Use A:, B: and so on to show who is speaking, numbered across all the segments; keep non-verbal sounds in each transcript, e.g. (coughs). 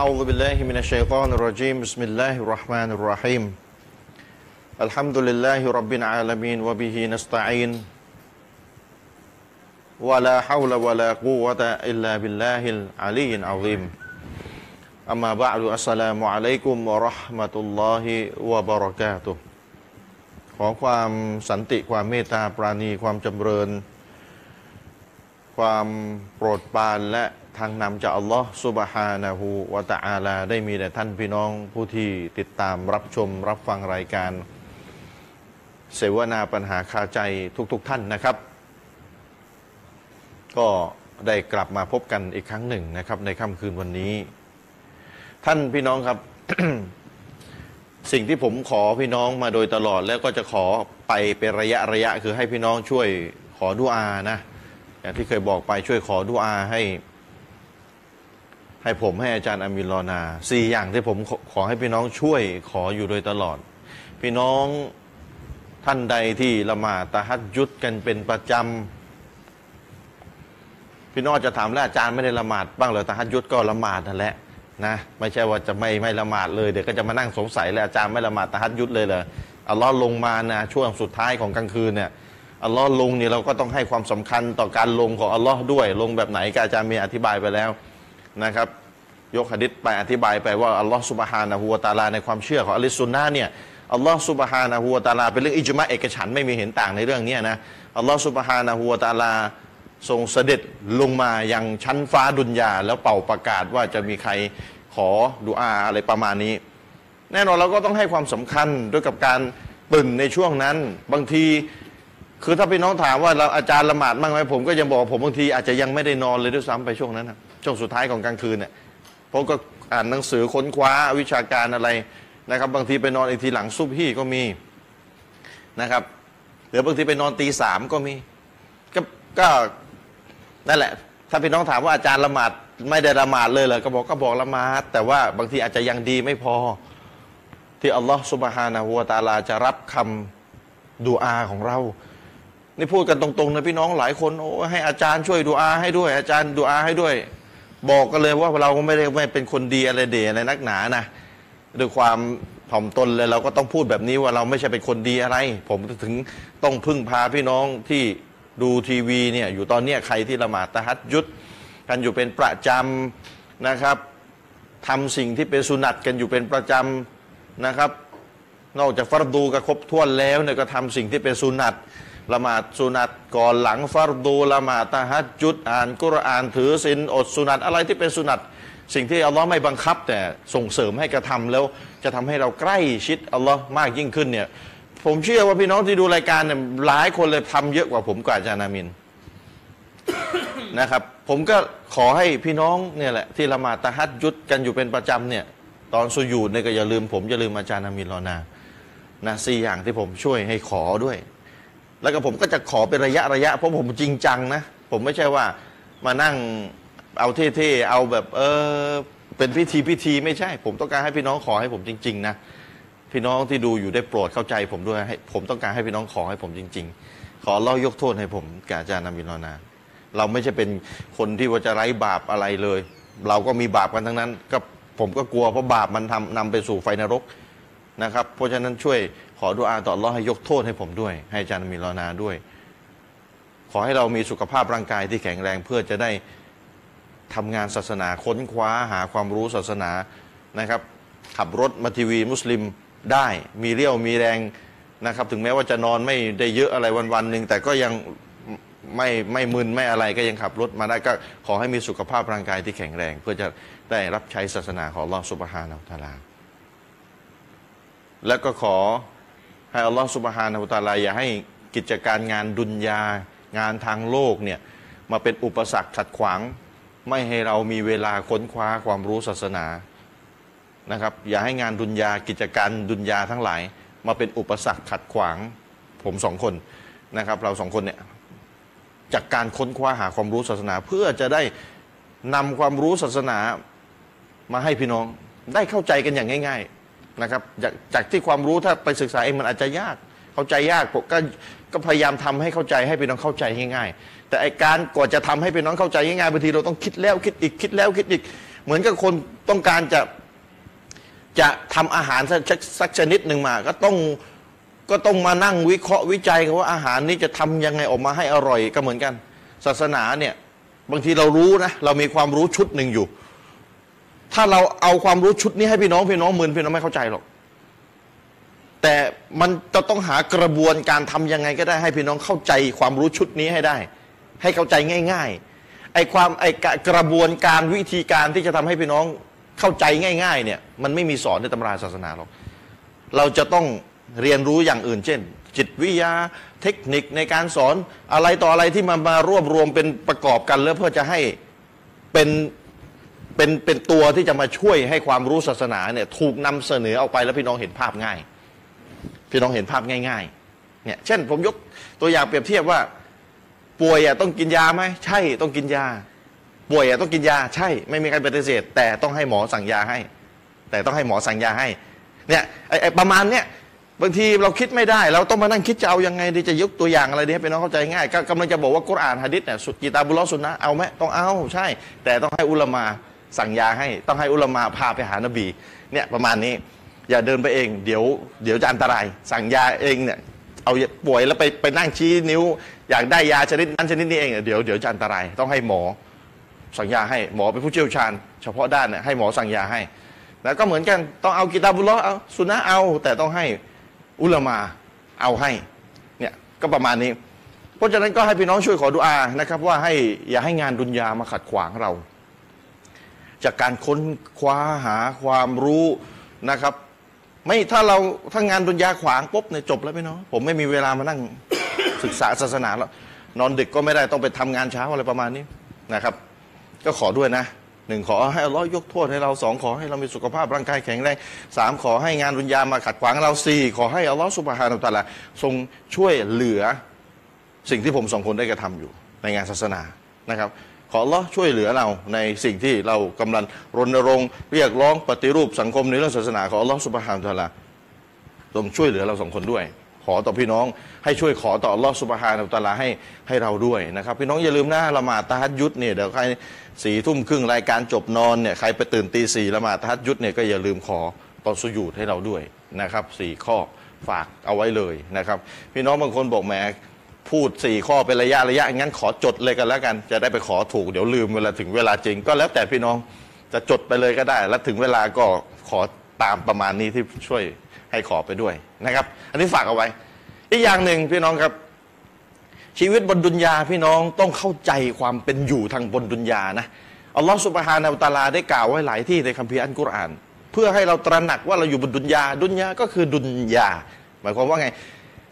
A: أعوذ بالله من الشيطان الرجيم بسم الله الرحمن الرحيم الحمد لله رب العالمين وبه نستعين ولا حول ولا قوة إلا بالله العلي العظيم أما بعد السلام عليكم ورحمة الله وبركاته ขอความสันติความเมตตาปราณีความจำเริญ ความโปรดปรานและทางนำจากอัลลอฮ์สุบฮานะฮูวะตะอาลา ได้มีแด่ท่านพี่น้องผู้ที่ติดตามรับชมรับฟังรายการ เสวนาปัญหาคาใจทุกๆท่านนะครับ ก็ได้กลับมาพบกันอีกครั้งหนึ่งนะครับ ในค่ำคืนวันนี้ ท่านพี่น้องครับ (coughs) สิ่งที่ผมขอพี่น้องมาโดยตลอดแล้วก็จะขอไปเป็นระยะระยะคือให้พี่น้องช่วยขอดุอานะ อย่างที่เคยบอกไปช่วยขอดุอาให้ ให้ผมให้อาจารย์อามินลอนาสี่อย่างที่ผมขอขอให้พี่น้องช่วยขออยู่โดยตลอด พี่น้องท่านใดที่ละหมาดตะฮัดยุดกันเป็นประจำพี่น้องจะถามแล้วอาจารย์ไม่ได้ละหมาดบ้างเหรอตะฮัดยุดก็ละหมาดนั่นแหละนะไม่ใช่ว่าจะไม่ไม่ละหมาดเลยเดี๋ยวก็จะมานั่งสงสัยแล้วอาจารย์ไม่ละหมาดตะฮัดยุดเลยเหรออัลลอฮ์ลงมานะช่วงสุดท้ายของกลางคืนเนี่ย อัลลอฮ์ลงเนี่ยเราก็ต้องให้ความสำคัญต่อการลงของอัลลอฮ์ด้วย ลงแบบไหนก็อาจารย์มีอธิบายไปแล้วนะครับ ยกหะดิษไปอธิบายไปว่าอัลลอฮ์สุบฮานะฮูวะตะอาลาในความเชื่อของอัลิสซุนนะห์เนี่ยอัลลอฮ์สุบฮานะฮูวะตะอาลาเป็นเรื่องอิจมะเอกฉันท์ไม่มีเห็นต่างในเรื่องเนี้ยนะอัลลอฮ์สุบฮานะฮูวะตะอาลาทรงเสด็จลงมายังชั้นฟ้าดุนยาแล้วเป่าประกาศว่าจะมีใครขอดุอาอะไรประมาณนี้ แน่นอนเราก็ต้องให้ความสำคัญด้วยกับการตื่นในช่วงนั้นบางที คือถ้าพี่น้องถามว่าเราอาจารย์ละหมาดบ้างไหมผมก็ยังบอกว่าผมบางทีอาจจะยังไม่ได้นอนเลยด้วยซ้ำไปช่วงนั้นนะช่วงสุดท้ายของกลางคืนเนี่ยผมก็อ่านหนังสือค้นคว้าวิชาการอะไรนะครับ บางทีไปนอนอีกทีหลังซุบฮี่ก็มีนะครับหรือบางทีไปนอนตีสามก็มีก็ก็นั่นแหละ ถ้าพี่น้องถามว่าอาจารย์ละหมาดไม่ได้ละหมาดเลยเหรอก็บอกก็บอกละหมาดแต่ว่าบางทีอาจจะยังดีไม่พอ ที่อัลลอฮ์สุบฮานะฮูวะตะอาลาจะรับคำดูอาของเรา นี่พูดกันตรงๆนะพี่น้องหลายคนโอ้ให้อาจารย์ช่วยดูอาให้ด้วย อาจารย์ดูอาให้ด้วย บอกกันเลยว่าเราก็ไม่ได้ไม่เป็นคนดีอะไรเดอะไรนักหนานะด้วยความถ่อมตนเลยเราก็ต้องพูดแบบนี้ว่าเราไม่ใช่เป็นคนดีอะไร ผมถึงต้องพึ่งพาพี่น้องที่ดูทีวีเนี่ยอยู่ตอนเนี้ยใครที่ละหมาดตะฮัดยุดกันอยู่เป็นประจำนะครับทำสิ่งที่เป็นสุนัตกันอยู่เป็นประจำนะครับ นอกจากฟัรดูก็ครบถ้วนแล้วเนี่ยก็ทำสิ่งที่เป็นสุนัตละหมาดสุนัตก่อนหลังฟัรดูละหมาดตะฮัดจุดอ่านกุรอานถือศีลอดสุนัตอะไรที่เป็นสุนัตสิ่งที่อัลลอฮ์ไม่บังคับ แต่ส่งเสริมให้กระทำแล้วจะทำให้เราใกล้ชิดอัลลอฮ์มากยิ่งขึ้นเนี่ยผมเชื่อว่าพี่น้องที่ดูรายการเนี่ยหลายคนเลยทำเยอะกว่าผมกว่าอาจารย์นามิน นะครับ ผมก็ขอให้พี่น้องเนี่ยแหละที่ละหมาดตะฮัดยุดกันอยู่เป็นประจำเนี่ยตอนสุญูดเนี่ยก็อย่าลืมผมอย่าลืมอาจารย์นามินรอนา นะสี่อย่างที่ผมช่วยให้ขอด้วย แล้วก็ผมก็จะขอเป็นระยะระยะ เพราะผมจริงจังนะ ผมไม่ใช่ว่ามานั่งเอาเท่ๆเอาแบบเออเป็นพิธีพิธีไม่ใช่ ผมต้องการให้พี่น้องขอให้ผมจริง ๆ นะ พี่น้องที่ดูอยู่ได้โปรดเข้าใจผมด้วยให้ผมต้องการให้พี่น้องขอให้ผมจริง ๆ ขอเล่ายกโทษให้ผมกับอาจารย์นามินรอนา เราไม่ใช่เป็นคนที่ว่าจะไร้บาปอะไรเลย เราก็มีบาปกันทั้งนั้น ก็ผมก็กลัวเพราะบาปมันทำนำไปสู่ไฟนรก นะครับเพราะฉะนั้นช่วยขอดุอาต่ออัลเลอให้ยกโทษให้ผมด้วย ให้อาจารย์มีรอนาด้วย ขอให้เรามีสุขภาพร่างกายที่แข็งแรงเพื่อจะได้ทำงานศาสนาค้นคว้าหาความรู้ศาสนานะครับ ขับรถมาทีวีมุสลิมได้มีเรี่ยวมีแรงนะครับ ถึงแม้ว่าจะนอนไม่ได้เยอะอะไรวันๆหนึ่งแต่ก็ยังไม่ไม่มึนไม่อะไรก็ยังขับรถมาได้ก็ขอให้มีสุขภาพร่างกายที่แข็งแรง เพื่อจะได้รับใช้ศาสนาของอัลลอสุบฮานาอัลตะอาลา แล้วก็ขอให้อัลลอฮฺสุบฮานาหูตะอาลาอย่าให้กิจการงานดุนยางานทางโลกเนี่ยมาเป็นอุปสรรคขัดขวาง ไม่ให้เรามีเวลาค้นคว้าความรู้ศาสนานะครับ อย่าให้งานดุนยากิจการดุนยาทั้งหลาย มาเป็นอุปสรรคขัดขวางผมสองคนนะครับ เราสองคนเนี่ยจากการค้นคว้าหาความรู้ศาสนา เพื่อจะได้นำความรู้ศาสนา มาให้พี่น้องได้เข้าใจกันอย่างง่าย ๆนะครับจากจากที่ความรู้ถ้าไปศึกษาเองมันอาจจะยากเข้าใจยากผมก็ก็พยายามทำให้เข้าใจให้พี่น้องเข้าใจง่าย ๆ แต่ไอการกว่าจะทำให้พี่น้องเข้าใจง่ายๆบางทีเราต้องคิดแล้วคิดอีกคิดแล้วคิดอีก เหมือนกับคนต้องการจะจะทำอาหารสักสักสักชนิดหนึ่งมา ก็ต้องก็ต้องมานั่งวิเคราะห์วิจัยกันว่าอาหารนี้จะทำยังไงออกมาให้อร่อยก็เหมือนกัน ศาสนาเนี่ยบางทีเรารู้นะเรามีความรู้ชุดหนึ่งอยู่ ถ้าเราเอาความรู้ชุดนี้ให้พี่น้องพี่น้องมึนพี่น้องไม่เข้าใจหรอก แต่มันจะต้องหากระบวนการทำยังไงก็ได้ให้พี่น้องเข้าใจความรู้ชุดนี้ให้ได้ ให้เข้าใจง่าย ๆ ไอความไอกะกระบวนการวิธีการที่จะทำให้พี่น้องเข้าใจง่าย ๆ เนี่ย มันไม่มีสอนในตำราศาสนาหรอก เราจะต้องเรียนรู้อย่างอื่น เช่น จิตวิทยาเทคนิคในการสอนอะไรต่ออะไรที่มันมารวบรวมเป็นประกอบกันแล้วเพื่อจะให้เป็น เป็นเป็นตัวที่จะมาช่วยให้ความรู้ศาสนาเนี่ยถูกนำเสนอออกไปแล้วพี่น้องเห็นภาพง่าย พี่น้องเห็นภาพง่ายๆเนี่ยเช่นผมยกตัวอย่างเปรียบเทียบว่า ป่วยอ่ะต้องกินยาไหมใช่ต้องกินยา ป่วยอ่ะต้องกินยา ใช่ไม่มีใครปฏิเสธ แต่ต้องให้หมอสั่งยาให้ แต่ต้องให้หมอสั่งยาให้เนี่ยไอ้ไอ้ประมาณเนี่ยบางทีเราคิดไม่ได้ เราต้องมานั่งคิดจะเอายังไงดีจะยกตัวอย่างอะไรดีให้พี่น้องเข้าใจง่ายก็กำลังจะบอกว่ากุรอานฮะดิษเนี่ยสุดกีตาบุลลอฮ์สุนนะเอาไหมต้องเอาใช่ แต่ต้องให้อุลามาสั่งยาให้ ต้องให้อุลามาพาไปหานบีเนี่ยประมาณนี้อย่าเดินไปเองเดี๋ยวเดี๋ยวจะอันตราย สั่งยาเองเนี่ยเอาป่วยแล้วไปไปนั่งชี้นิ้ว อยากได้ยาชนิดนั้นชนิดนี้เองเนี่ยเดี๋ยวเดี๋ยวจะอันตรายต้องให้หมอ สั่งยาให้หมอเป็นผู้เชี่ยวชาญ เฉพาะด้านเนี่ยให้หมอสั่งยาให้ แล้วก็เหมือนกันต้องเอากีตาบุลลอฮ์เอาสุนนะเอา แต่ต้องให้อุลามาเอาให้เนี่ยก็ประมาณนี้ เพราะฉะนั้นก็ให้พี่น้องช่วยขอดุอานะครับ ว่าให้อย่าให้งานดุนยามาขัดขวางเรา จากการค้นคว้าหาความรู้นะครับ ไม่ถ้าเราถ้างานดุนยาขวางปุ๊บเนี่ยจบแล้วพี่น้องผมไม่มีเวลามานั่ง ศึกษาศาสนาแล้วนอนดึกก็ไม่ได้ต้องไปทำงานเช้าอะไรประมาณนี้นะครับ ก็ขอด้วยนะหนึ่งขอให้อัลเลอฮ์ยกโทษให้เราสองขอให้เรามีสุขภาพร่างกายแข็งแรงสามขอให้งานรุนยามาขัดขวางเราสี่ขอให้อัลเลอฮ์สุบฮานุตะอาลาทรงช่วยเหลือสิ่งที่ผมสองคนได้กระทำอยู่ในงานศาสนานะครับ ขออัลเลอฮ์ช่วยเหลือเราในสิ่งที่เรากำลังรณรงค์เรียกร้องปฏิรูปสังคมในเรื่องศาสนาขออัลเลอฮ์สุบฮานุตะอาลา ทรงช่วยเหลือเราสองคนด้วย ขอต่อพี่น้องให้ช่วยขอต่ออัลลอสุบฮานะฮูวะตะอาลาให้ให้เราด้วยนะครับ พี่น้องอย่าลืมนะละหมาดตะฮัดยุดเนี่ยเดี๋ยวใครสี่ทุ่มครึ่งรายการจบนอนเนี่ยใครไปตื่นตีสี่ละหมาดตะฮัดยุดเนี่ยก็อย่าลืมขอต่อสุญูดให้เราด้วยนะครับสี่ข้อฝากเอาไว้เลยนะครับ พี่น้องบางคนบอกแหมพูดสี่ข้อเป็นระยะระยะงั้นขอจดเลยกันแล้วกัน จะได้ไปขอถูกเดี๋ยวลืมเวลาถึงเวลาจริง ก็แล้วแต่พี่น้องจะจดไปเลยก็ได้ แล้วถึงเวลาก็ขอตามประมาณนี้ที่ช่วย ให้ขอไปด้วยนะครับ อันนี้ฝากเอาไว้ อีกอย่างหนึ่งพี่น้องครับ ชีวิตบนดุนยาพี่น้องต้องเข้าใจความเป็นอยู่ทางบนดุนยานะอัลลอฮฺสุบฮานาอัลตะอาลาได้กล่าวไว้หลายที่ในคัมภีร์อัลกุรอาน เพื่อให้เราตระหนักว่าเราอยู่บนดุนยาดุนยาก็คือดุนยา หมายความว่าไง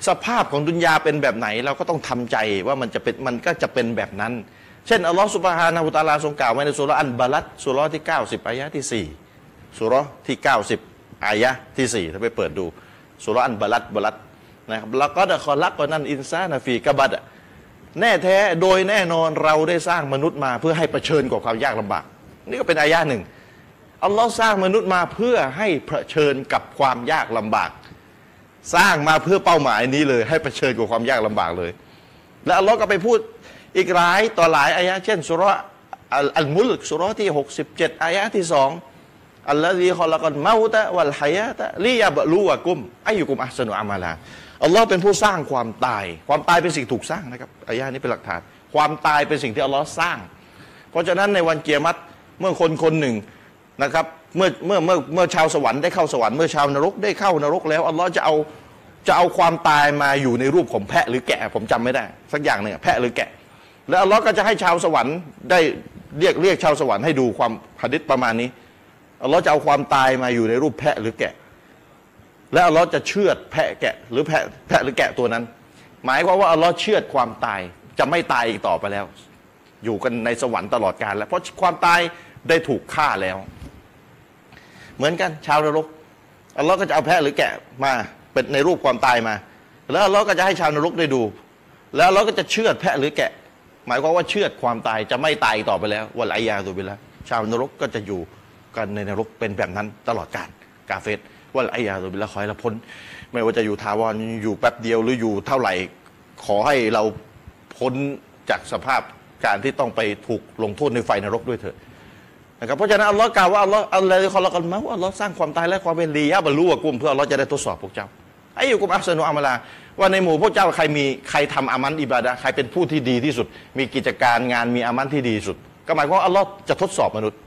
A: สภาพของดุนยาเป็นแบบไหนเราก็ต้องทำใจว่ามันจะเป็นมันก็จะเป็นแบบนั้น เช่นอัลลอฮฺสุบฮานาอัลตะอาลาทรงกล่าวไว้ในสุราะห์อันบาลัดสุราะห์ที่ 90อายะห์ที่สี่ สุเราะห์ที่ 90 อายะห์ที่ 4 ถ้าไปเปิดดู สุเราะห์อันบาลัดบาลัดนะครับแล้วก็ดะคอลักกอนั่นอินซานาฟีกะบัดอะแน่แท้โดยแน่นอนเราได้สร้างมนุษย์มาเพื่อให้เผชิญกับความยากลำบาก นี่ก็เป็นอายะห์หนึ่งอัลลอฮ์สร้างมนุษย์มาเพื่อให้เผชิญกับความยากลำบาก สร้างมาเพื่อเป้าหมายนี้เลย ให้เผชิญกับความยากลำบากเลย และอัลลอฮ์ก็ไปพูดอีกหลายต่อหลายอายะห์เช่นสุเราะห์อัลอัลมุลกสุเราะห์ที่ 67 อายะห์ที่สอง อัลลอฮีคอลักอนเมาตะวัลฮายะตะลียาบะลูวะกุมอายุกุมอัสนุอามาลาอัลลอฮ์เป็นผู้สร้างความตาย ความตายเป็นสิ่งถูกสร้างนะครับอายะนี้เป็นหลักฐาน ความตายเป็นสิ่งที่อัลลอฮ์สร้าง เพราะฉะนั้นในวันเกียรติเมื่อคนคนหนึ่งนะครับเมื่อเมื่อเมื่อเมื่อชาวสวรรค์ได้เข้าสวรรค์เมื่อชาวนรกได้เข้านรกแล้วอัลลอฮ์จะเอาจะเอาความตายมาอยู่ในรูปของแพะหรือแกะผมจำไม่ได้ สักอย่างหนึ่งอะแพะหรือแกะ แล้วอัลลอฮ์ก็จะให้ชาวสวรรค์ได้เรียกเรียกชาวสวรรค์ให้ดูความหะดิษประมาณนี้ อัลลอฮ์จะเอาความตายมาอยู่ในรูปแพะหรือแกะ และอัลลอฮ์จะเชือดแพะแกะ หรือแพะแพะหรือแกะตัวนั้น หมายความว่าอัลลอฮ์เชือดความตายจะไม่ตายอีกต่อไปแล้ว อยู่กันในสวรรค์ตลอดกาลแล้ว เพราะความตายได้ถูกฆ่าแล้ว เหมือนกันชาวนรกอัลลอฮ์ก็จะเอาแพะหรือแกะมาเป็นในรูปความตายมา แล้วอัลลอฮ์ก็จะให้ชาวนรกได้ดู แล้วอัลลอฮ์ก็จะเชือดแพะหรือแกะ หมายความว่าเชือดความตายจะไม่ตายอีกต่อไปแล้ววัลอายาตุบิลละชาวนรกก็จะอยู่กันในนรกเป็นแบบนั้นตลอดกาลกาเฟตวัลอายาตุบิลละขอให้เราพ้น ไม่ว่าจะอยู่ทาวรอยู่แป๊บเดียวหรืออยู่เท่าไหร่ ขอให้เราพ้นจากสภาพการที่ต้องไปถูกลงโทษในไฟนรกด้วยเถอะ นะครับเพราะฉะนั้นอัลลอฮ์กล่าวว่าอัลลอฮ์อัลลอฮ์คอลกันมาว่าอัลลอฮ์สร้างความตายและความเป็นลียะบรรลุกุมเพื่ออัลลอฮ์จะได้ทดสอบพวกเจ้าไอ้อยู่กุมอัฟซานุอัมลาว่าในหมู่พวกเจ้าใครมีใครทำอามันอิบาดะห์ใครเป็นผู้ที่ดีที่สุด มีกิจการงานมีอามันที่ดีที่สุด ก็หมายความว่าอัลลอฮ์จะทดสอบมนุษย์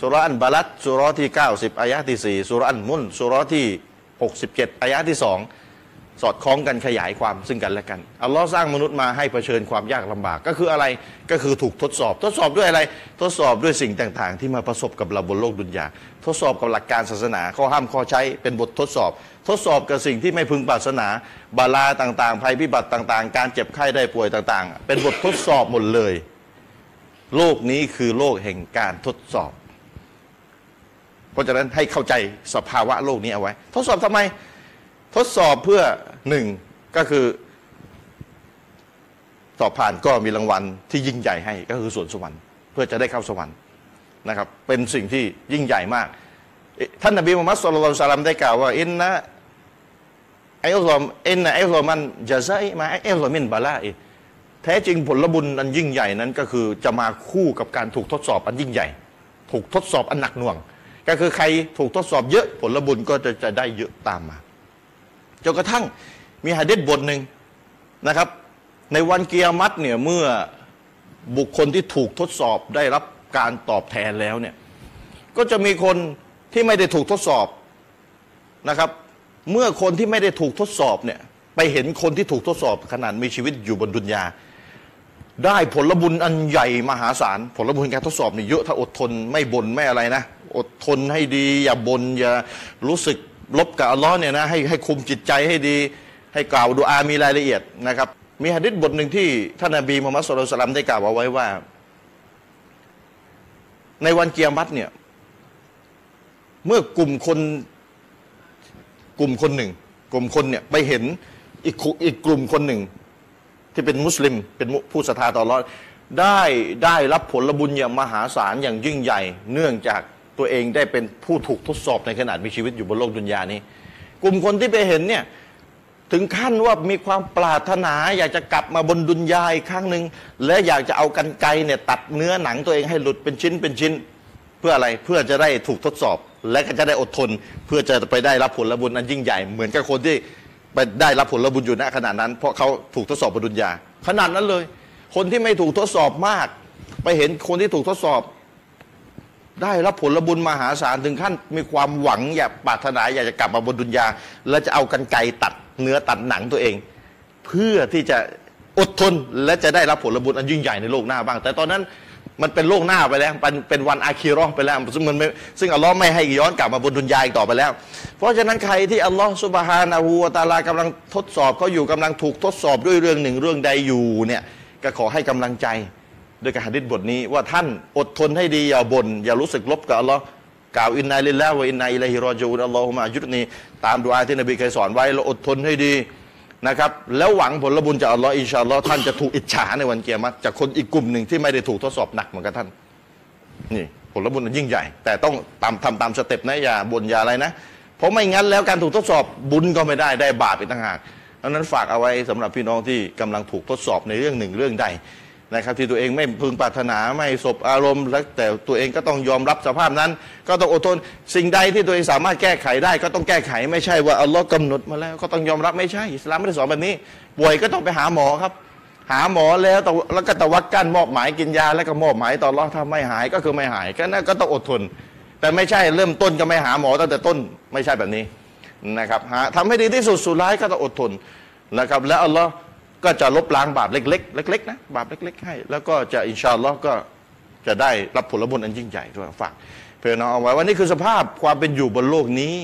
A: สุราะห์อันบาลัดสุราะห์ที่ 90อายะห์ที่ 4สุราะห์อันมุนสุราะห์ที่ 67อายะห์ที่สอง สอดคล้องกันขยายความซึ่งกันและกัน อัลลอฮ์สร้างมนุษย์มาให้เผชิญความยากลำบาก ก็คืออะไรก็คือถูกทดสอบ ทดสอบด้วยอะไร ทดสอบด้วยสิ่งต่างๆ ที่มาประสบกับเราบนโลกดุนยาทดสอบกับหลักการศาสนาข้อห้ามข้อใช้เป็นบททดสอบ ทดสอบกับสิ่งที่ไม่พึงปรารถนา บาลาต่างๆ ภัยพิบัติต่างๆ การเจ็บไข้ได้ป่วยต่างๆ เป็นบททดสอบหมดเลย โลกนี้คือโลกแห่งการทดสอบ เพราะฉะนั้นให้เข้าใจสภาวะโลกนี้เอาไว้ ทดสอบทำไม ทดสอบเพื่อหนึ่งก็คือสอบผ่านก็มีรางวัลที่ยิ่งใหญ่ให้ก็คือสวนสวรรค์เพื่อจะได้เข้าสวรรค์นะครับ เป็นสิ่งที่ยิ่งใหญ่มากเอ๊ะท่านนบีมุฮัมมัดสุลลัลสลัมได้กล่าวว่าอินนะไอลอมอินนะไอลอมันจาซาอิมาไอลอมินบาลาอิแท้จริงผลบุญอันยิ่งใหญ่นั้นก็คือจะมาคู่กับการถูกทดสอบอันยิ่งใหญ่ ถูกทดสอบอันหนักหน่วง ก็คือใครถูกทดสอบเยอะผลบุญก็จะจะได้เยอะตามมา จนกระทั่งมีหะดีษบทหนึ่งนะครับ ในวันเกียรมัตเนี่ยเมื่อบุคคลที่ถูกทดสอบได้รับการตอบแทนแล้วเนี่ยก็จะมีคนที่ไม่ได้ถูกทดสอบนะครับ เมื่อคนที่ไม่ได้ถูกทดสอบเนี่ยไปเห็นคนที่ถูกทดสอบขนาดมีชีวิตอยู่บนดุนยา ได้ผลบุญอันใหญ่มหาศาล ผลบุญการทดสอบนี่เยอะถ้าอดทนไม่บ่นไม่อะไรนะ อดทนให้ดีอย่าบน่นอย่ารู้สึกลบกับอัลลอฮ์เนี่ยนะให้ให้คุมจิตใจให้ดี ให้กล่าวดูอามีรายละเอียดนะครับ มีหะดิษบทหนึ่งที่ท่านนบีมุฮัมมัดสุลลัลสลัมได้กล่าวเอาไว้ว่า ในวันเกียรมัตเนี่ยเมื่อกลุ่มคนกลุ่มคนหนึ่ง กลุ่มคนเนี่ยไปเห็นอีกคุอีกกลุ่มคนหนึ่ง ที่เป็นมุสลิมเป็นมุผู้ศรัทธาต่ออัลเลอได้ได้รับผลบุญอย่างมหาศาลอย่างยิ่งใหญ่ เนื่องจากตัวเองได้เป็นผู้ถูกทดสอบในขนาดมีชีวิตอยู่บนโลกดุนยานี้ กลุ่มคนที่ไปเห็นเนี่ยถึงขั้นว่ามีความปรารถนา อยากจะกลับมาบนดุนยาอีกครั้งหนึ่งและอยากจะเอากันไกรเนี่ยตัดเนื้อหนังตัวเองให้หลุดเป็นชิ้นเป็นชิ้น เพื่ออะไรเพื่อจะได้ถูกทดสอบ และก็จะได้อดทน เพื่อจะไปได้รับผลบุญอันยิ่งใหญ่ เหมือนกับคนที่ไปได้รับผลบุญอยู่ณขณะนั้น เพราะเขาถูกทดสอบบนดุลยาขนาดนั้นเลย คนที่ไม่ถูกทดสอบมาก ไปเห็นคนที่ถูกทดสอบ ได้รับผลบุญมหาศาลถึงขั้นมีความหวังอยากปรารถนาอยากจะกลับมาบนดุนยา และจะเอากันไกรตัดเนื้อตัดหนังตัวเอง เพื่อที่จะอดทนและจะได้รับผลบุญอันยิ่งใหญ่ในโลกหน้าบ้าง แต่ตอนนั้นมันเป็นโลกหน้าไปแล้วเป็นเป็นวันอาคีรอห์ไปแล้ว ซึ่งมันไม่ซึ่งอัลลอฮ์ไม่ให้ย้อนกลับมาบนดุนยาอีกต่อไปแล้ว เพราะฉะนั้นใครที่อัลลอฮ์สุบฮานาหูวะตะอาลากำลังทดสอบเขาอยู่กำลังถูกทดสอบด้วยเรื่องหนึ่งเรื่องใดอยู่เนี่ยก็ขอให้กำลังใจ ด้วยการหะดิษบทนี้ว่าท่านอดทนให้ดีอย่าบน่นอย่ารู้สึกลบกับอัลลอฮ์กล่าวอินนาลิลลาฮ์วะอินนาอิลัยฮิรอจูนอัลลอฮุมะอายุดนีตามดูอาที่นบีเคยสอนไว้เราอดทนให้ดีนะครับ แล้วหวังผลบุญจากอัลลอฮ์อินชาอัลลอฮ์ท่านจะถูกอิจฉาในวันเกียรติจากคนอีกกลุ่มหนึ่งที่ไม่ได้ถูกทดสอบหนักเหมือนกับท่าน นี่ผลบุญมันยิ่งใหญ่ แต่ต้องตามทำตามสเต็ปนะอย่าบ่นอย่าอะไรนะ เพราะไม่งั้นแล้วการถูกทดสอบบุญก็ไม่ได้ได้บาปอีกต่างหากดังนั้นฝากเอาไว้สำหรับพี่น้องที่กำลังถูกทดสอบในเรื่องหนึ่งเรื่องใดนะครับที่ตัวเองไม่พึงปรารถนาไม่สบอารมณ์แล้วแต่ตัวเองก็ต้องยอมรับสภาพนั้น ก็ต้องอดทนสิ่งใดที่ตัวเองสามารถแก้ไขได้ ก็ต้องแก้ไขไม่ใช่ว่าอัลลอฮ์กำหนดมาแล้วก็ต้องยอมรับไม่ใช่อิสลามไม่ได้สอนแบบนี้ป่วยก็ต้องไปหาหมอครับ หาหมอแล้วแต่แล้วก็ตะวักกันมอบหมายกินยาแล้วก็มอบหมายตอนรอดถ้าไม่หายก็คือไม่หายก็น่าก็ต้องอดทน แต่ไม่ใช่เริ่มต้นก็ไม่หาหมอตั้งแต่ต้นไม่ใช่แบบนี้นะครับหาทำให้ดีที่สุดสุดท้ายก็ต้องอดทนนะครับ แล้วอัลลอฮ์ก็จะลบล้างบาปเล็กๆเล็กๆนะบาปเล็ก ๆ ให้ แล้วก็จะอินชาอัลลอฮ์ก็จะได้รับผลบุญอันยิ่งใหญ่ด้วยฝากเพื่อนน้องเอาไว้ว่านี่คือสภาพความเป็นอยู่บนโลกนี้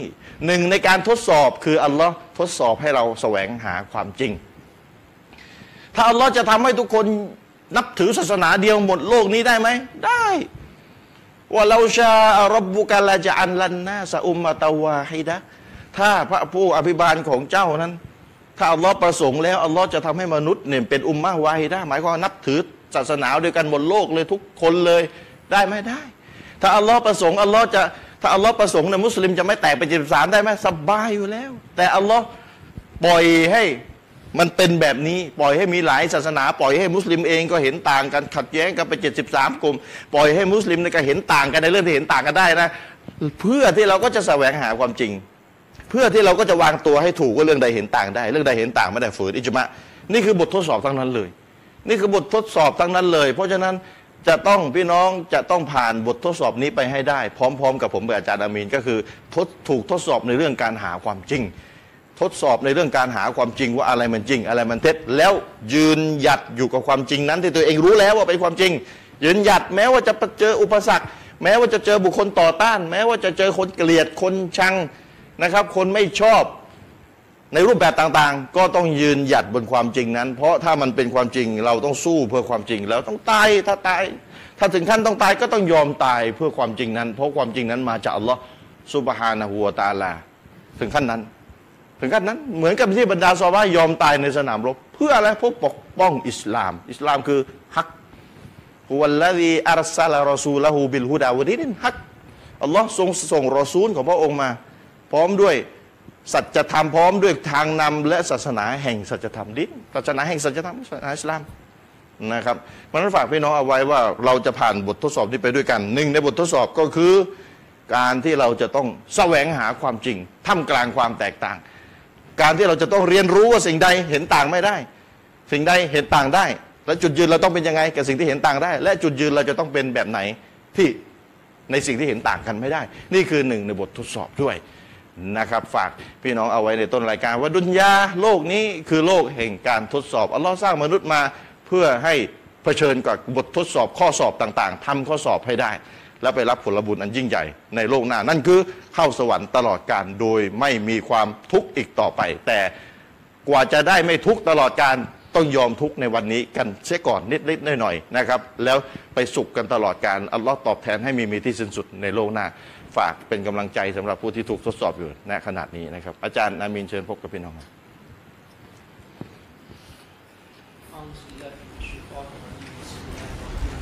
A: หนึ่งในการทดสอบคืออัลลอฮ์ทดสอบให้เราแสวงหาความจริง ถ้าอัลลอฮ์จะทำให้ทุกคนนับถือศาสนาเดียวหมดโลกนี้ได้ไหม ได้ว่าเราชาอัรบบุกาลาจะอันลันนาสะอุมมะตาวาฮิดะถ้าพระผู้อภิบาลของเจ้านั้น ถ้าอัลลอฮ์ประสงค์แล้วอัลลอฮ์จะทำให้มนุษย์เนี่ยเป็นอุมมะวาฮิดะหมายความว่านับถือศาสนาเดียวกันหมดโลกเลยทุกคนเลยได้ไหมได้ ถ้าอัลลอฮ์ประสงค์อัลลอฮ์จะถ้าอัลลอฮ์ประสงค์เนี่ยมุสลิมจะไม่แตกเป็น73ได้ไหมสบายอยู่แล้ว แต่อัลลอฮ์ปล่อยให้ มันเป็นแบบนี้ปล่อยให้มีหลายศาสนา ปล่อยให้มุสลิมเองก็เห็นต่างกันขัดแย้งกันไป 73 กลุ่ม ปล่อยให้มุสลิมเนี่ยก็เห็นต่างกันในเรื่องที่เห็นต่างกันได้นะเพื่อที่เราก็จะแสวงหาความจริง เพื่อที่เราก็จะวางตัวให้ถูกว่าเรื่องใดเห็นต่างได้ เรื่องใดเห็นต่างไม่ได้ฝืนอิจมะนี่คือบททดสอบทั้งนั้นเลย นี่คือบททดสอบทั้งนั้นเลย เพราะฉะนั้นจะต้องพี่น้องจะต้องผ่านบททดสอบนี้ไปให้ได้ พร้อม ๆ กับผมกับอาจารย์อามีนก็คือทดถูกทดสอบในเรื่องการหาความจริง ทดสอบในเรื่องการหาความจริงว่าอะไรมันจริง อะไรมันเท็จแล้วยืนหยัดอยู่กับความจริงนั้นที่ตัวเองรู้แล้วว่าเป็นความจริง ยืนหยัดแม้ว่าจะเจออุปสรรค แม้ว่าจะเจอบุคคลต่อต้าน แม้ว่าจะเจอคนเกลียดคนชังนะครับ คนไม่ชอบ ในรูปแบบต่างๆ ก็ต้องยืนหยัดบนความจริงนั้น เพราะถ้ามันเป็นความจริงเราต้องสู้เพื่อความจริงแล้วต้องตายถ้าตาย ถ้าถึงขั้นต้องตายก็ต้องยอมตายเพื่อความจริงนั้น เพราะความจริงนั้นมาจากอัลลอฮ์ซุบฮานะฮูวะตะอาลาถึงขั้นนั้น ถึงขั้นนั้นเหมือนกับที่บรรดาซอฮาบะห์ยอมตายในสนามรบ เพื่ออะไรเพื่อปกป้องอิสลาม อิสลามคือฮักฮุวัลลซีอัรซาลารอซูละฮูบิลฮุดาวะดีนินฮักอัลลอฮ์ทรงส่งรอซูลของพระองค์มา พร้อมด้วย สัจธรรมพร้อมด้วยทางนำและศาสนาแห่งสัจธรรมดินศาสนาแห่งสัจธรรมศาสนาอิสลามนะครับเพราะฉะนั้นฝากพี่น้องเอาไว้ว่าเราจะผ่านบททดสอบนี้ไปด้วยกันหนึ่งในบททดสอบก็คือการที่เราจะต้องแสวงหาความจริงท่ามกลางความแตกต่าง การที่เราจะต้องเรียนรู้ว่าสิ่งใดเห็นต่างไม่ได้ สิ่งใดเห็นต่างได้ และจุดยืนเราต้องเป็นยังไงกับสิ่งที่เห็นต่างได้ และจุดยืนเราจะต้องเป็นแบบไหนที่ในสิ่งที่เห็นต่างกันไม่ได้ นี่คือหนึ่งในบททดสอบด้วย นะครับฝากพี่น้องเอาไว้ในต้นรายการว่าดุนยาโลกนี้คือโลกแห่งการทดสอบอัลลอฮ์สร้างมนุษย์มาเพื่อให้เผชิญกับบททดสอบข้อสอบต่างๆทำข้อสอบให้ได้ แล้วไปรับผลบุญอันยิ่งใหญ่ในโลกหน้า นั่นคือเข้าสวรรค์ตลอดการโดยไม่มีความทุกข์อีกต่อไป แต่กว่าจะได้ไม่ทุกข์ตลอดการต้องยอมทุกข์ในวันนี้กันเสียก่อนนิดๆหน่อยๆนะครับ แล้วไปสุขกันตลอดการอัลลอฮ์ตอบแทนให้มีมีที่สิ้นสุดในโลกหน้า ฝากเป็นกำลังใจสำหรับผู้ที่ถูกทดสอบอยู่ณขนาดนี้นะครับ อาจารย์อามีนเชิญพบกับพี่น้องครับ
B: أعوذ بالله من الشيطان الرجيم بسم الله الرحمن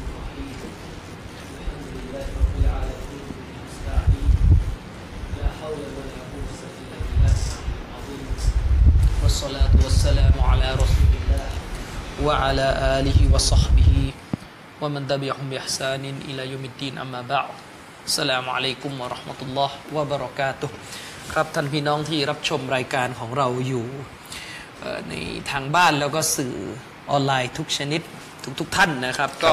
B: الرحيم الحمد لله رب العالمين المستعين لا حول ولا قوة إلا بالله العلي العظيم والصلاة والسلام على رسول الله وعلى آله وصحبه ومن تبعهم بإحسان إلى يوم الدين أما بعد السلام عليكم ورحمة الله وبركاته ครับท่านพี่น้องที่รับชมรายการของเราอยู่ เอ่อในทางบ้านแล้วก็สื่อออนไลน์ทุกชนิดทุกทุกท่านนะครับ ก็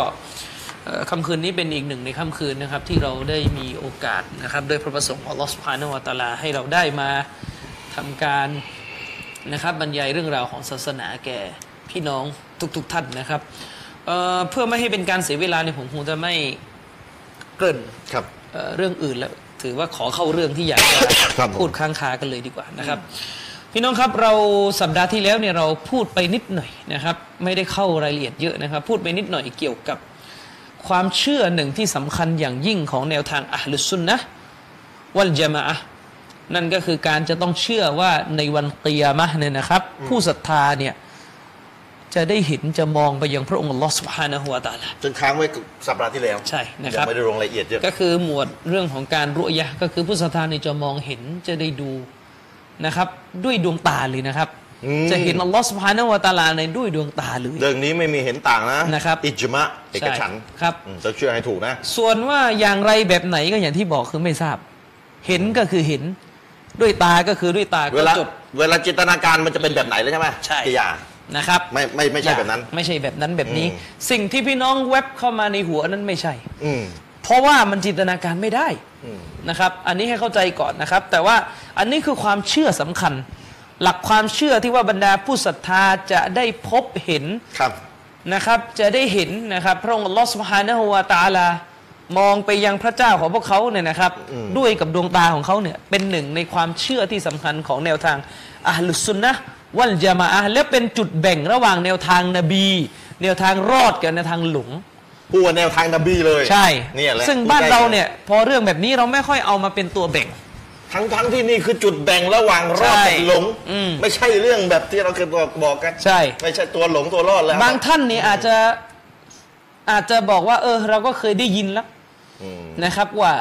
B: เอ่อค่ำคืนนี้เป็นอีกหนึ่งในค่ำคืนนะครับ ที่เราได้มีโอกาสนะครับโดวยพระประสงค์ของอัลลอฮฺสุภาโนวตาลาให้เราได้มาทำการนะครับบรรยายเรื่องราวของศาสนาแก่พี่น้องทุกๆทท่านนะครับเอ่อเพื่อไม่ให้เป็นการเสียเวลาเนี่ยผมคงจะไม่เกริ่น
A: ครับ
B: เอ่อเรื่องอื่นแล้วถือว่าขอเข้าเรื่องที่อยากจะ
A: ครับผม
B: พูดค้างคากันเลยดีกว่านะครับ พี่น้องครับเราสัปดาห์ที่แล้วเนี่ยเราพูดไปนิดหน่อยนะครับ ไม่ได้เข้ารายละเอียดเยอะนะครับ พูดไปนิดหน่อยเกี่ยวกับความเชื่อหนึ่งที่สำคัญอย่างยิ่งของแนวทางอัลลุสซุนนะฮ์วัลจามะอะฮ์นั่นก็คือการจะต้องเชื่อว่าในวันกิยามะฮ์เนี่ยนะครับ ผู้ศรัทธาเนี่ยจะได้เห็นจะมองไปยังพระองค์อัลลอฮ์สุบฮานะฮูวะตะอาลา
A: จนค้างไว้สัปดาห์ที่แล้ว
B: ใช่นะค
A: ยั
B: รับ
A: งไม่ได้ลงรายละเอียดเยอะ
B: ก็คือหมวดเรื่องของการรุยะก็คือผู้ศรัทธาเนี่ยจะมองเห็นจะได้ดูนะครับ ด้วยดวงตาเลยนะครับ
A: อืม
B: จะเห็นอัลลอฮ์สุบฮานะฮูวะตะอาลาในด้วยดวงตาเลย
A: เรื่องนี้ไม่มีเห็นต่างนะ
B: นะครับ
A: อิจมะเอกฉันท์
B: ครับ
A: อืมจะเชื่อให้ถูกนะ
B: ส่วนว่าอย่างไรแบบไหนก็อย่างที่บอกคือไม่ทราบ เห็นก็คือเห็นด้วยตาก็คือด้วยตา
A: เว
B: ก็
A: ลา
B: จบ
A: เวลาจินตนาการมันจะเป็นแบบไหนเลยใช่ไหม
B: ใช่
A: กิยา
B: นะครับ
A: ไม่ไม่ไม่ใช่แบบนั้น
B: ไม่ใช่แบบนั้นแบบนี้
A: อืม
B: สิ่งที่พี่น้องแว็บเข้ามาในหัวนั้นไม่ใช่
A: อืม
B: เพราะว่ามันจินตนาการไม่ได้
A: อืม
B: นะครับ อันนี้ให้เข้าใจก่อนนะครับ แต่ว่าอันนี้คือความเชื่อสำคัญ หลักความเชื่อที่ว่าบรรดาผู้ศรัทธาจะได้พบเห็น
A: ครับ
B: นะครับ จะได้เห็นนะครับพระองค์อัลลอฮฺสุบฮานะฮูวาตะอาลามองไปยังพระเจ้าของพวกเขาเนี่ยนะครับ
A: อืม
B: ด้วยกับดวงตาของเขาเนี่ยเป็นหนึ่งในความเชื่อที่สำคัญของแนวทางอัลลุสซุนนะฮ์วัลจามะอะฮ์และเป็นจุดแบ่งระหว่างแนวทางนบี แนวทางรอดกับแนวทางหลง
A: พูดว่าแนวทางนบีเลย
B: ใช่
A: เนี่ยแหละ
B: ซึ่งบ้านเราเนี่ยพอเรื่องแบบนี้เราไม่ค่อยเอามาเป็นตัวแบ่ง
A: ทั้งทั้งที่นี่คือจุดแบ่งระหว่างรอด
B: ใช่
A: กับหลง
B: อืม
A: ไม่ใช่เรื่องแบบที่เราเคยบอกบอกกัน
B: ใช่
A: ไม่ใช่ตัวหลงตัวรอดแล้ว
B: บางท่านเนี่ยอาจจะอาจจะบอกว่า เออ เราก็เคยได้ยินแล้ว
A: อืม
B: นะครับว่า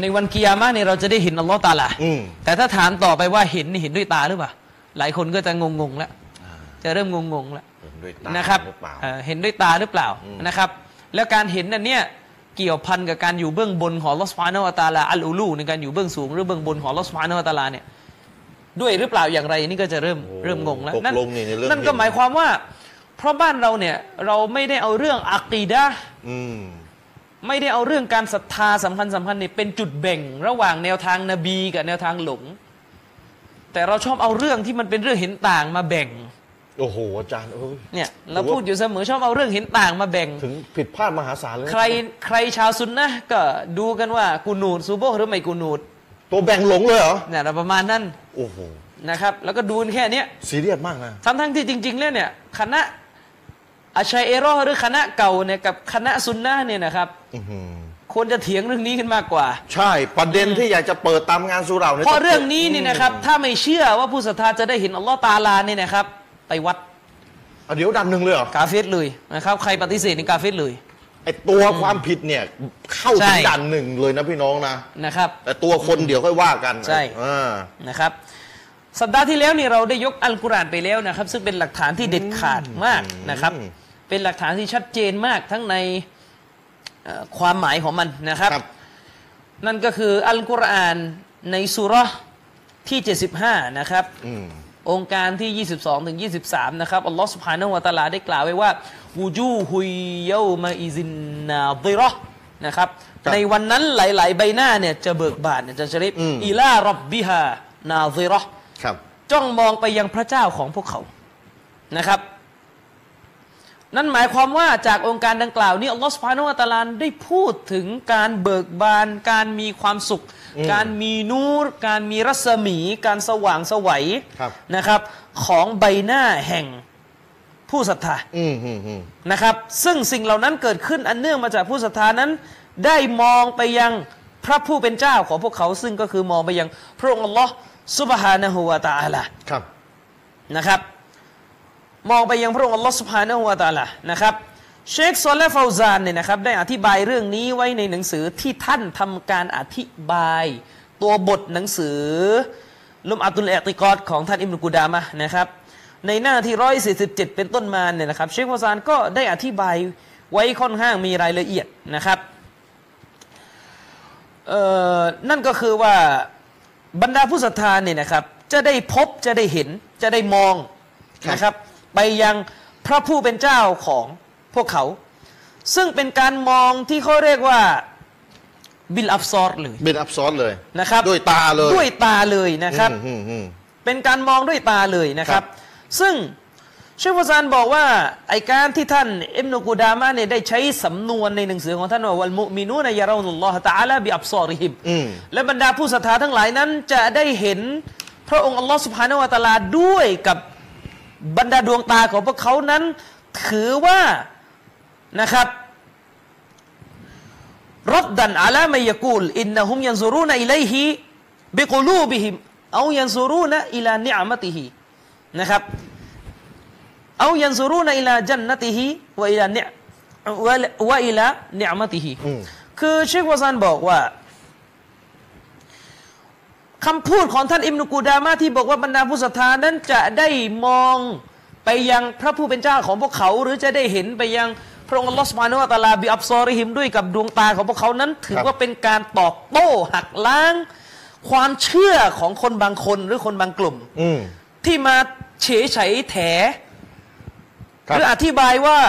B: ในวันกิยามะห์เนี่ยเราจะได้เห็นอัลลอฮ์ตะอาลา
A: อืม
B: แต่ถ้าถามต่อไปว่าเห็นนี่เห็นด้วยตาหรือเปล่า หลายคนก็จะงงๆแล้ว
A: อ่า
B: จะเริ่มงงๆแล้ว
A: เห็นด้วยตา
B: นะครับ
A: หรือเปล่า
B: เอ่อเห็นด้วยตาหรือเปล่า
A: อืม
B: นะครับ แล้วการเห็นนั่นเนี่ยเกี่ยวพันกับการอยู่เบื้องบนของลอสฟานวตาลาอัลอูลูในการอยู่เบื้องสูงหรือเบื้องบนของลอสฟานวตาลาเนี่ยด้วยหรือเปล่าอย่างไรนี่ก็จะเริ่ม
A: โอ้
B: เริ่มงงแล้ว
A: ตกลงนี่ในเรื่อง
B: นั่นก็หมายความว่า เพราะบ้านเราเนี่ยเราไม่ได้เอาเรื่องอักีดะห์
A: อืม
B: ไม่ได้เอาเรื่องการศรัทธาสำคัญสำคัญเนี่ยเป็นจุดแบ่งระหว่างแนวทางนบีกับแนวทางหลง แต่เราชอบเอาเรื่องที่มันเป็นเรื่องเห็นต่างมาแบ่ง
A: โอ้โห อาจารย์เอ้ย
B: เนี่ยเรา
A: โอ้โห
B: พูดอยู่เสมอชอบเอาเรื่องเห็นต่างมาแบ่ง
A: ถึงผิดพลาดมหาศาลเลยนะ
B: ใครใครชาวซุนนะห์ก็ดูกันว่ากูนูดซูโบหรือไม่กูนูด
A: ตัวแบ่งหลงเลยเหรอ
B: เนี่ยเราประมาณนั้น
A: โอ้โห
B: นะครับ แล้วก็ดูกันแค่เนี้ย
A: ซีเรียสมากนะ
B: ทั้งทั้งๆที่จริง ๆ แล้วเนี่ยคณะอาชัยเอรอหรือคณะเก่าเนี่ยกับคณะซุนนะห์เนี่ยนะครับ
A: อื้อหือ
B: ควรจะเถียงเรื่องนี้กันมากกว่า
A: ใช่ ประเด็นที่อยากจะเปิดตามงานสุเหราเนี่ย
B: เพราะเรื่องนี้นี่นะครับ ถ้าไม่เชื่อว่าผู้ศรัทธาจะได้เห็นอัลลอฮ์ตาลาเนี่ยนะครับ ไปวัด
A: อ่ะเดี๋ยวดันหนึ่งเลยเหรอ
B: กาเฟสเลยนะครับ ใครปฏิเสธในกาเฟสเลย
A: ไอตัวความผิดเนี่ย เข้า
B: ใช่
A: ถึงดันหนึ่งเลยนะพี่น้องนะ
B: นะครับ
A: แต่ตัวคนเดี๋ยวค่อยว่ากัน
B: ใช่
A: อ่า
B: นะครับ สัปดาห์ที่แล้วนี่เราได้ยกอัลกุรอานไปแล้วนะครับ ซึ่งเป็นหลักฐานที่เด็ดขาดมากนะครับ
A: อืม
B: เป็นหลักฐานที่ชัดเจนมากทั้งในเอ่อความหมายของมันนะครับ
A: ครับ
B: นั่นก็คืออัลกุรอานในสุเราะห์ที่ 75 นะครับ
A: อืม
B: องค์การที่ 22 ถึง 23 นะครับ อัลลอฮ์สุภาโนะฮูวะตะอาลาได้กล่าวไว้ว่าวูจูฮุยเยามาอิซินนาดิเราะห์นะครับ
A: ครับ
B: ในวันนั้นหลาย ๆ ใบหน้าเนี่ยจะเบิกบานเนี่ยจะชริบ
A: อืม
B: อีลารับบิฮานาดิเราะห์
A: ครับ
B: จ้องมองไปยังพระเจ้าของพวกเขานะครับ นั่นหมายความว่าจากองค์การดังกล่าวนี้อัลลอฮ์สุภาโนะฮูวะตะอาลาได้พูดถึงการเบิกบาน การมีความสุข
A: อืม
B: การมีนูร การมีรัศมี การสว่างไสวัย
A: ครับ
B: นะครับของใบหน้าแห่งผู้ศรัทธา
A: อืมอืมอืม
B: นะครับ ซึ่งสิ่งเหล่านั้นเกิดขึ้นอันเนื่องมาจากผู้ศรัทธานั้น ได้มองไปยังพระผู้เป็นเจ้าของพวกเขา ซึ่งก็คือมองไปยังพระองค์อัลลอฮ์ซุบฮานะฮูวะตะอาลา
A: ครับ
B: นะครับ มองไปยังพระองค์อัลลอฮ์ซุบฮานะฮูวะตะอาลานะครับเชคซอลและฟาวซานเนี่ยนะครับได้อธิบายเรื่องนี้ไว้ในหนังสือที่ท่านทำการอธิบาย ตัวบทหนังสือ ลุมอัตุลเอติกอดของท่านอิมรุกูดามะห์นะครับ ในหน้าที่ร้อยสี่สิบเจ็ดเป็นต้นมาเนี่ยนะครับ เชคฟาวซานก็ได้อธิบายไว้ค่อนข้างมีรายละเอียดนะครับเอ่อนั่นก็คือว่าบรรดาผู้ศรัทธาเนี่ยนะครับ จะได้พบจะได้เห็นจะได้มอง
A: ครับ
B: นะครับ ไปยังพระผู้เป็นเจ้าของพวกเขา ซึ่งเป็นการมองที่เขาเรียกว่าบิลอับซอรเลย
A: เป็นอับซอนเลย
B: นะครับ
A: ด้วยตาเลย
B: ด้วยตาเลยนะครับ
A: อืมอืมอืม
B: เป็นการมองด้วยตาเลยนะค
A: ค
B: รั
A: รับ บ
B: ซึ่งเชฟฟาซานบอกว่าไอการที่ท่านอิมนุกูดามะเนี่ยได้ใช้สำนวนในหนังสือของท่านว่าวัลมุมินูนยารานุลลอฮตะอาลาบิอับซอริฮิม
A: อืม
B: และบรรดาผู้ศรัทธาทั้งหลายนั้นจะได้เห็นพระองค์อัลลอฮ์สุบฮานาวะตะอาลาด้วยกับบรรดาดวงตาของพวกเขานั้น ถือว่านะครับรดดันอาลามยกูลอินนะฮุมยันซูรูนอิเลฮิบิกลูบิฮิมเอายันซูรูนอิลานิอามติฮินะครับเอายันซูรูนอิลาจันนติฮิวะอิลานิวะวะอิลานิอามติฮิ
A: อืม
B: คือเชควาซันบอกว่าคำพูดของท่านอิมนุกูดามาที่บอกว่าบรรดาผู้ศรัทธานั้นจะได้มองไปยังพระผู้เป็นเจ้าของพวกเขา หรือจะได้เห็นไปยังพระองค์ลอสมานุอัตลาบิอับซอริฮิมด้วยกับดวงตาของพวกเขานั้น ถือ
A: ครับ
B: ว่าเป็นการตอบโต้หักล้าง ความเชื่อของคนบางคนหรือคนบางกลุ่ม
A: อืม
B: ที่มาเฉยเฉยแถ
A: ครั
B: ห
A: บ
B: รืออธิบายว่า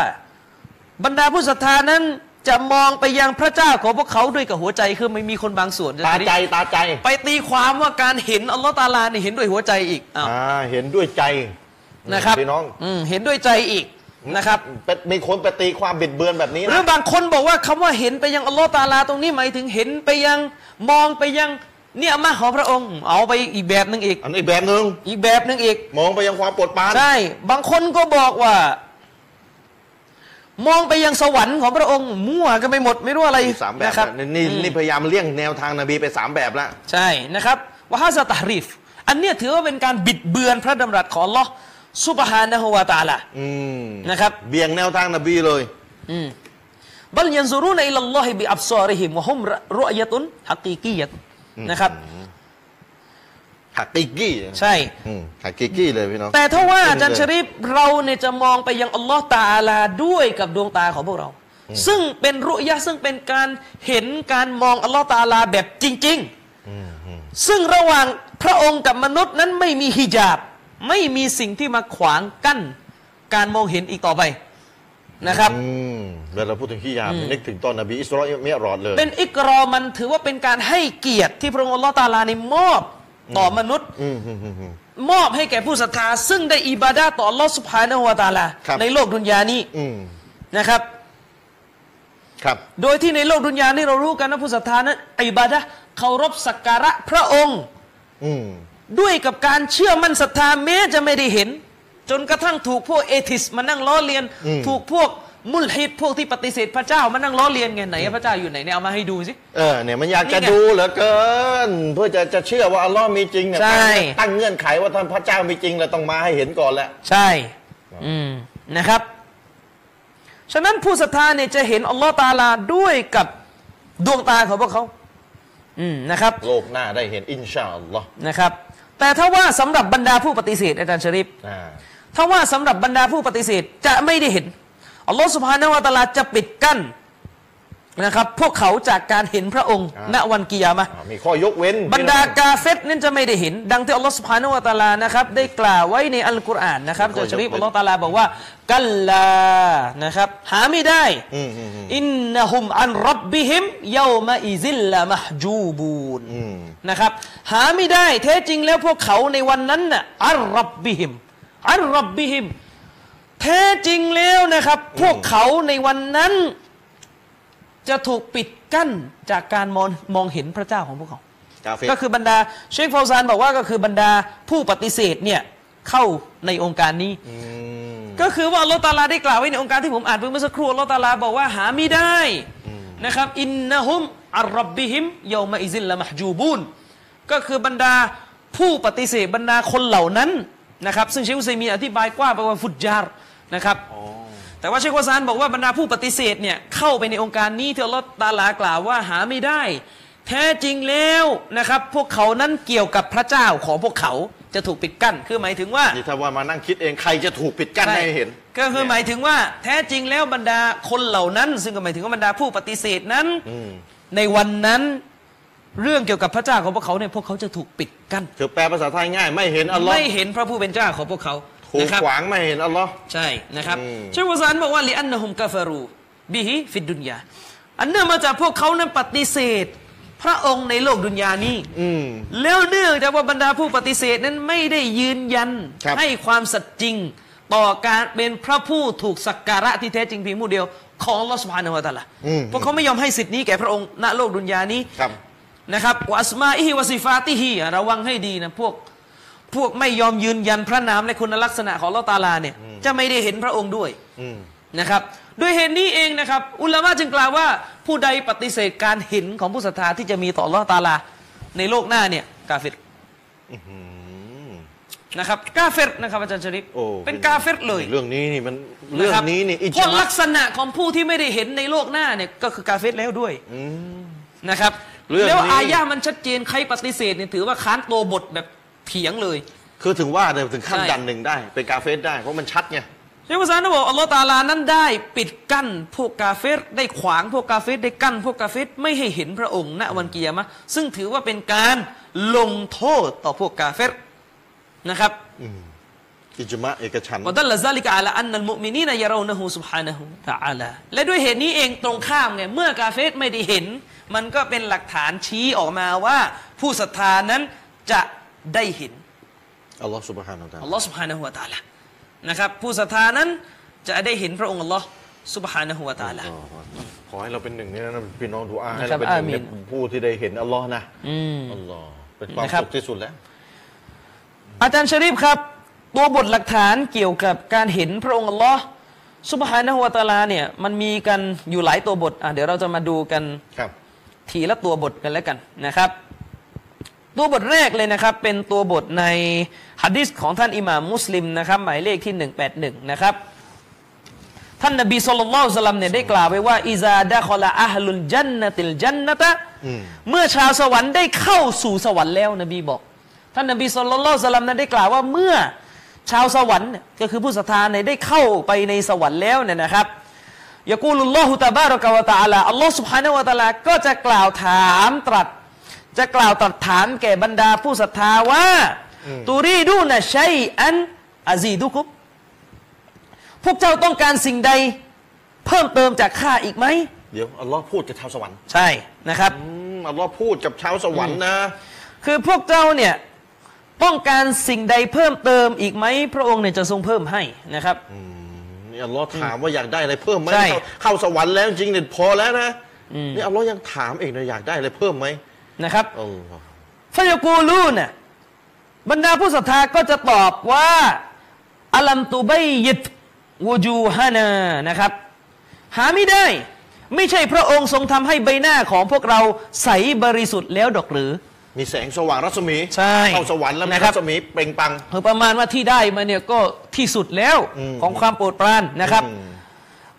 B: บรรดาผู้ศรัทธานั้นจะมองไปยังพระเจ้าของพวกเขาด้วยกับหัวใจคือไม่มีคนบางส่วน
A: ตาใจตาใจ
B: ไปตีความว่าการเห็นอัลลอฮ์ตาลาเนี่ยเห็นด้วยหัวใจอีกอ้าว
A: อ่า เห็นด้วยใจ
B: นะครับ
A: พี่น้อง
B: อืมเห็นด้วยใจอีกนะครับ
A: เป็นมีคนไปตีความบิดเบือนแบบนี้
B: หรื
A: นะ
B: อบางคนบอกว่าคำว่าเห็นไปยังอัลลอฮ์ตาลาตรงนี้หมายถึงเห็นไปยังมองไปยังเนี่ยมาของพระองค์ เอาไปอีกแบบหนึ่งอีก
A: อันนี้อีกแบบหนึ่ง
B: อีกแบบหนึ่งอีก
A: มองไปยังความปวดปราน
B: ใช่ บางคนก็บอกว่า มองไปยังสวรรค์ของพระองค์ มั่วกันไปหมดไม่รู้อะไร
A: มีสามแบบ
B: นะครั
A: นะนี่นี่
B: อืม
A: นี่พยายามเลี่ยงแนวทางนบีไปสามแบบละ
B: ใช่นะครับวะฮาสตาริฟ อันเนี้ยถือว่าเป็นการบิดเบือนพระดำรัสของลอสุบฮานะฮวาตาละ
A: อืม
B: นะครับ
A: เบี่ยงแนวทางนบีเลย
B: บัลยันซูรุนอิลลอฮิบิอับซอริฮิมวะฮุมรุอยะตุนฮักกีกียะตุนนะครับ
A: หักกิกกี้
B: ใช่
A: อืมหักกิกกี้เลยพี่น้อง
B: แต่ถ้าว่าอาจารย์ชริฟเราเนี่ยจะมองไปยังอัลลอฮ์ตาอาลาด้วยกับดวงตาของพวกเรา ซึ่งเป็นรุยะซึ่งเป็นการเห็นการมองอัลลอฮ์ตาอาลาแบบจริง
A: อืมอืม
B: ๆ ซึ่งระหว่างพระองค์กับมนุษย์นั้นไม่มีฮิญาบ ไม่มีสิ่งที่มาขวางกั้น การมองเห็นอีกต่อไปนะครับ
A: อืมเวลาเราพูดถึงขี้ยามนึกถึงตอนนบีอิสราเอลเมียรอดเลย
B: เป็นอิกรอมันถือว่าเป็นการให้เกียรติที่พระองค์อัลลอฮ์ตาอาลาในยมอบต่อมนุษย์
A: อืมอืมอืมอืม
B: มอบให้แก่ผู้ศรัทธา ซึ่งได้อิบาดาต่ออัลลอฮ์สุภานะฮุวาตาลา
A: ครับ
B: ในโลกดุนยานี้
A: อืม
B: นะครับ
A: ครับ
B: โดยที่ในโลกดุนยานี่เรารู้กันนะผู้ศรัทธานั้นอิบาดะห์เคารพสักการะพระองค์
A: อืม
B: ด้วยกับการเชื่อมั่นศรัทธาแม้จะไม่ได้เห็น จนกระทั่งถูกพวกเอทิสมานั่งล้อเลียน ถูกพวกมุลฮิดพวกที่ปฏิเสธพระเจ้ามานั่งล้อเลียนไงไหนอะพระเจ้าอยู่ไหนเนี่ยเอามาให้ดูสิ
A: เออเนี่ยมันอยากจะ
B: นี่ไง
A: ดูเหลือเกิน เพื่อจะจะเชื่อว่าอัลลอฮ์มีจริงเนี่ย
B: ใช่
A: ตั้งเงื่อนไขว่าท่านพระเจ้ามีจริงเราต้องมาให้เห็นก่อนแหละ
B: ใช่ อืม นะครับ ฉะนั้นผู้ศรัทธาเนี่ยจะเห็นอัลลอฮ์ตาอาลาด้วยกับดวงตาของพวกเขา อืม นะครับ
A: โลกหน้าได้เห็นอินชาอัลลอฮ์
B: นะครับ แต่ถ้าว่าสำหรับบรรดาผู้ปฏิเสธอาจารย์ชริฟ
A: อ่า
B: ถ้าว่าสำหรับบรรดาผู้ปฏิเสธจะไม่ได้เห็น อัลลอฮ์สุบฮานาวะตะอาลาจะปิดกั้นนะครับ พวกเขาจากการเห็นพระองค์ ณวันกิยามะห์
A: อ่ามีข้อยกเว้น
B: บรรดากาเฟตนั่นจะไม่ได้เห็น ดังที่อัลลอฮ์สุบฮานาวะตะอาลานะครับได้กล่าวไว้ในอัลกุรอานนะครับจากชริฟอัลลอฮ์ตะอาลาบอกว่า กัลลานะครับ หาไม่ได้
A: อืมอืมอืม
B: อินนะฮุมอันรับบิฮิมเยามาอิซิลละมหจูบูน
A: อืม
B: นะครับ หาไม่ได้แท้จริงแล้วพวกเขาในวันนั้นน่ะอันรับบิฮิมอันรับบิฮิมแท้จริงแล้วนะครับ พวกเขาในวันนั้น จะถูกปิดกั้นจากการมองมองเห็นพระเจ้าของพวกเขา
A: กาเฟร
B: ก็คือบรรดาเชคฟาวซานบอกว่าก็คือบรรดาผู้ปฏิเสธเนี่ยเข้าในองค์การนี้
A: ม
B: ก็คือว่าอัลลอฮ์ตะอาลาได้กล่าวไว้ในองค์การที่ผมอ่านไปเมื่อสักครู่อัลลอฮ์ตะอาลาบอกว่าหาไม่ได้นะครับอินนะฮุมอัรรับบิฮิมเยามาอิซิลละมหจูบูนก็คือบรรดาผู้ปฏิเสธบรรดาคนเหล่านั้นนะครับซึ่งเชคอุซัยมีนอธิบายกว้างไปว่าฟุตจารนะครับแต่ว่าเชควาซานบอกว่าบรรดาผู้ปฏิเสธเนี่ยเข้าไปในองค์การนี้ที่อัลลอฮ์ตะอาลากล่าวว่าหาไม่ได้ แท้จริงแล้วนะครับพวกเขานั้นเกี่ยวกับพระเจ้าของพวกเขาจะถูกปิดกั้นคือหมายถึงว่า
A: นี่ถ้าว่ามานั่งคิดเองใครจะถูกปิดกั้น
B: ใช่
A: ให้เห็น
B: ก็คือห
A: เนี่
B: มายถึงว่าแท้จริงแล้วบรรดาคนเหล่านั้น ซึ่งก็หมายถึงว่าบรรดาผู้ปฏิเสธนั้น
A: อืม
B: ในวันนั้นเรื่องเกี่ยวกับพระเจ้าของพวกเขาเนี่ยพวกเขาจะถูกปิดกั้น
A: คือแปลภาษาไทยง่าย ไม่เห็นอัลลอฮ์
B: ไม่เห็นพระผู้เป็นเจ้าของพวกเขา
A: ถูก
B: นะครับ
A: ขวางไม่เห็นอัลลอฮ์
B: ใช่นะครับ
A: อืม
B: เชควาซานบอกว่าลิอันนะฮุมกาฟารูบิฮิฟิดดุนยาอันเนื่องมาจากพวกเขานั้นปฏิเสธ พระองค์ในโลกดุนยานี้
A: อืม
B: แล้วเนื่องจากว่าบรรดาผู้ปฏิเสธนั้นไม่ได้ยืนยัน
A: ครับ
B: ให้ความสัตย์จริง ต่อการเป็นพระผู้ถูกสักการะที่แท้จริงเพียงผู้เดียว ของลอสพานวตาละเพราะเขาไม่ยอมให้สิทธิ์นี้แก่พระองค์ณโลกดุนยานี้
A: ครับ
B: นะครับวาอัสมาอิฮิวาซิฟาติฮิอ่ะระวังให้ดีนะพวกพวกไม่ยอมยืนยันพระนามและคุณลักษณะของลอตาลาเนี่ยจะไม่ได้เห็นพระองค์ด้วย
A: อืม
B: นะครับด้วยเหตุนี้เองนะครับ อุลามะจึงกล่าวว่าผู้ใดปฏิเสธการเห็นของผู้ศรัทธาที่จะมีต่ออัลลอฮ์ตะอาลา ในโลกหน้าเนี่ยกาเฟรนะครับกาเฟรนะครับอาจารย์ชริป
A: โอ้
B: เป็นกาเฟรเลย
A: เรื่องนี้นี่มันเรื่องนี้นี่อิ
B: จฉา
A: จา
B: ลักษณะของผู้ที่ไม่ได้เห็นในโลกหน้าเนี่ยก็คือกาเฟรแล้วด้วย
A: อืม
B: นะครับ
A: เรื่องนี้
B: แล้วอายะห์มันชัดเจนใครปฏิเสธเนี่ยถือว่าค้านตัวบทแบบเถียงเลย
A: คือถึงว่าเนี่ยถึงขั้น
B: ใช่
A: ดันหนึ่งได้ เป็นกาเฟสได้ เพราะมันชัดไง
B: เชคภาษานะบอกอัลลอฮ์ตะอาลานั้นได้ปิดกั้นพวกกาเฟรได้ขวางพวกกาเฟรได้กั้นพวกกาเฟรไม่ให้เห็นพระองค์ณวันกิยามะห์ซึ่งถือว่าเป็นการลงโทษต่อพวกกาเฟรนะครับ
A: อิจมะเอกฉันท์
B: วะดัลลซาลิกะอาลาอันนัลมุอ์มินีนยะเรานะฮูซุบฮานะฮูตะอาลาและด้วยเหตุนี้เองตรงข้ามไงเมื่อกาเฟรไม่ได้เห็น มันก็เป็นหลักฐานชี้ออกมาว่า ผู้ศรัทธานั้นจะได้เห็น
A: อัลลอฮ์สุบฮานะฮูวะตะอา
B: อัล
A: ลา
B: ลอฮ์ سبحانه และ تعالى นะครับผู้ศรัทธานั้นจะได้เห็นพระองค์อัลลอฮ์ سبحانه และ تعالى
A: อ๋อขอให้เราเป็นหนึ่งในนั้นนะพี่น้องดูอาให้
B: ครั
A: เรา
B: บ
A: เป็นหนึ่งใน
B: อาเมน
A: ผู้ที่ได้เห็นอัลลอฮ์นะ
B: อืม
A: อัลลอฮ์เป็นความ
B: นะครับ
A: สุขที่สุดแล้ว
B: อาจารย์ชะรีฟครับ ตัวบทหลักฐานเกี่ยวกับการเห็นพระองค์อัลลอฮ์ سبحانه และ تعالى เนี่ยมันมีกันอยู่หลายตัวบทอ่ะเดี๋ยวเราจะมาดูกัน
A: ครับ
B: ทีละตัวบทกันแล้วกันนะครับ ตัวบทแรกเลยนะครับ เป็นตัวบทในฮัดดิสของท่านอิหม่ามมุสลิมนะครับ หมายเลขที่ 181 นะครับ ท่านนบีสุลต่านละฮ์อัลสลัมเนี่ยได้กล่าวไว้ว่าอิซาดะคอละอัฮลุลจันนะติลจันนะตะ
A: อืม
B: เมื่อชาวสวรรค์ได้เข้าสู่สวรรค์แล้วนบีบอก ท่านนบีสุลต่านละสลัมนั้นได้กล่าวว่าเมื่อชาวสวรรค์เนี่ยก็คือผู้ศรัทธาเนี่ยได้เข้าไปในสวรรค์แล้วเนี่ยนะครับยากูลุลลอฮุตะบารอกะวะตะอาลาอัลลอฮ์สุบฮานาวะตะอาลาก็จะกล่าวถามตรัส จะกล่าวตรัสถามแก่บรรดาผู้ศรัทธาว่าตูรีดูนะชัยอันอาซีดุคุบพวกเจ้าต้องการสิ่งใดเพิ่มเติมจากข้าอีกไหม
A: เดี๋ยวอัลลอฮ์พูดกับชาวสวรรค์
B: ใช่นะครับ
A: อืมอัลลอฮ์พูดกับชาวสวรรค์นะ
B: คือพวกเจ้าเนี่ยต้องการสิ่งใดเพิ่มเติมอีกไหมพระองค์เนี่ยจะทรงเพิ่มให้นะครับ
A: นี่อัลลอฮ์ถามว่าอยากได้อะไรเพิ่มไหม
B: ใช่
A: เข้าเข้าสวรรค์แล้วจริงๆเนี่ยพอแล้วนะนี่อัลลอฮ์ยังถามอีกนะอยากได้อะไรเพิ่มไหม
B: นะครับ
A: อัลลอฮ์
B: ฟยากูลูน่ะบรรดาผู้ศรัทธาก็จะตอบว่าอัลัมตุบัยยิตวูจูฮานานะครับ หาไม่ได้ ไม่ใช่พระองค์ทรงทำให้ใบหน้าของพวกเราใสบริสุทธิ์แล้วดอกหรือ
A: มีแสงสว่างรัศมี
B: ใช่
A: เข้าสวรรค์แล้วมี
B: นะครับ
A: รัศมีเปล่งปลัง
B: คือประมาณว่าที่ได้มาเนี่ยก็ที่สุดแล้ว
A: อืม
B: ของความโปรดปรานนะครับ
A: อืม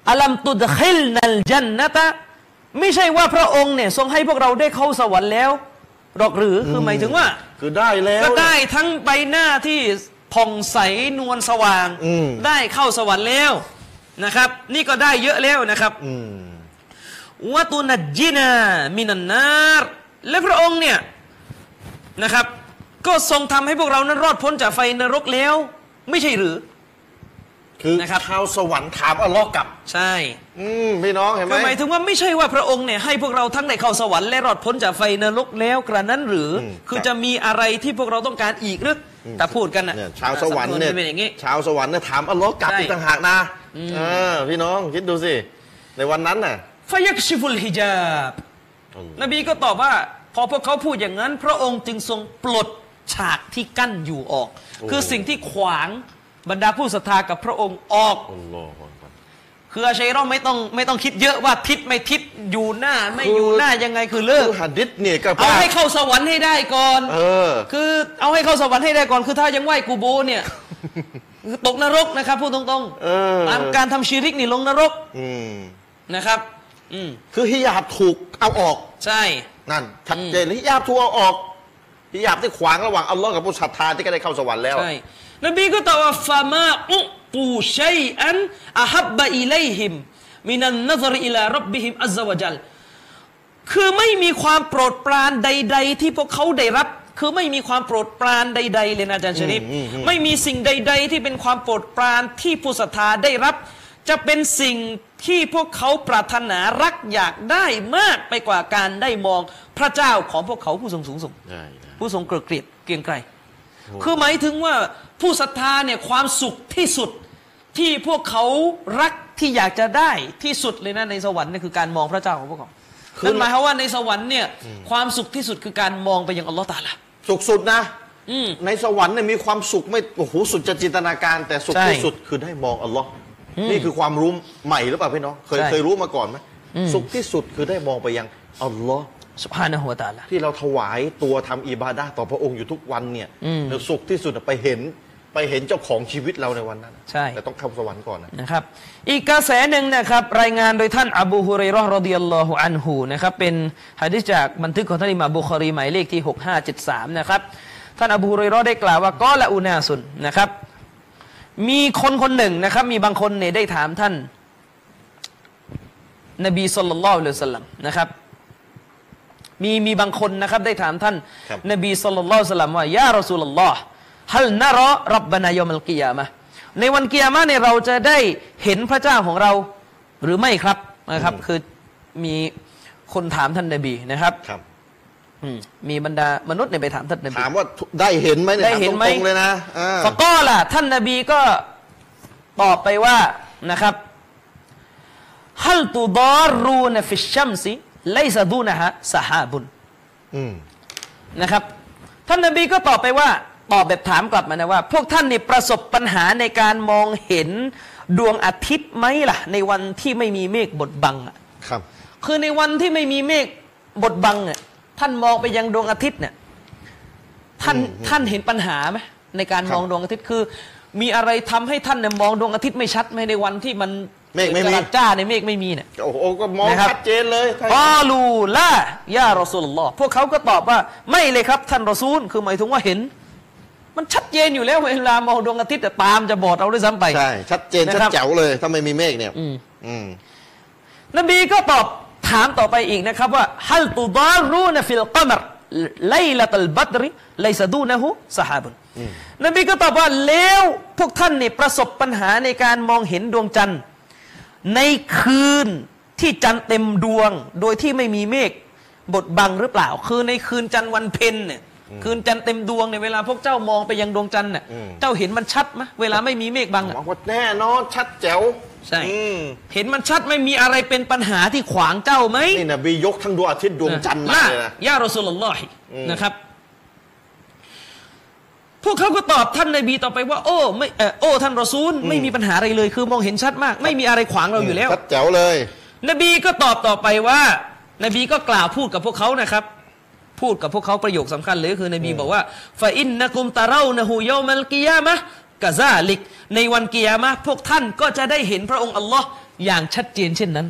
B: อัลัมตุดขิลนัลจันนะตะไม่ใช่ว่าพระองค์เนี่ยทรงให้พวกเราได้เข้าสวรรค์แล้วหรอกหรือคือหมายถึงว่า
A: คือได้แล้ว
B: ก็ได้ทั้งใบหน้าที่ผ่องใสนวลสว่าง
A: อืม
B: ได้เข้าสวรรค์แล้วนะครับ นี่ก็ได้เยอะแล้วนะครับ
A: อืม
B: วะตุนัจญินามินันนารและพระองค์เนี่ยนะครับ ก็ทรงทำให้พวกเรานั้นรอดพ้นจากไฟนรกแล้ว ไม่ใช่หรือ
A: คือ
B: นะครับ
A: ชาวสวรรค์ถามอัลลอฮ์กลับ
B: ใช่
A: อืมพี่น้องเห็นไหม
B: ก็หมายถึงว่าไม่ใช่ว่าพระองค์เนี่ยให้พวกเราทั้งในเข้าสวรรค์และรอดพ้นจากไฟนรกแล้วกระนั้นหรือ คือจะมีอะไรที่พวกเราต้องการอีกหรืออแต่พูดกันนะ
A: เนี่ยชาวสวรรค์เนี่ย
B: ำวมัป็นอย่างนี้
A: ชาวสวรรค์เนี่ยถามอัลลอฮ์กลับ
B: ใช่
A: อีกต่างหากนะเออพี่น้องคิดดูสิในวันนั้นน่ะ
B: ฟยักชิฟุลฮิญาบ
A: อัลลอฮ์
B: นบีก็ตอบว่า พอพวกเขาพูดอย่างนั้น พระองค์จึงทรงปลดฉากที่กั้นอยู่ออก คือสิ่งที่ขวางบรรดาผู้ศรัทธากับพระองค์ออก
A: อัลลอฮ์อักบัร
B: คืออาชัยเราะห์ไม่ต้องไม่ต้องคิดเยอะว่าทิศไม่ทิศอยู่หน้า ไม่อยู่หน้ายังไงคือเลิ
A: คื
B: ก
A: อหัดดิษเนี่ยก็พ
B: เอา
A: ลาด
B: ให้เข้าสวรรค์ให้ได้ก่อน
A: เออ
B: คือเอาให้เข้าสวรรค์ให้ได้ก่อน คือถ้ายังไหวกูโบเนี่ยคือตกนรกนะครับพูดตรง
A: เออ
B: ตามการทำชีริกนี่ลงนรก
A: อืม
B: นะครับ อืม
A: คือฮิญาบถูกเอาออก
B: ใช่
A: นั่นชัดเจนฮิญาบถูกเอาออกฮิญาบที่ขวางระหว่างอัลลอฮ์กับผู้ศรัทธาที่ก็ได้เข้าสวรรค์แล้ว
B: ใช่นบีก็ตอบว่าฟามาอุตูชัยอันอาฮับบะอิเลหิมมินันนซรอิลารับบิฮิมอัซวะจัลคือไม่มีความโปรดปรานใด ๆ ที่พวกเขาได้รับ คือไม่มีความโปรดปรานใด ๆ เลยนะอาจารย์ชริป
A: อืมอืม
B: ไม่มีสิ่งใด ๆ ที่เป็นความโปรดปรานที่ผู้ศรัทธาได้รับ จะเป็นสิ่งที่พวกเขาปรารถนารักอยากได้มากไปกว่าการได้มองพระเจ้าของพวกเขาผู้ทรงสูงส่ง
A: ใช่นะ
B: ผู้ทรงเกลียดเกลียดเกรียงไกร
A: โอ้
B: คือหมายถึงว่าผู้ศรัทธาเนี่ยความสุขที่สุดที่พวกเขารักที่อยากจะได้ที่สุดเลยนะในสวรรค์เนี่ยคือการมองพระเจ้าของพวกเขานั่นหมายความว่าในสวรรค์เนี่ยความสุขที่สุดคือการมองไปยังอัลลอฮ์ตาลา
A: สุขสุดนะ
B: อืม
A: ในสวรรค์เนี่ยมีความสุขไม่โอ้โหสุดจะจินตนาการ แต่สุข
B: ใช่
A: ที่สุดคือได้มองอัลลอฮ์นี่คือความรู้ใหม่หรือเปล่าพี่น้องเคย
B: ใช่
A: เคยรู้มาก่อนไหมสุขที่สุดคือได้มองไปยังอัลลอฮ์
B: สุภานะหัวตาลา
A: ที่เราถวายตัวทำอิบาดาต่อพระองค์อยู่ทุกวันเนี่ยเราสุขที่สุดอะไปเห็นไปเห็นเจ้าของชีวิตเราในวันนั้นอะ
B: ใช่
A: แต่ต้องเข้าสวรรค์ก่อนนะ
B: นะครับอีกกระแสหนึ่งนะครับรายงานโดยท่านอบูฮุเรยเราะห์รอดิยัลลอฮุอันฮูนะครับเป็นหะดีษจากบันทึกของท่านอิหม่ามบุคอรีหมายเลขที่ 6573นะครับท่านอบูฮุเรยเราะห์ได้กล่าวว่ากอละอูนาสุนนะครับมีคนคนหนึ่งนะครับมีบางคนเนี่ยได้ถามท่าน นบีสุลต่านละอัลลอฮุสลัมนะครับมีมีบางคนนะครับได้ถามท่าน
A: ครับ
B: นบีสุลต่านละอัลลอฮุสลัมว่ายารอสูลลลอฮ์ฮัลนะรอรับบานายอมัลกิยามะห์ในวันกิยามะห์เนี่ยเราจะได้เห็นพระเจ้าของเราหรือไม่ครับนะครับ คือมีคนถามท่านนบีนะครับ
A: ครับ
B: อืมมีบรรดามนุษย์เนี่ยไปถามท่านนบี
A: ถามว่าได้เห็นไหมเนี่ย
B: ได้เห็นไหม
A: ถาตรงๆเลยนะอ่า
B: ฟะกอล่ะท่านนบีก็ตอบไปว่านะครับฮัลตุดารูนฟิชชัมซิไลซะดูนะฮะสหาบุน
A: อืม
B: นะครับ ท่านนบีก็ตอบไปว่าตอบแบบถามกลับมานะว่า พวกท่านนี่ประสบปัญหาในการมองเห็นดวงอาทิตย์ไหมล่ะ ในวันที่ไม่มีเมฆบดบังอะ
A: ครับ
B: คือในวันที่ไม่มีเมฆบดบังอะท่านมองไปยังดวงอาทิตย์เนี่ยท่านท่านเห็นปัญหาไหมในการ
A: ครับ
B: มองดวงอาทิตย์คือ มีอะไรทำให้ท่านเนี่ยมองดวงอาทิตย์ไม่ชัดไหมในวันที่มัน
A: เมฆไม่มี
B: กระดาษจ้าในยเมฆไม่มีเนี่ย
A: โอ้โหก็มอง
B: นะครับ
A: ชัดเจนเลยใช่
B: กอลูล่ายารอซูลลอฮ์พวกเขาก็ตอบว่าไม่เลยครับ ท่านรอซูล คือหมายถึงว่าเห็น มันชัดเจนอยู่แล้วเวลามองดวงอาทิตย์แต่ตามจะบอดเอาด้วยซ้ำไป
A: ใช่ ชัดเจน
B: นะ
A: ชัด
B: ครับ
A: แจ๋วเลยถ้าไม่มีเมฆเนี่ย
B: อืม
A: อืม
B: นบีก็ตอบถามต่อไปอีกนะครับว่าฮัลตุดารูนฟิลกัมรไลละตัลบัตริไลซะดูนะฮุสหาบุนนบีก็ตอบว่าแล้วพวกท่านเนี่ยประสบปัญหาในการมองเห็นดวงจันทร์ ในคืนที่จันทร์เต็มดวง โดยที่ไม่มีเมฆบดบังหรือเปล่า คือในคืนจันทร์วันเพ็ญเนี่ยคืนจันทร์เต็มดวงเนี่ยเวลาพวกเจ้ามองไปยังดวงจันทร์น่ะ
A: อืม
B: เจ้าเห็นมันชัดไหมเวลาไม่มีเมฆบังอะ
A: มองว่าแน่นอนชัดแจ๋ว
B: ใช่
A: อืม
B: เห็นมันชัดไหม่มีอะไรเป็นปัญหาที่ขวางเจ้าไหม
A: นี่นะบียกทั้งดวงอาทิตย์ดวงจันทร์มา
B: ล่ะ
A: เลยนะ
B: ยารอสุลลอฮิ
A: อืม
B: นะครับ พวกเขาก็ตอบท่านนบีต่อไปว่า โอ้ไม่เอ่อโอ้ท่านรอซูล ไม่มีปัญหาอะไรเลย คือมองเห็นชัดมาก ไม่มีอะไรขวางเราอยู่แล้ว
A: ชัดแจ๋วเลย
B: นบีก็ตอบต่อไปว่า นบีก็กล่าวพูดกับพวกเขานะครับ พูดกับพวกเขาประโยคสำคัญเลยก็คือนบีบอกว่าฟาอินนะกุมตาเรานะฮูเยอมัลกิยามะกะซาลิก ในวันกิยามะพวกท่านก็จะได้เห็นพระองค์อัลลอฮ์อย่างชัดเจนเช่นนั้น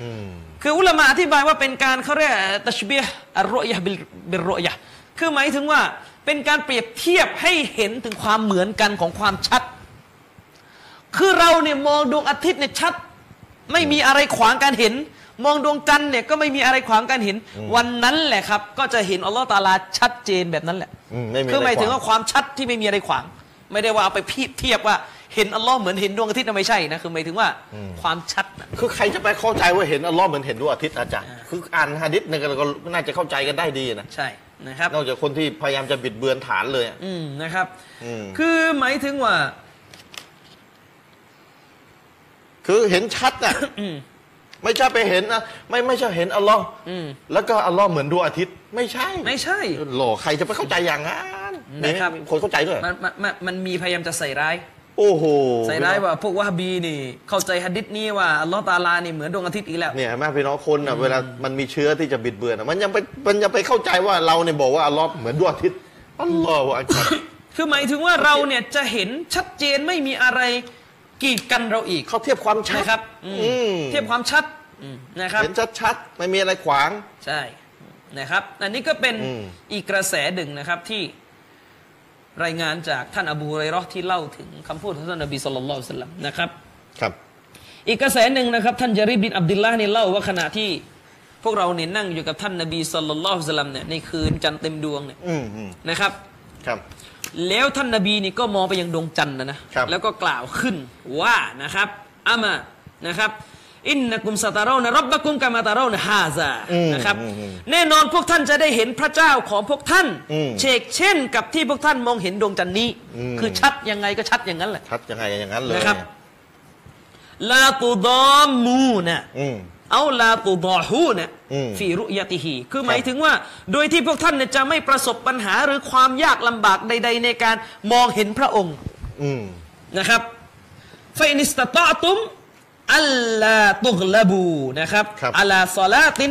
A: อืม
B: คืออุลามะอธิบายว่าเป็นการเขาเรียกตัชเบียอัลรอยะห์บิลบิลรอยะห์คือหมายถึงว่าเป็นการเปรียบเทียบให้เห็นถึงความเหมือนกันของความชัด คือเราเนี่ยมองดวงอาทิตย์เนี่ยชัด ไม่มีอะไรขวางการเห็น มองดวงจันทร์เนี่ยก็ไม่มีอะไรขวางการเห็น วันนั้นแหละครับ ก็จะเห็นอัลลอฮ์ตะอาลาชัดเจนแบบนั้นแหละ
A: อืมไม่มีอะไร
B: คือหมายถึง
A: ขวาง
B: ว่าความชัดที่ไม่มีอะไรขวาง ไม่ได้ว่าเอาไปเพียบเทียบว่าเห็นอัลลอฮ์เหมือนเห็นดวงอาทิตย์นะไม่ใช่นะคือหมายถึงว่าความชัดนะ
A: คือใครจะไปเข้าใจว่าเห็นอัลเลอฮ์เหมือนเห็นดวงอาทิตย์อาจารย์ คืออ่านฮะดิษเนี่ยก็น่าจะเข้าใจกันได้ดีนะ
B: ใช่นะครับ
A: นอกจากคนที่พยายามจะบิดเบือนฐานเลยอะ
B: อืมนะครับ
A: อืม
B: คือหมายถึงว่า
A: คือเห็นชัดน่ะ
B: อืม
A: ไม่ใช่ไปเห็นนะไม่ไม่ใช่เห็นอัลเลอฮ์
B: อืม
A: แล้วก็อัลเลอฮ์เหมือนดวงอาทิตย์ ไม่ใช่
B: ไม่ใช่
A: หล่อใครจะไปเข้าใจอย่างนั้น
B: นะครับ
A: มีคนเข้าใจด้วย
B: มันมันมันมันมีพยายามจะใส่ร้าย
A: โอ้โห
B: ใส่ร้ายว่าพวกวะฮาบีนี่ เข้าใจฮัดดิษนี้ว่าอัลลอฮ์ตะอาลานี่เหมือนดวงอาทิตย์อีกแล้ว
A: เนี่ยแม่พี่น้องคนอ่ะเวลามันมีเชื้อที่จะบิดเบือนอะมันยังไปมันยังไปเข้าใจว่าเราเนี่ยบอกว่าอัลลอฮ์เหมือนดวงอาทิตย์อัลลอฮ์อัก
B: (coughs)
A: บัร
B: คือหมายถึงว่าเราเนี่ยจะเห็นชัดเจนไม่มีอะไรกีดกันเราอีก
A: เขาเทียบความชัด
B: นะครับอืม
A: อืม
B: เทียบความชัดอืมนะครับ
A: เห็นชัดชัดๆไม่มีอะไรขวาง
B: ใช่นะครับ อันนี้ก็เป็น
A: อืม
B: อีกกระแสหนึ่งนะครับที่รายงานจากท่านอบูฮุเรยเราะห์ที่เล่าถึงคำพูดของท่านนบีสุลต่านละสัลลัมนะครับ
A: ครับ
B: อีกกระแสหนึ่งนะครับ ท่านจาริบบินอับดุลลาห์นี่เล่าว่าขณะที่ พวกเราเนี่ยนั่งอยู่กับท่านนบีสุลต่านละสัลลัมเนี่ยในคืนจันทร์เต็มดวงเนี่ย
A: อืมอืม
B: นะครับ
A: ครับ
B: แล้วท่านนบีนี่ก็มองไปยังดวงจันทร์นะนะครับ แล้วก็กล่าวขึ้นว่านะครับอามานะครับอินนะกุมสตาเรานะรับบะกุมกามาตาเรานะฮาซานะครับแน่นอนพวกท่านจะได้เห็นพระเจ้าของพวกท่าน เชกเช่นกับที่พวกท่านมองเห็นดวงจันทร์นี้ คือชัดยังไงก็ชัดอย่างนั้นแหละ
A: ชัดยังไงอย่างนั้นเลย
B: นะครับ ลาตูดอมมูนะ
A: อืม
B: เอาลาตุดอฮูนะ
A: อืม
B: ฟีรุยะติฮีคือหมายถึงว่า โดยที่พวกท่านเนี่ยจะไม่ประสบปัญหาหรือความยากลำบากใด ๆ ในการมองเห็นพระองค์
A: อืม
B: นะครับฟอินิสตะตอตุมอัลลาตุกลบูนะครับ
A: ครับ
B: อัลาซอลาติน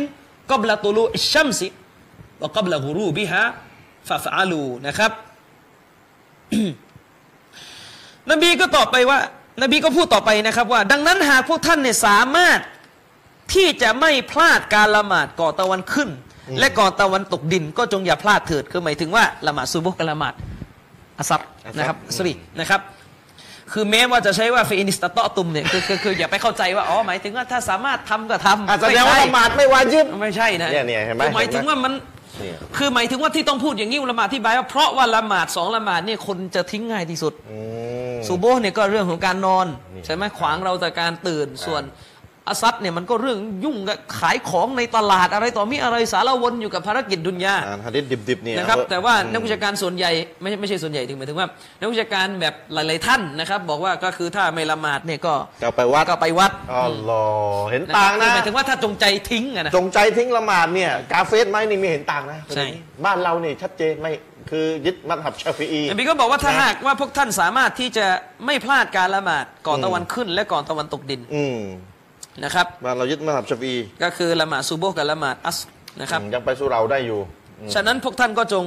B: กอบลาตุลูอิชชัมซิวะกอบลาฮูรูบิฮะฟะฟะอาลูนะครับ (coughs) นบีก็ตอบไปว่า นบีก็พูดต่อไปนะครับว่า ดังนั้นหากพวกท่านเนี่ยสามารถ ที่จะไม่พลาดการละหมาดก่อนตะวันขึ้น และก่อนตะวันตกดินก็จงอย่าพลาดเถิดคือหมายถึงว่าละหมาดซูบุกกับละหมาดอัสัรนะครับอัสรีนะครับ คือแม้ว่าจะใช้ว่าฟีอินิสตะตอตุมเนี่ยคือคือคืออย่าไปเข้าใจว่าอ๋อหมายถึงว่าถ้าสามารถทำก็ทำ
A: อ่ะแสดงว่าละ
B: ไม่ใช่
A: หมาดไม่วาญิบ
B: ไม่ใช่นะ
A: เนี่ยเนี่ยเห็นไหม
B: คือหมายถึงว่ามัน
A: เนี่ย
B: คือหมายถึงว่าที่ต้องพูดอย่างนี้อุลามะที่บายว่าเพราะว่าละหมาดสองละหมาดเนี่ยคนจะทิ้งง่ายที่สุด
A: อืม
B: ซูโบเนี่ยก็เรื่องของการนอน
A: นี่
B: ใช่ไหมขวางเราแต่การตื่นส่วนอาซัดเนี่ยมันก็เรื่องยุ่งกับขายของในตลาดอะไรต่อมีอะไรสารวนอยู่กับภารกิจดุนยา
A: านฮะดิษดิบๆเนี่ย
B: นะครับ
A: เออ
B: แต่ว่านักวิชาการส่วนใหญ่ไม่ใช่ไม่ใช่ส่วนใหญ่ถึงหมายถึงว่า นักวิชาการแบบหลาย ๆ ท่านนะครับ บอกว่าก็คือถ้าไม่ละหมาดเนี่ยก็
A: จะเอาไปวัด
B: ก็ไปวัด
A: อ๋อเหรอเห็นต่างนะ
B: หมายถึงว่าถ้าจงใจทิ้งอะนะ
A: จงใจทิ้งละหมาดเนี่ย กาเฟสไหมนี่มีเห็นต่างนะ
B: ใช่
A: บ้านเราเนี่ยชัดเจนไม่คือยึดมัธยับชาฟีอี
B: นบีก็บอกว่าถ้า
A: นะ
B: หากว่าพวกท่านสามารถที่จะไม่พลาดการละหมาดก่อนตะวัน
A: อืม
B: ขึ้น และก่อนตะวันตกดิน
A: อืม
B: นะครับ
A: บ้านเรายึดมัธยับชาฟีอี
B: ก็คือละหมาดซูโบกับละหมาดอัสรนะครับ
A: อืมยังไปสู้เราได้อยู่
B: ฉะนั้นพวกท่านก็จง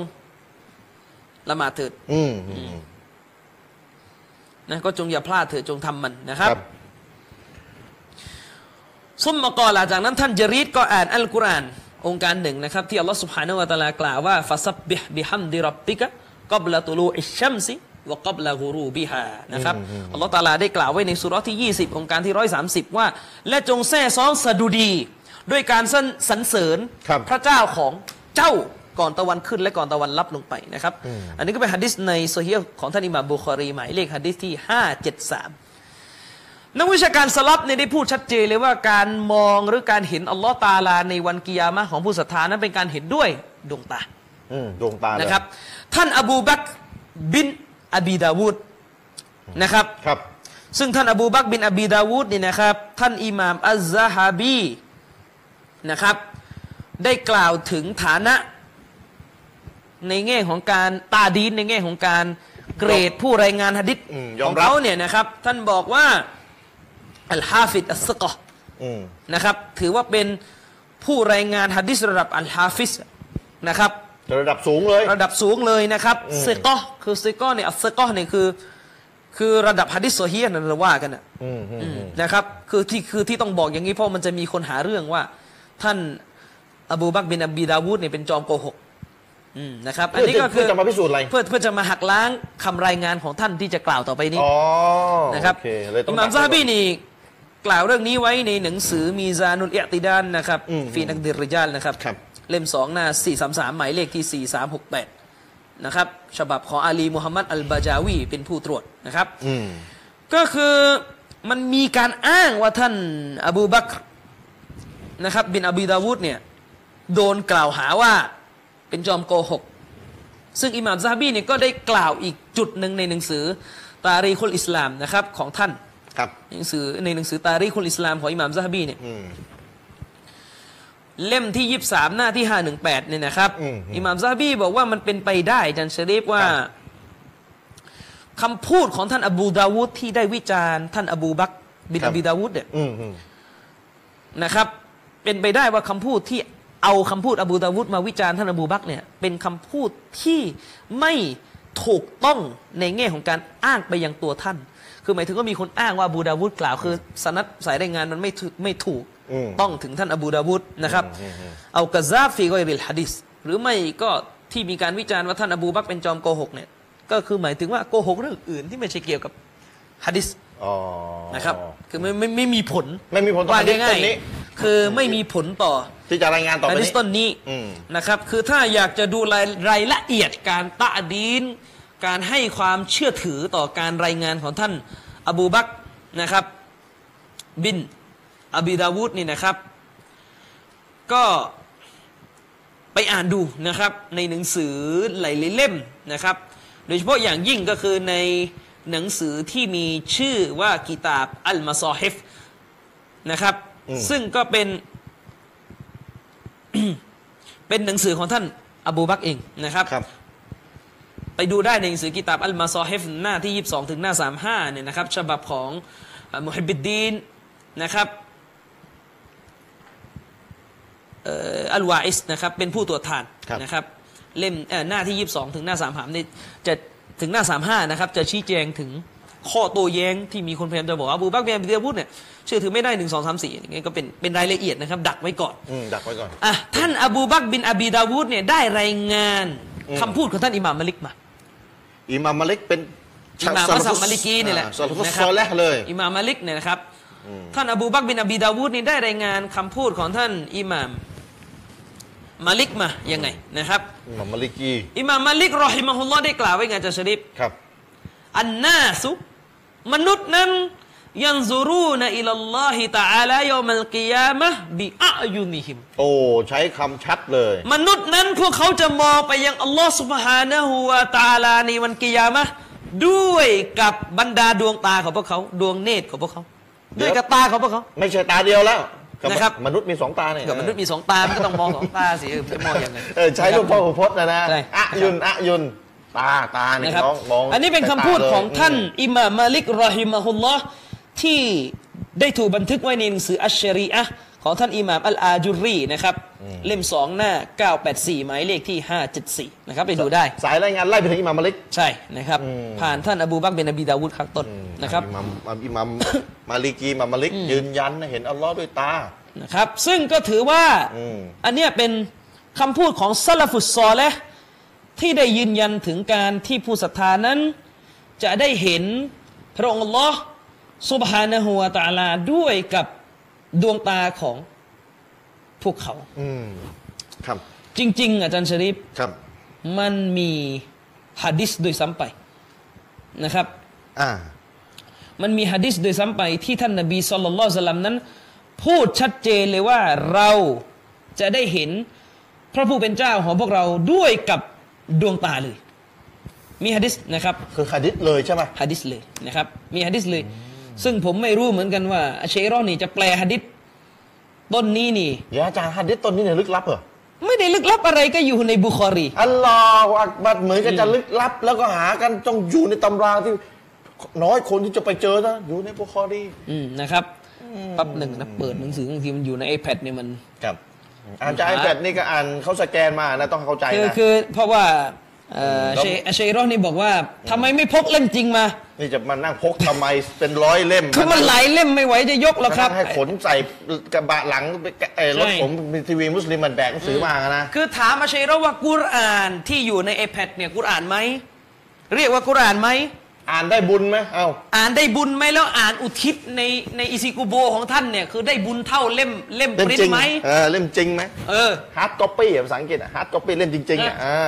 B: ละหมาดเถิด
A: อืมอืม
B: นะก็จงอย่าพลาดเถิดจงทำมันนะครับ
A: ครับ
B: ซุ่มมากอหลังจากนั้นท่านจรีดก็อ่านอัลกุรอานองค์การหนึ่งนะครับ ที่อัลลอฮฺสุบฮานาวะตะอาลากล่าวว่าฟาซับบิฮบิฮัมดิรับบิกะ กอบละตุลูอิชชัมซิวะกอบละกูรูบิฮานะครับอัลลอฮ์ตะอาลาได้กล่าวไว้ในสุเราะห์ที่ 20 องค์การที่ 130 ว่า และจงแซ่ซ้องสดุดี ด้วยการสรรสรรเสริญ
A: ครับ
B: พระเจ้าของเจ้าก่อนตะวันขึ้นและก่อนตะวันลับลงไปนะครับ
A: อืม
B: อันนี้ก็เป็นฮะดิษในโซเฮียของท่านอิหม่ามบุคอรีหมายเลขฮะดิษที่ 573 นักวิชาการสลับเนี่ยได้พูดชัดเจนเลยว่าการมองหรือการเห็นอัลลอฮ์ตะอาลาในวันกิยามะห์ของผู้ศรัทธานั้นเป็นการเห็นด้วยดวงตา
A: อืมดวงตาเลย
B: นะครับ ท่านอบูบักรบินอบีดาวูดนะครับ
A: ครับ
B: ซึ่งท่านอบูบักรบินอบีดาวูดเนี่ยนะครับ ท่านอิหม่ามอัลซะฮาบีนะครับ ได้กล่าวถึงฐานะ ในแง่ของการตาดีนในแง่ของการเกรดผู้รายงานฮะดิษ
A: อืมย
B: ข
A: อ
B: อ
A: ม
B: ง
A: รับ
B: เขาเนี่ยนะครับ ท่านบอกว่าอัลฮาฟิดอัสซะกอฮ์
A: อืม
B: นะครับถือว่าเป็นผู้รายงานฮัดดิสระดับอัลฮาฟิสนะครับ
A: ระดับสูงเลย
B: ระดับสูงเลยนะครับ
A: อืม
B: เซกอห์คือเซกอห์เนี่ยอัสเซกอห์เนี่ยคือคือระดับฮัดดิสโซเฮียนั่นเราว่ากันนะ
A: อืมอืมอืม
B: นะครับคือที่คือที่ต้องบอกอย่างนี้เพราะมันจะมีคนหาเรื่องว่า ท่านอบูบักรบินอบีดาวูดเนี่ยเป็นจอมโกหกอืมนะครับอันนี้ก็คื
A: เพื่อจะมาพิสูจน์อะไร
B: เพื่อเพื่อจะมาหักล้างคำรายงานของท่านที่จะกล่าวต่อไปนี้
A: อ๋อ
B: นะครับ
A: โอเคเลยต้อง
B: อิหม่าม
A: ตัด
B: ซาฮาบี
A: ไว้ก่อ
B: นี่กล่าวเรื่องนี้ไว้ในหนังสือมีซานุลเอติดานนะครับ
A: อืม
B: ฟีนักดิรริยาลนะครับ
A: ครับ
B: เล่มสองหน้า 433 หมายเลขที่ 4368 นะครับ ฉบับของอาลีมูฮัมมัดอัลบาจาวี เป็นผู้ตรวจนะครับ
A: อืม
B: ก็คือมันมีการอ้างว่าท่านอบูบักรนะครับบินอบีดาวูดเนี่ยโดนกล่าวหาว่าเป็นจอมโกหก ซึ่งอิหม่ามซาฮาบีเนี่ยก็ได้กล่าวอีกจุดหนึ่งในหนังสือตารีคุลอิสลามนะครับของท่าน
A: ครับ
B: หนังสือในหนังสือตารีคุลอิสลามของอิหม่ามซาฮาบีเนี่ย
A: อืม
B: เล่มที่ 23 หน้าที่ 518เนี่ยนะครับ
A: อืม
B: อิหม่ามซาฮาบีบอกว่ามันเป็นไปได้อาจันเชรีฟว่า
A: ครับ
B: คำพูดของท่านอบูดาวูดที่ได้วิจารณ์ท่านอบูบักรบินอบีดาวูดเนี่ย
A: อืมอืม
B: นะครับเป็นไปได้ว่าคำพูดที่เอาคำพูดอบูดาวุฒมาวิจารณ์ท่านอบูบักรเนี่ยเป็นคำพูดที่ไม่ถูกต้องในแง่ของการอ้างไปยังตัวท่าน คือหมายถึงว่ามีคนอ้างว่าอบูดาวุฒกล่าวคือสนัดสายรายงานมันไม่ถูกไม่ถูก
A: อืม
B: ต้องถึงท่านอบูดาวุฒนะครับ
A: อืมอืมอืม
B: เอากะซาฟีกอยริลฮะดิษหรือไม่ก็ที่มีการวิจารณ์ว่าท่านอบูบักรเป็นจอมโกหกเนี่ยก็คือหมายถึงว่าโกหกเรื่องอื่นที่ไม่ใช่เกี่ยวกับฮะดิษ
A: อ๋อ
B: นะครับคือไม่ไม่ไม่มีผล
A: ไม่มีผลต่อ
B: ว่า
A: ฮะดิษ
B: ง่าย
A: ต้นนี้
B: ๆคือไม่มีผลต่อ
A: ที่จะรายงานต่อไป
B: ฮะดิ
A: นี้
B: สต้นนี้
A: อืม
B: นะครับ คือถ้าอยากจะดูรายรายละเอียดการตะดีน การให้ความเชื่อถือต่อการรายงานของท่านอบูบักรนะครับ บินอบีดาวูดนี่นะครับ ก็ไปอ่านดูนะครับ ในหนังสือหลายๆเล่มนะครับ โดยเฉพาะอย่างยิ่งก็คือในหนังสือที่มีชื่อว่ากิตาบอัลมาซอฮิฟนะครับ
A: อืม
B: ซึ่งก็เป็น (coughs) เป็นหนังสือของท่านอบูบักรเองนะครับ
A: ครับ
B: ไปดูได้ในหนังสือกิตาบอัลมาซอฮิฟหน้าที่ 22 ถึงหน้า 35เนี่ยนะครับฉบับของเอ่อมุฮิบบิดดีนนะครับเอ่ออัลวาอิสนะครับเป็นผู้ตรวจทาน
A: ครับ
B: นะครับเล่มเอ่อหน้าที่ 22 ถึงหน้า 35นี่จะถึงหน้า 35นะครับจะชี้แจงถึงข้อโต้แย้งที่มีคนพยายามจะบอกว่าอบูบักรเบียบิเดียพูดเนี่ยเชื่อถือไม่ได้ 1 2 3 4อย่างเงี้ยก็เป็นเป็นรายละเอียดนะครับดักไว้ก่อน
A: อืม ดักไว้ก่อน
B: อ่ะท่านอบูบักรบินอบีดาวูดเนี่ยได้รายงาน
A: อืม
B: คำพูดของท่านอิหม่ามมาลิกมา
A: อิหม่ามมาลิกเป็น
B: อิหม่ามมัสฮับมาลิกีนี่แหละ
A: สลัฟุส
B: นะค
A: ซ
B: รับ
A: อแลเลย
B: อิหม่ามมาลิกเนี่ยนะครับ ท่านอบูบักรบินอบีดาวูดนี่ได้รายงานคำพูดของท่านอิหม่ามมาลิกมายังไงนะครับ
A: อิหม่ามมาลิกี
B: อิหม่ามมาลิกรอฮิมะฮุลลอฮ์ได้กล่าวไว้ไงอาจารย์ชะริฟ
A: ครับ
B: อันนาสุ มนุษย์นั้นยันซูรูนอิลลัลลอฮิตะอาลายอมัลกิยามะฮ์บิอายุนิฮิม
A: โอ้ ใช้คำชัดเลย
B: มนุษย์นั้นพวกเขาจะมองไปยังอัลลอฮ์สุบฮานะฮูวาตาลาในวันกิยามะห์ด้วยกับบรรดาดวงตาของพวกเขา ดวงเนตรของพวกเขา
A: เดี๋
B: ด้
A: ยว
B: วยกับตาของพวกเขา
A: ไม่ใช่ตาเดียวแล้วกั
B: นะครับ
A: มนุษย์มีสองตาเนี่ย
B: กับมนุษย์มีสองตา มันก็ต้องมองสองตาสิเออจะมองยังไง
A: เออใช้ลูกพ่อพจน์นะนะ
B: ใช่
A: อะยุนอะยุน ตา ตาเนี่ย
B: นะครับ
A: น้องมอง
B: อันนี้เป็นคำพูดของท่านอิหม่ามมาลิกรอฮิมะฮุลลอฮ์ที่ได้ถูกบันทึกไว้ในหนังสืออัชชะรีอะห์ของท่านอิหม่ามอัลอาจุรีนะครับเล่มสองหน้า 984 หมายเลขที่ 574 นะครับไปดูได้
A: สายรายงานไล่ไปถึงอิหม่ามมาลิก
B: ใช่นะครับ
A: อืม
B: ผ่านท่านอบูบักรเบนอบีดาวูดข้างต้นนะครับ
A: อิหมัมอิหมัมมาลิกีอิหมัมมาลิกยืนยันนะเห็นอัลลอฮ์ด้วยตา
B: นะครับ ซึ่งก็ถือว่า
A: อืม
B: อันเนี้ยเป็นคำพูดของซาลาฟุสซอลและ ที่ได้ยืนยันถึงการที่ผู้ศรัทธานั้น จะได้เห็นพระองค์ลอสุบฮานะฮูวะตะอาลาด้วยกับดวงตาของพวกเขา
A: อืมครับ
B: จริง ๆ อาจารย์ชริฟ
A: ครับ
B: มันมีฮะดิษด้วยซ้ำไปนะครับ
A: อ่า
B: มันมีฮะดิษด้วยซ้ำไปที่ท่านนบีสุลต่านละสลัมนั้น พูดชัดเจนเลยว่าเราจะได้เห็นพระผู้เป็นเจ้าของพวกเราด้วยกับดวงตาเลย มีฮะดิษนะครับ
A: คือคดิษเลยใช่ไหม
B: ฮะดิษเลยนะครับ มีฮะดิษเลย ซึ่งผมไม่รู้เหมือนกันว่าอัชเชอรอนี่จะแปลฮะดิษต้นนี้นี่
A: เดี๋ยวอาจารย์ฮะดิษต้นนี้เนี่ยลึกลับเหรอ
B: ไม่ได้ลึกลับอะไรก็อยู่ในบุคอรี
A: อัลลอฮฺอักบัดเหมือนกันจะลึกลับ แล้วก็หากันต้องอยู่ในตำราที่ น้อยคนที่จะไปเจอนะอยู่ในบุคอรี
B: อืมนะครับแปั๊บหนึ่งนะเปิดหนังสือบางทีมันอยู่ใน iPad เนี่ยมัน
A: ครับอาจารย์
B: ครับ
A: แปดนี่ก็อ่านเขาสแกนมานะต้องเข้าใจ
B: คือ
A: นะ
B: คือเพราะว่าเอ่อ
A: แล้ว
B: เชเชโรอนี่บอกว่าทำไมไม่พกเล่มจริงมา
A: นี่จะมานั่งพกทำไมเป็นร้อยเล่ม
B: คือมันหลายเล่มไม่ไหวจะยกหรอกครับ
A: ให้ขนใส่กระบะหลังไปเอ่อรถ
B: ใช่
A: ผมมีทีวีมุสลิมมันแบกหนังสือมานะ
B: คือถามอาเชโรอว่ากุรอานที่อยู่ใน iPad เนี่ยกุรอานไหม เรียกว่ากุรอานไหม
A: อ่านได้บุญไหมเอ้า
B: อ่านได้บุญไหมแล้วอ่านอุทิศในในอิซิกุโบของท่านเนี่ยคือได้บุญเท่าเล่มเล่ม
A: เล่
B: ป
A: ม
B: ริ้
A: จริ
B: น
A: ง
B: ไหม
A: เออเล่มจริงไหม
B: เออ
A: hard copy อ่ะภาษาอังกฤษฮาร์ดคอปปี้เล่มจริงๆอ่ะ
B: นะ
A: อ่า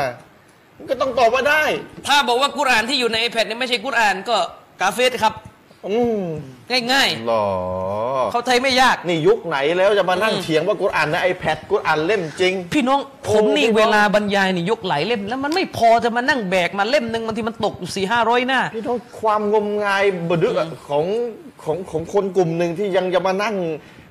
A: มันก็ต้องตอบว่าได้
B: ถ้าบอกว่ากุรอานที่อยู่ใน iPad เนี่ยไม่ใช่กุรอานก็กาเฟสครับ
A: อืม
B: ง่าย
A: หรอ
B: ๆ เข้าใจไม่ยาก
A: นี่ยุคไหนแล้วจะมานั่งเถียงว่ากูอ่านใน iPad กูอ่านเล่มจริง
B: พี่น้องผมนี่
A: พี่น้อง
B: เวลาบรรยายนี่ยกหลายเล่ม แล้วมันไม่พอจะมานั่งแบกมาเล่มหนึ่งบางทีมันตกอยู่สี่ห้าร้อยหน้า
A: นี่ต้องความงมงายบดึกอะของของของคนกลุ่มหนึ่งที่ยังจะมานั่ง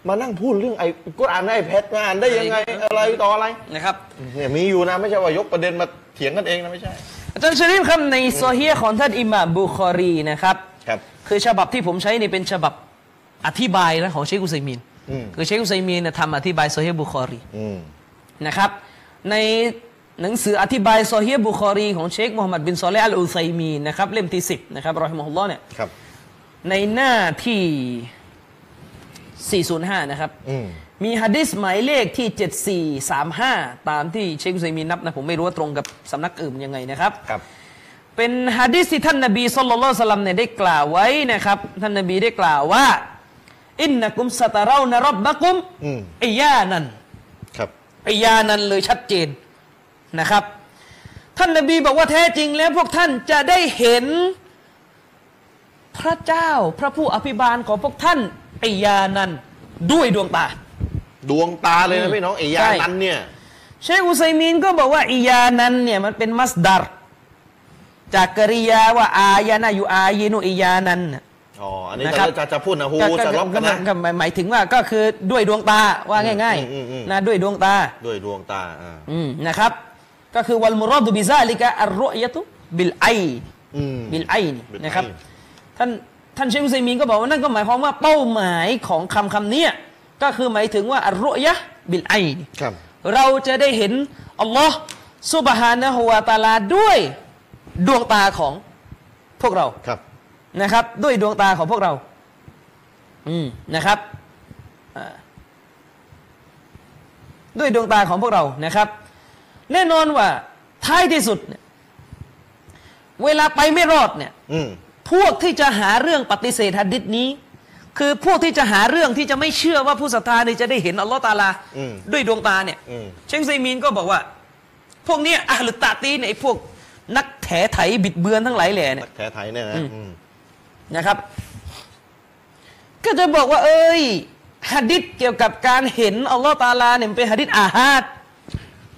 A: มานั่งพูดเรื่องไอ้กูอ่านใน iPad มาอ่านได้ยังไงอะไรต่ออะไร
B: นะครับ
A: เนี่ยมีอยู่นะไม่ใช่ว่ายกประเด็นมาเถียงกันเองนะไม่ใช่
B: อาจารย์ชริฟครับในโซเฮียของท่านอิหม่ามบุคอรีนะครับ
A: ครับ
B: คือฉบับที่ผมใช้นี่เป็นฉบับอธิบายนะของเชคอุซัยมิน
A: อืม
B: คือเชคอุซัยมินเนี่ยทำอธิบายโซเฮียบุคอรี
A: อืม
B: นะครับ ในหนังสืออธิบายโซเฮียบุคอรีของเชคมูฮัมหมัดบินซอเลห์อัลอุซัยมีนนะครับเล่มที่สิบนะครับรอฮิมะฮุลลอฮ์เนี่ย
A: ครับ
B: ในหน้าที่ 405 นะครับ
A: อืม
B: มีฮะดิษหมายเลขที่ 7435 ตามที่เชคอุซัยมีนนับนะ ผมไม่รู้ว่าตรงกับสำนักอื่นยังไงนะครับ
A: ครับ
B: เป็นฮะดิษที่ท่านนบีสุลต่านละสลัมเนี่ยได้กล่าวไว้นะครับ ท่านนบีได้กล่าวว่า อินนักุมสตาเรานะรับบะกุม
A: อืม
B: อียานัน
A: ครับ
B: อียานันเลยชัดเจนนะครับ ท่านนบีบอกว่าแท้จริงแล้วพวกท่านจะได้เห็นพระเจ้าพระผู้อภิบาลของพวกท่านอียานันด้วยดวงตา
A: ดวงตาเลยนะพี่น้องไอ้ยา
B: ใช่
A: นั้นเนี่ย
B: เชคอุไซมีนก็บอกว่าอียานันเนี่ยมันเป็นมัสดัรจากกริยาว่าอายานาอยู่อายินุอียานันน่ะ
A: อ๋อ อันนี้
B: นะครั
A: จะ
B: บ
A: จะจะพูดนะฮูจะรับกันนะ
B: ก็หมายหมายถึงว่าก็คือด้วยดวงตาว่าง่าย
A: อืมอืมอืม
B: ๆนะด้วยดวงตา
A: ด้วยดวงตาอ่า
B: อืมนะครับ ก็คือวัลมุรอดุบิซาลิกะอัรรุยะตุบิลไอน์
A: อืม
B: บิลไอน์
A: บิลไอน์
B: นะครับท่านท่านเชคอุไซมีนก็บอกว่านั่นก็หมายความว่าเป้าหมายของคำคำเนี้ยก็คือหมายถึงว่าอัรรุยะบิลไอน์
A: ครับ
B: เราจะได้เห็นอัลลอฮ์ซุบฮานะฮูวาตะอาลาด้วยดวงตาของพวกเรา
A: ครับ
B: นะครับ ด้วยดวงตาของพวกเรา อืมนะครับอ่าด้วยดวงตาของพวกเรานะครับ แน่นอนว่าท้ายที่สุดเนี่ยเวลาไปไม่รอดเนี่ย
A: อืม
B: พวกที่จะหาเรื่องปฏิเสธฮัดดิษนี้ คือพวกที่จะหาเรื่องที่จะไม่เชื่อว่าผู้ศรัทธาเนี่ยจะได้เห็นอัลลอฮ์ตะอาลา
A: อืม
B: ด้วยดวงตาเนี่ย
A: อืม
B: เชคไซมีนก็บอกว่า พวกเนี้ยอะหรือตะตีนเนี่ยไอ้พวกนักแถไถบิดเบือนทั้งหลายแหล่เนี่ย
A: นักแท้ไทยเนี่ยนะอืม
B: นะครับ ก็จะบอกว่า เอ้ยฮัดดิษเกี่ยวกับการเห็นอัลลอฮ์ตะอาลาเนี่ยมันเป็นฮัดดิษอาฮัด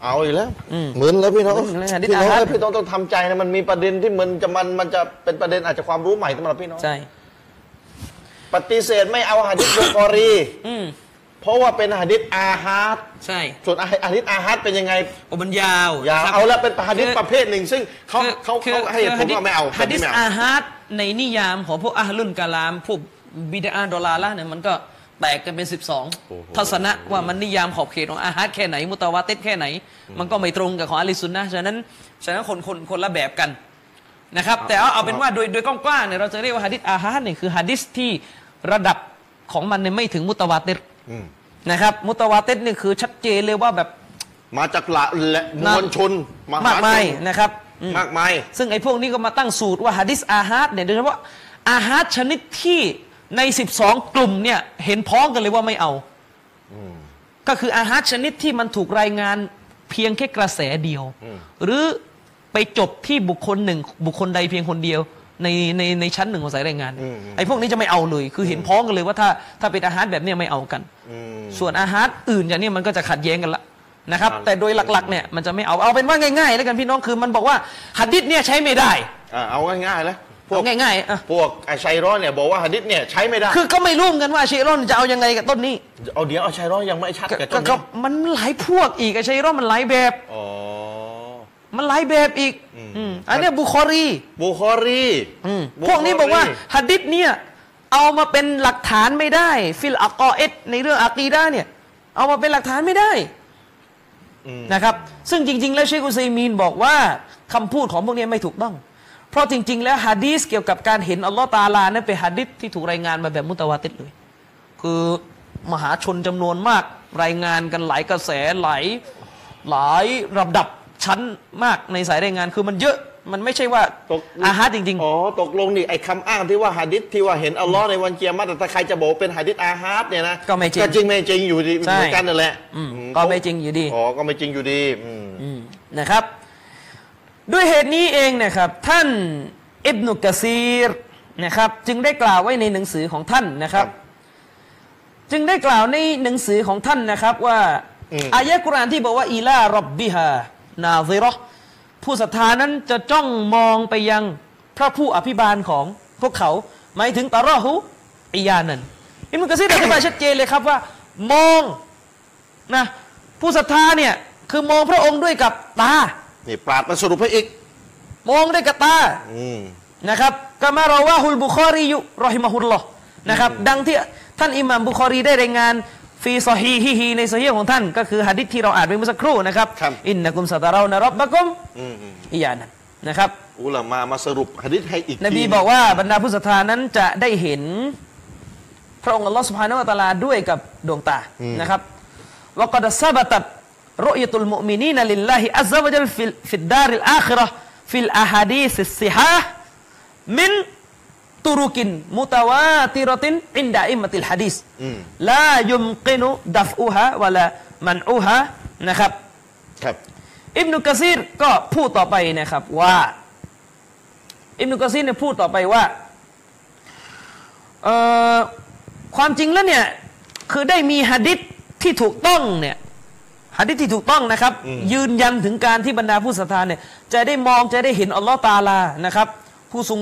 A: เอาอีกแล้วเหมือนแล้วพี่น้อง
B: เหมือนแล้ว
A: พี่น้อง
B: อาฮัด
A: แล้วพี่น้องต้องทำใจนะมันมีประเด็นที่มันจะมันมันจะเป็นประเด็นอาจจะความรู้ใหม่สำหรับพี่น้อง
B: ใช่
A: ปฏิเสธไม่เอาหะดิษบุคอรี
B: อืม
A: เพราะว่าเป็นหะดิษอาฮัด
B: ใช่
A: ส่วนหะดิษอาฮัดเป็นยังไง
B: โอ้มันยาว
A: อย่า
B: ครับ
A: เอาละเป็นหะดิษ
B: คือ
A: ประเภทหนึ่ง ซึ่งเขาเขา
B: คือ
A: เขาให้เหตุผลว่าไม่เอา
B: ฮะดิษ
A: ไม่เอา
B: อาฮัดในนิยามของพวกอาฮลุนกาลาม พวกบิดาดอลาละเนี่ยมันก็แตกกันเป็น 12 ทัศนะว่ามันนิยามขอบเขตของอาฮัดแค่ไหน มุตาวาเตดแค่ไหน มันก็ไม่ตรงกับของอาลีซุนนะห์ฉะนั้นฉะนั้นคนคนคนละแบบกันนะครับ แต่เอาเอาเป็นว่าโดยโดยกว้างๆเนี่ยเราจะเรียกว่าฮะดิษอาฮัดเนี่ยคือฮะดิษที่ระดับของมันเนี่ยไม่ถึงมุตาวาเตด
A: อืม
B: นะครับมุตาวาเตดนี่คือชัดเจนเลยว่าแบบ
A: มาจากหละและมวลชน
B: มากมาย
A: ชน
B: นะครับอืม
A: มากมาย
B: ซึ่งไอ้พวกนี้ก็มาตั้งสูตรว่าฮะดิษอาฮาดเนี่ยโดยเฉพาะอาฮาดชนิดที่ใน 12 กลุ่มเนี่ยเห็นพ้องกันเลยว่าไม่เอา ก็คืออาฮาดชนิดที่มันถูกรายงานเพียงแค่กระแสเดียว
A: อืม
B: หรือไปจบที่บุคคลหนึ่งบุคคลใดเพียงคนเดียว ในในในชั้นหนึ่งของสายรายงาน ไอ้พวกนี้จะไม่เอาเลย คือเห็นพ้องกันเลยว่าถ้าถ้าเป็นอาฮาดแบบเนี้ยไม่เอากัน
A: อืม
B: ส่วนอาหารอื่นอย่างนี้มันก็จะขัดแย้งกันละนะครับ
A: ครับ
B: แต่โดยหลักๆเนี่ยมันจะไม่เอาเอาเป็นว่าง่ายๆแล้วกันพี่น้องคือมันบอกว่าหัดดิษเนี่ยใช้ไม่ได้
A: อ่ะเอาง่ายๆแล้วพวก
B: เอาง่ายๆอ่ะ
A: พวกไอชัยร้อนเนี่ยบอกว่าหะดิษเนี่ยใช้ไม่ได้
B: คือก็ไม่รู้เหมือนกันว่าอาเชยรอนจะเอายังไงกับต้นนี้
A: เอาเดี๋ยวเอาชัยร้อนยังไม่ชัด
B: ก็
A: กับต้
B: ก็
A: น
B: ก็
A: นี้
B: มันหลายพวกอีกอาเชยรอนมันหลายแบบ
A: อ๋อ
B: มันหลายแบบอีก
A: อืม
B: อืมอันเนี้ยบุคอรี
A: บุคอรี
B: อืม
A: บุ
B: พวกนี้บอกว่า
A: ครี
B: หัดดิษเนี่ยเอามาเป็นหลักฐานไม่ได้ ฟิลอักอเอตในเรื่องอักีด้าเนี่ยเอามาเป็นหลักฐานไม่ได้
A: อืม
B: นะครับซึ่งจริง ๆ แล้วเชคอุซัยมีนบอกว่าคำพูดของพวกนี้ไม่ถูกต้อง เพราะจริง ๆ แล้วฮะดีสเกี่ยวกับการเห็นอัลลอฮ์ตะอาลานั้นเป็นฮะดิษที่ถูกรายงานมาแบบมุตะวาติดเลย คือมหาชนจำนวนมากรายงานกันหลายกระแสหลายหลายระดับชั้นมากในสายรายงานคือมันเยอะมันไม่ใช่ว่า
A: ตก
B: อาฮะจริง ๆ
A: อ๋อตกลงนี่ไอ้คำอ้างที่ว่าหะดิษที่ว่าเห็นอัลลอฮ์ในวันเกียรติแต่ถ้าใครจะบอกว่าเป็นหะดิษอาฮาดเนี่ยนะ
B: ก็ไม่จริง
A: ก็จริงไม่จริงอยู่ดี
B: ใช่
A: เหมือนกันนั่นแหละ
B: อืม
A: อื
B: ก็ไม่จริงอยู่ดี
A: อ๋อก็ไม่จริงอยู่ดีอืม
B: อืมนะครับ ด้วยเหตุนี้เองเนะครับ ท่านอิบนุกะซีรนะครับ จึงได้กล่าวไว้ในหนังสือของท่านนะครับ
A: ครับ
B: จึงได้กล่าวในหนังสือของท่านนะครับว่า
A: อืม
B: อายะกุรอานที่บอกว่าอีลารับบิฮานาซิเราะห์ผู้ศรัทธานั้นจะจ้องมองไปยังพระผู้อภิบาลของพวกเขาหมายถึงตะรอฮุอียานันอิบนุกะซีรอธิบายชัดเจนเลยครับว่ามอง นะผู้ศรัทธาเนี่ยคือมองพระองค์ด้วยกับตา
A: นี่ปราดมาสรุปให้อีก
B: มองด้วยกับตา
A: อืม
B: นะครับกามารอว่าฮุลบุคอรียุรอฮิมะฮุลลอฮ์นะครับดังที่ท่านอิหม่ามบุคอรีได้รายงานฟีซอฮีฮิฮีในโซเฮียของท่าน ก็คือหะดิษที่เราอ่านไปเมื่อสักครู่นะครับ
A: ครับ
B: อินนะกุมสตาเรานะรับบะกุม
A: อืมอืม
B: อียานันนะครับ
A: อุลามามาสรุปหะดิษให้อีก
B: นบี
A: ที
B: บอกว่าบรรดาผู้ศรัทธานั้นจะได้เห็น พระองค์อัลลอฮ์สุภาโนะตะอาลาด้วยกับดวงตา
A: อืม
B: นะครับวกดัสซาบะตัดรอยตุลมุมินีนลิลลาฮิอัลซะวะจัลฟิลฟิดดาริลอาคิเราะห์ฟิลอาฮาดีสสซิฮาฮ์มินตุรุกินมุตาวาติรตินอินดาอิมมะติลฮะดีส
A: อืม
B: ลายุมกินุดัฟอูฮะวะลามันอูฮะนะครับ
A: ครับ
B: อิบนุกะซีรก็พูดต่อไปนะครับว่า อิบนุกะซีรเนี่ยพูดต่อไปว่าเอ่อความจริงแล้วเนี่ย คือได้มีหะดิษที่ถูกต้องเนี่ยหะดิษที่ถูกต้องนะครับ
A: อืม
B: ยืนยันถึงการที่บรรดาผู้ศรัทธาเนี่ย จะได้มองจะได้เห็นอัลลอฮ์ตะอาลานะครับ ผู้ทรง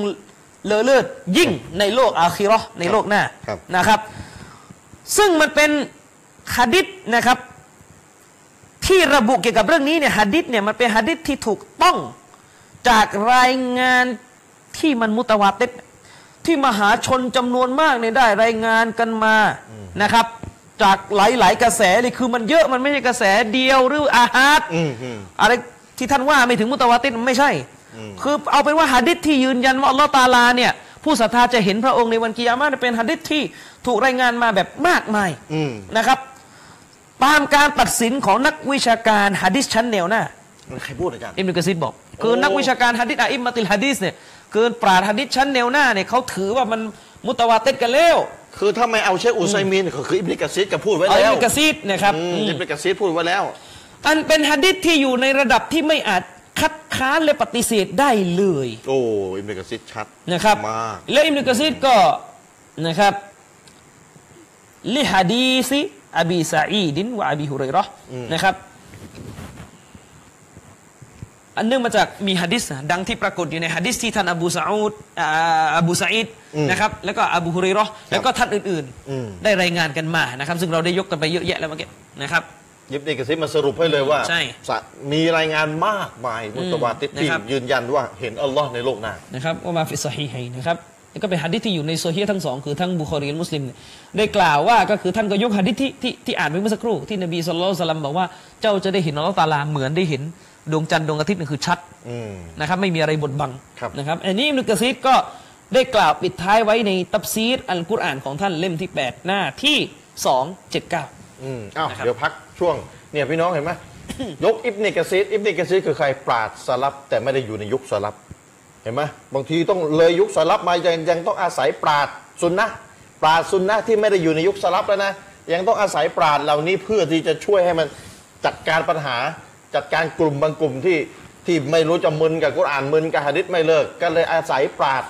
B: เลอเลิศยิ่งในโลกอาคีเราะห์ในโลกหน้า
A: ครับ
B: นะครับ ซึ่งมันเป็นหะดิษนะครับ ที่ระบุเกี่ยวกับเรื่องนี้เนี่ยหะดิษเนี่ยมันเป็นหะดิษที่ถูกต้องจากรายงานที่มันมุตะวาติดที่มหาชนจำนวนมากเนี่ยได้รายงานกันมานะครับ จากหลาย ๆ กระแสเลยคือมันเยอะมันไม่ใช่กระแสเดียวหรืออาฮาด
A: อืมอืม
B: อะไรที่ท่านว่าไม่ถึงมุตะวาติดมันไม่ใช่
A: อืม
B: คือเอาเป็นว่าหะดิษที่ยืนยันว่าอัลลอฮ์ตะอาลาเนี่ยผู้ศรัทธาจะเห็นพระองค์ในวันกิยามะห์เนี่ยเป็นหะดิษที่ถูกรายงานมาแบบมากมาย
A: อืม
B: นะครับตามการตัดสินของนักวิชาการฮะดิษชั้นแนวหน้า
A: ใครพูดอาจารย์
B: อิมนุกะซิดบอก คือนักวิชาการฮะดิษอะอิมมาติลฮะดิษเนี่ยเกินปราดฮะดิษชั้นแนวหน้าเนี่ยเขาถือว่ามันมุตะวาเต็ดกันแล้ว
A: คือถ้าไม่เอาเชคอุซัยมินก็คืออิบนิกะซีดก็พูดไว้
B: เอาอิ
A: แล้
B: ม
A: ว
B: นุกะซิดนะครับ
A: อืม
B: อืม
A: อิบนิกะซีดพูดไว้แล้ว
B: อันเป็นฮะดิษที่อยู่ในระดับที่ไม่อาจคัดค้านและปฏิเสธได้เลย
A: โอ้อิบนิกะซีดชัด
B: นะครับ
A: มาก
B: และอิมนุกะซิดก็นะครับลิฮะดีซิอบีซาอีดินวะอบีฮุเรอยเราะห์นะครับ อันเนื่องมาจากมีฮะดิษดังที่ปรากฏอยู่ในฮะดิษที่ท่านอบูซาอุดอ่าอบูซาอิด
A: อืม
B: นะครับแล้วก็อบูฮุเรยเราะห์แล้วก็ท่านอื่น
A: อืม
B: ๆ ได้รายงานกันมานะครับ ซึ่งเราได้ยกกันไปเยอะแยะแล้วเมื่อกี้นะครับ
A: ยิบนิกะซีดมาสรุปให้เลยว่า
B: ใช่
A: สะมีรายงานมากมายมุตวาติดที่
B: นะครับ
A: ยืนยันว่าเห็นอัลลอฮ์ในโลกหน้า
B: นะครับว่ามาฟิซอฮีไฮนะครับแล้วก็เป็นฮัดดิษที่อยู่ในโซเฮียทั้งสองคือทั้งบุคอรีและมุสลิมเนี่ยได้กล่าวว่าก็คือท่านก็ยกฮัดดิษที่ที่ที่อ่านไปเมื่อสักครู่ที่นบีสุลต่านสลัมบอกว่าเจ้าจะได้เห็นอัลลอฮ์ตะอาลาเหมือนได้เห็นดวงจันทร์ดวงอาทิตย์นั่นคือชัด
A: อืม
B: นะครับไม่มีอะไรบดบัง
A: ครับ
B: นะครับอันนี้อิมนุกะซีดก็ได้กล่าวปิดท้ายไว้ในตับซีดอัลกุรอานของท่านเล่มที่ 8 หน้าที่ 279
A: อืมอ้าว
B: นะครับ (coughs)
A: เดี๋ยวพักช่วงเนี่ยพี่น้องเห็นไหม ยกอิบเนกะซีดอิบเนกะซีดคือใครปราดสลับ แต่ไม่ได้อยู่ในยุคสลับ เห็นไหมบางทีต้องเลยยุคสลับมายังยังต้องอาศัยปราดซุนนะห์ปราดซุนนะห์ที่ไม่ได้อยู่ในยุคสลับแล้วนะ ยังต้องอาศัยปราดเหล่านี้เพื่อที่จะช่วยให้มันจัดการปัญหา จัดการกลุ่มบางกลุ่มที่ที่ไม่รู้จะมึนกับกุรอานมึนกับหะดิษไม่เลิก ก็เลยอาศัยปราด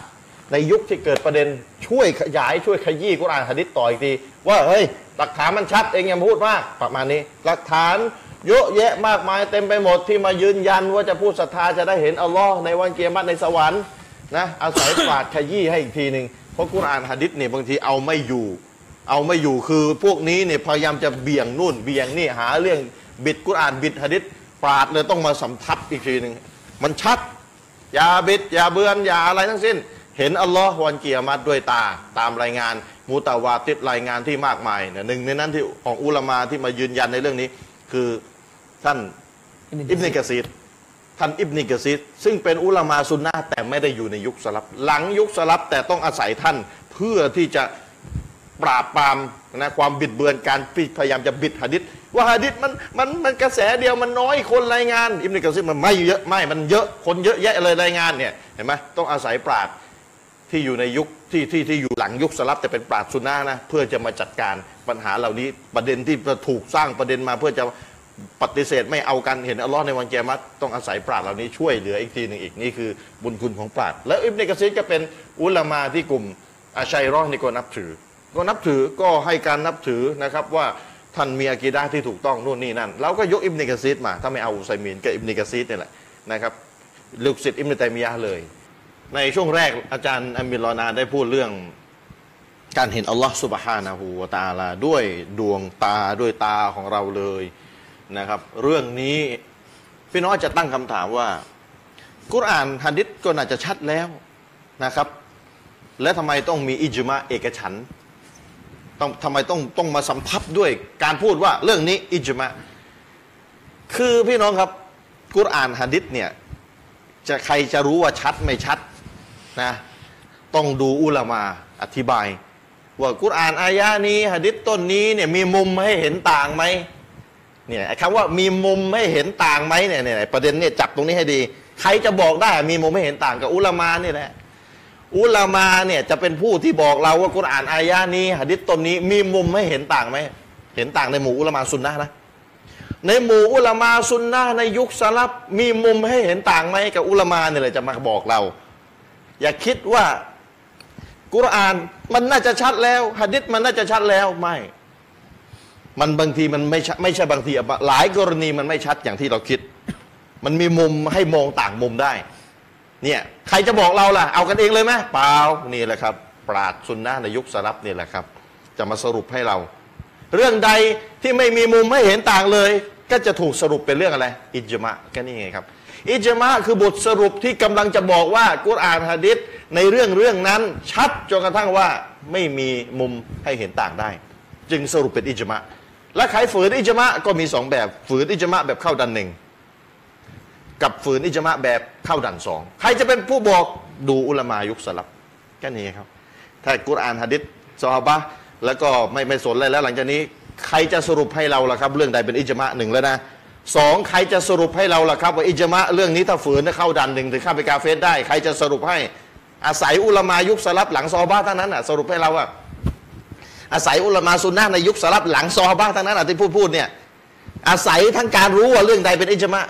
A: ในยุคที่เกิดประเด็นช่วยขยายช่วยขยี้กุรอานหะดิษต่ออีกทีว่าเฮ้ยหลักฐานมันชัดเองอย่ามาพูดมากประมาณนี้ หลักฐาน เยอะแยะมากมายเต็มไปหมดที่มายืนยันว่าจะพูดศรัทธาจะได้เห็นอัลลอฮ์ในวันเกียรติในสวรรค์นะอาศัย ปราดขยี้ให้อีกทีหนึ่งเพราะกุรอานหะดิษเนี่ยบางทีเอาไม่อยู่ เอาไม่อยู่คือพวกนี้เนี่ยพยายามจะเบี่ยงนู่นเบี่ยงนี่หาเรื่องบิดกุรอานบิดหะดิษปราดเลยต้องมาสำทับอีกทีหนึ่งมันชัด อย่าบิดอย่าเบือนอย่าอะไรทั้งสิ้น เห็นอัลลอฮ์วันเกียรติด้วยตาตามรายงานมูตาวาติดรายงานที่มากมายเนี่ยหนึ่งในนั้นที่ของอุลามาที่มายืนยันในเรื่องนี้คือ ท่านอิบนกะซีดท่านอิบนกะซีดซึ่งเป็นอุลามาซุนนะห์แต่ไม่ได้อยู่ในยุคสลับ หลังยุคสลับแต่ต้องอาศัยท่านเพื่อที่จะปราบปรามนะความบิดเบือนการพยายามจะบิดหะดิษว่าหะดิษมันมันมันกระแสเดียวมันน้อยคนรายงาน อิบนกะซีดมันไม่เยอะไม่มันเยอะคนเยอะแยะเลยรายงานเนี่ยเห็นไหมต้องอาศัยปราด ที่อยู่ในยุคที่ที่ที่อยู่หลังยุคสลับแต่เป็นปราชญ์สุนนะห์นะเพื่อจะมาจัดการปัญหาเหล่านี้ประเด็นที่ถูกสร้างประเด็นมาเพื่อจะปฏิเสธไม่เอากันเห็นอัลลอฮ์ในวันเกียรติต้องอาศัยปราชญ์เหล่านี้ช่วยเหลืออีกทีหนึ่งอีกนี่คือบุญคุณของปราชญ์และอิบเนกะซีรก็เป็นอุลามาที่กลุ่มอาชัยรอห์นี่ก็นับถือ ก็นับถือก็ให้การนับถือนะครับว่าท่านมีอากีดะห์ที่ถูกต้องนู่นนี่นั่นเราก็ยกอิบเนกะซีรมาถ้าไม่เอาอุไซมีนก็อิบเนกะซีรนี่แหละนะครับลูกศิษย์อิบเนตัยมียะห์เลย ในช่วงแรกอาจารย์อามิรลอนาได้พูดเรื่องการเห็นอัลลอฮ์สุบฮานะฮูวะตะอาลาด้วยดวงตาด้วยตาของเราเลยนะครับ เรื่องนี้พี่น้องอาจจะตั้งคำถามว่า กุรอานฮัดดิษก็น่าจะชัดแล้วนะครับ และทำไมต้องมีอิจมาเอกฉันท์ต้องทำไมต้องต้องมาสัมพับด้วยการพูดว่าเรื่องนี้อิจมาคือพี่น้องครับกุรอานฮัดดิษเนี่ยจะใครจะรู้ว่าชัดไม่ชัด นะต้องดูอุลามาอธิบาย ว่ากุรอานอายะนี้หะดิษต้นนี้เนี่ยมีมุมให้เห็นต่างไหมเนี่ยไอ้คำว่ามีมุมให้เห็นต่างไหมเนี่ยเนี่ยประเด็นเนี่ยจับตรงนี้ให้ดี ใครจะบอกได้มีมุมให้เห็นต่างกับอุลามาเนี่ยแหละอุลามาเนี่ยจะเป็นผู้ที่บอกเราว่ากุรอานอายะนี้หะดิษต้นนี้มีมุมให้เห็นต่างไหมเห็นต่างในหมู่อุลามาซุนนะห์นะ ในหมู่อุลามาซุนนะห์ในยุคสลับมีมุมให้เห็นต่างไหมกับอุลามาเนี่ยแหละจะมาบอกเรา อย่าคิดว่ากุรอานมันน่าจะชัดแล้วหะดิษมันน่าจะชัดแล้วไม่ มันบางทีมันไม่ชัดไม่ใช่บางทีอะหลายกรณีมันไม่ชัดอย่างที่เราคิด มันมีมุมให้มองต่างมุมได้ เนี่ยใครจะบอกเราล่ะ เอากันเองเลยไหมเปล่านี่แหละครับ ปราดซุนนะห์ในยุคสลับนี่แหละครับ จะมาสรุปให้เรา เรื่องใดที่ไม่มีมุมไม่เห็นต่างเลย ก็จะถูกสรุปเป็นเรื่องอะไร อิจมะก็นี่ไงครับอิจมะคือบทสรุปที่กำลังจะบอกว่ากุรอานฮะดิษในเรื่องเรื่องนั้น ชัดจนกระทั่งว่าไม่มีมุมให้เห็นต่างได้ จึงสรุปเป็นอิจมะและใครฝืนอิจมะก็มีสองแบบฝืนอิจมะแบบเข้าดันหนึ่ง กับฝืนอิจมะแบบเข้าดันสองใครจะเป็นผู้บอกดูอุลามายุคสลับแค่นี้ครับ ถ้ากุรอานฮะดิษซอฮาบะห์แล้วก็ไม่ไม่สนอะไรแล้ว หลังจากนี้ใครจะสรุปให้เราล่ะครับ เรื่องใดเป็นอิจมะหนึ่งแล้วนะสองใครจะสรุปให้เราล่ะครับ ว่าอิจมะเรื่องนี้ถ้าฝืนนะเข้าดันหนึ่งถึงข้ามไปกาเฟสได้ ใครจะสรุปให้อาศัยอุลามายุคสลับหลังซอฮาบะห์เท่านั้นอ่ะสรุปให้เราว่าอาศัยอุลามาซุนนะห์ในยุคสลับหลังซอฮาบะห์เท่านั้นอ่ะที่พูดพูดเนี่ยอาศัยทั้งการรู้ว่าเรื่องใดเป็นอิจมะ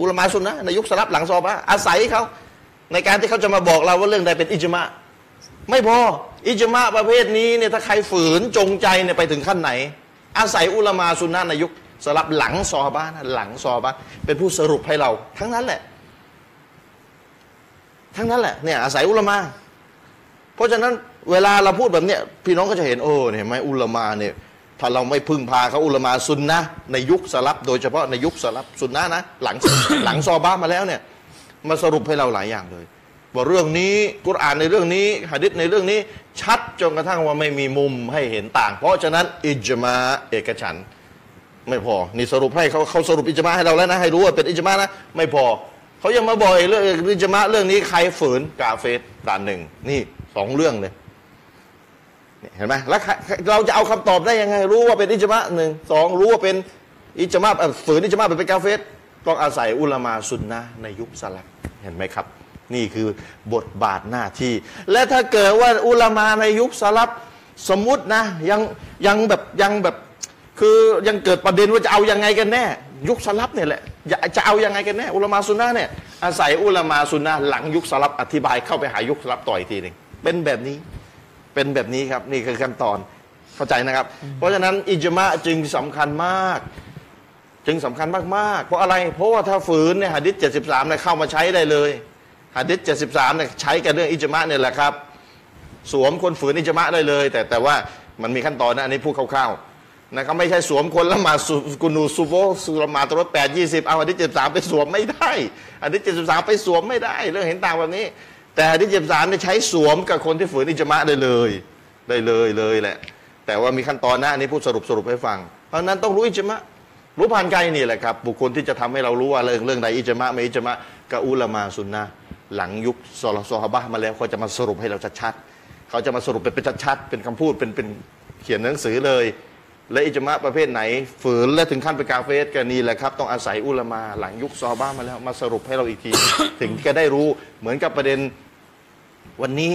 A: อุลามาซุนนะห์ในยุคสลับหลังซอฮาบะห์อาศัยเขาในการที่เขาจะมาบอกเราว่าเรื่องใดเป็นอิจมะ ไม่พออิจมาประเภทนี้เนี่ยถ้าใครฝืนจงใจเนี่ยไปถึงขั้นไหน อาศัยอุลามาซุนนะห์ในยุคสลับหลังซอฮาบ้านะหลังซอฮาบ้านเป็นผู้สรุปให้เรา ทั้งนั้นแหละ ทั้งนั้นแหละเนี่ยอาศัยอุลามา เพราะฉะนั้นเวลาเราพูดแบบเนี้ยพี่น้องก็จะเห็นโอ้เนี่ยเห็นไหมอุลามาเนี่ยถ้าเราไม่พึ่งพาเขาอุลามาซุนนะห์ในยุคสลับ โดยเฉพาะในยุคสลับซุนนะห์นะหลัง หลังซอฮาบ้ามาแล้วเนี่ย มาสรุปให้เราหลายอย่างเลย ว่าเรื่องนี้กุรอานในเรื่องนี้หะดิษในเรื่องนี้ชัดจนกระทั่งว่าไม่มีมุมให้เห็นต่าง เพราะฉะนั้นอิจมาเอกฉันท์ไม่พอนี่สรุปให้เขาเขาสรุปอิจมาให้เราแล้วนะให้รู้ว่าเป็นอิจมานะไม่พอเขายังมาบอกอีกเรื่องอิจมาเรื่องนี้ใครฝืนกาเฟสด่านหนึ่งนี่สองเรื่องเลยเนี่ยเห็นไหมแล้วใครเราจะเอาคำตอบได้ยังไง รู้ว่าเป็นอิจมาหนึ่งสองรู้ว่าเป็น อิจมาเอ่อฝืนอิจมาไปเป็นกาเฟสต้องอาศัยอุลามาสุนนะห์ในยุคสลับเห็นไหมครับ นี่คือบทบาทหน้าที่ และถ้าเกิดว่าอุลามาในยุคสลับสมมุตินะยังยังแบบยังแบบ คือยังเกิดประเด็นว่าจะเอายังไงกันแน่ ยุคสลับเนี่ยแหละอยากจะเอายังไงกันแน่ อุลามาสุนนะห์เนี่ยอาศัยอุลามาสุนนะห์หลังยุคสลับอธิบายเข้าไปหายุคสลับต่ออีกทีหนึ่งเป็นแบบนี้ เป็นแบบนี้ครับ นี่คือขั้นตอนเข้าใจนะครับ เพราะฉะนั้นอิจมาจึงสำคัญมาก จึงสำคัญมากๆ เพราะอะไร เพราะว่าถ้าฝืนเนี่ยหะดิษ73เนี่ยเข้ามาใช้ได้เลยหะดิษ73เนี่ยใช้กันเรื่องอิจมาเนี่ยแหละครับ สวมคนฝืนอิจมาได้เลย แต่แต่ว่ามันมีขั้นตอนนะอันนี้พูดคร่าวๆนะครับไม่ใช่สวมคนละหมาดสุกุนูซูโวสุลมาตรถแปดยี่สิบเอาอันที่เจ็ดสามไปสวมไม่ได้อันที่เจ็ดสามไปสวมไม่ได้ เรื่องเห็นต่างแบบนี้ แต่อันที่เจ็ดสามเนี่ยใช้สวมกับคนที่ฝืนอิจมาได้เลย ได้เลยเลยแหละ แต่ว่ามีขั้นตอนนะอันนี้พูดสรุปสรุปให้ฟัง เพราะฉะนั้นต้องรู้อิจมารู้ผ่านไกลนี่แหละครับ บุคคลที่จะทำให้เรารู้ว่าเรื่องเรื่องใดอิจมาไม่อิจมากับอุลามาสุนนะห์หลังยุคซอลซอฮาบะห์มาแล้วเขาจะมาสรุปให้เราชัดๆ เขาจะมาสรุปเป็นเป็นชัดๆ เป็นคำพูด เป็นเป็นเขียนหนังสือเลย และอิจมะประเภทไหน ฝืนและถึงขั้นเป็นกาเฟสกันนี่แหละครับ ต้องอาศัยอุลามาหลังยุคซอฮาบ้ามาแล้วมาสรุปให้เราอีกที ถึงจะได้รู้เหมือนกับประเด็นวันนี้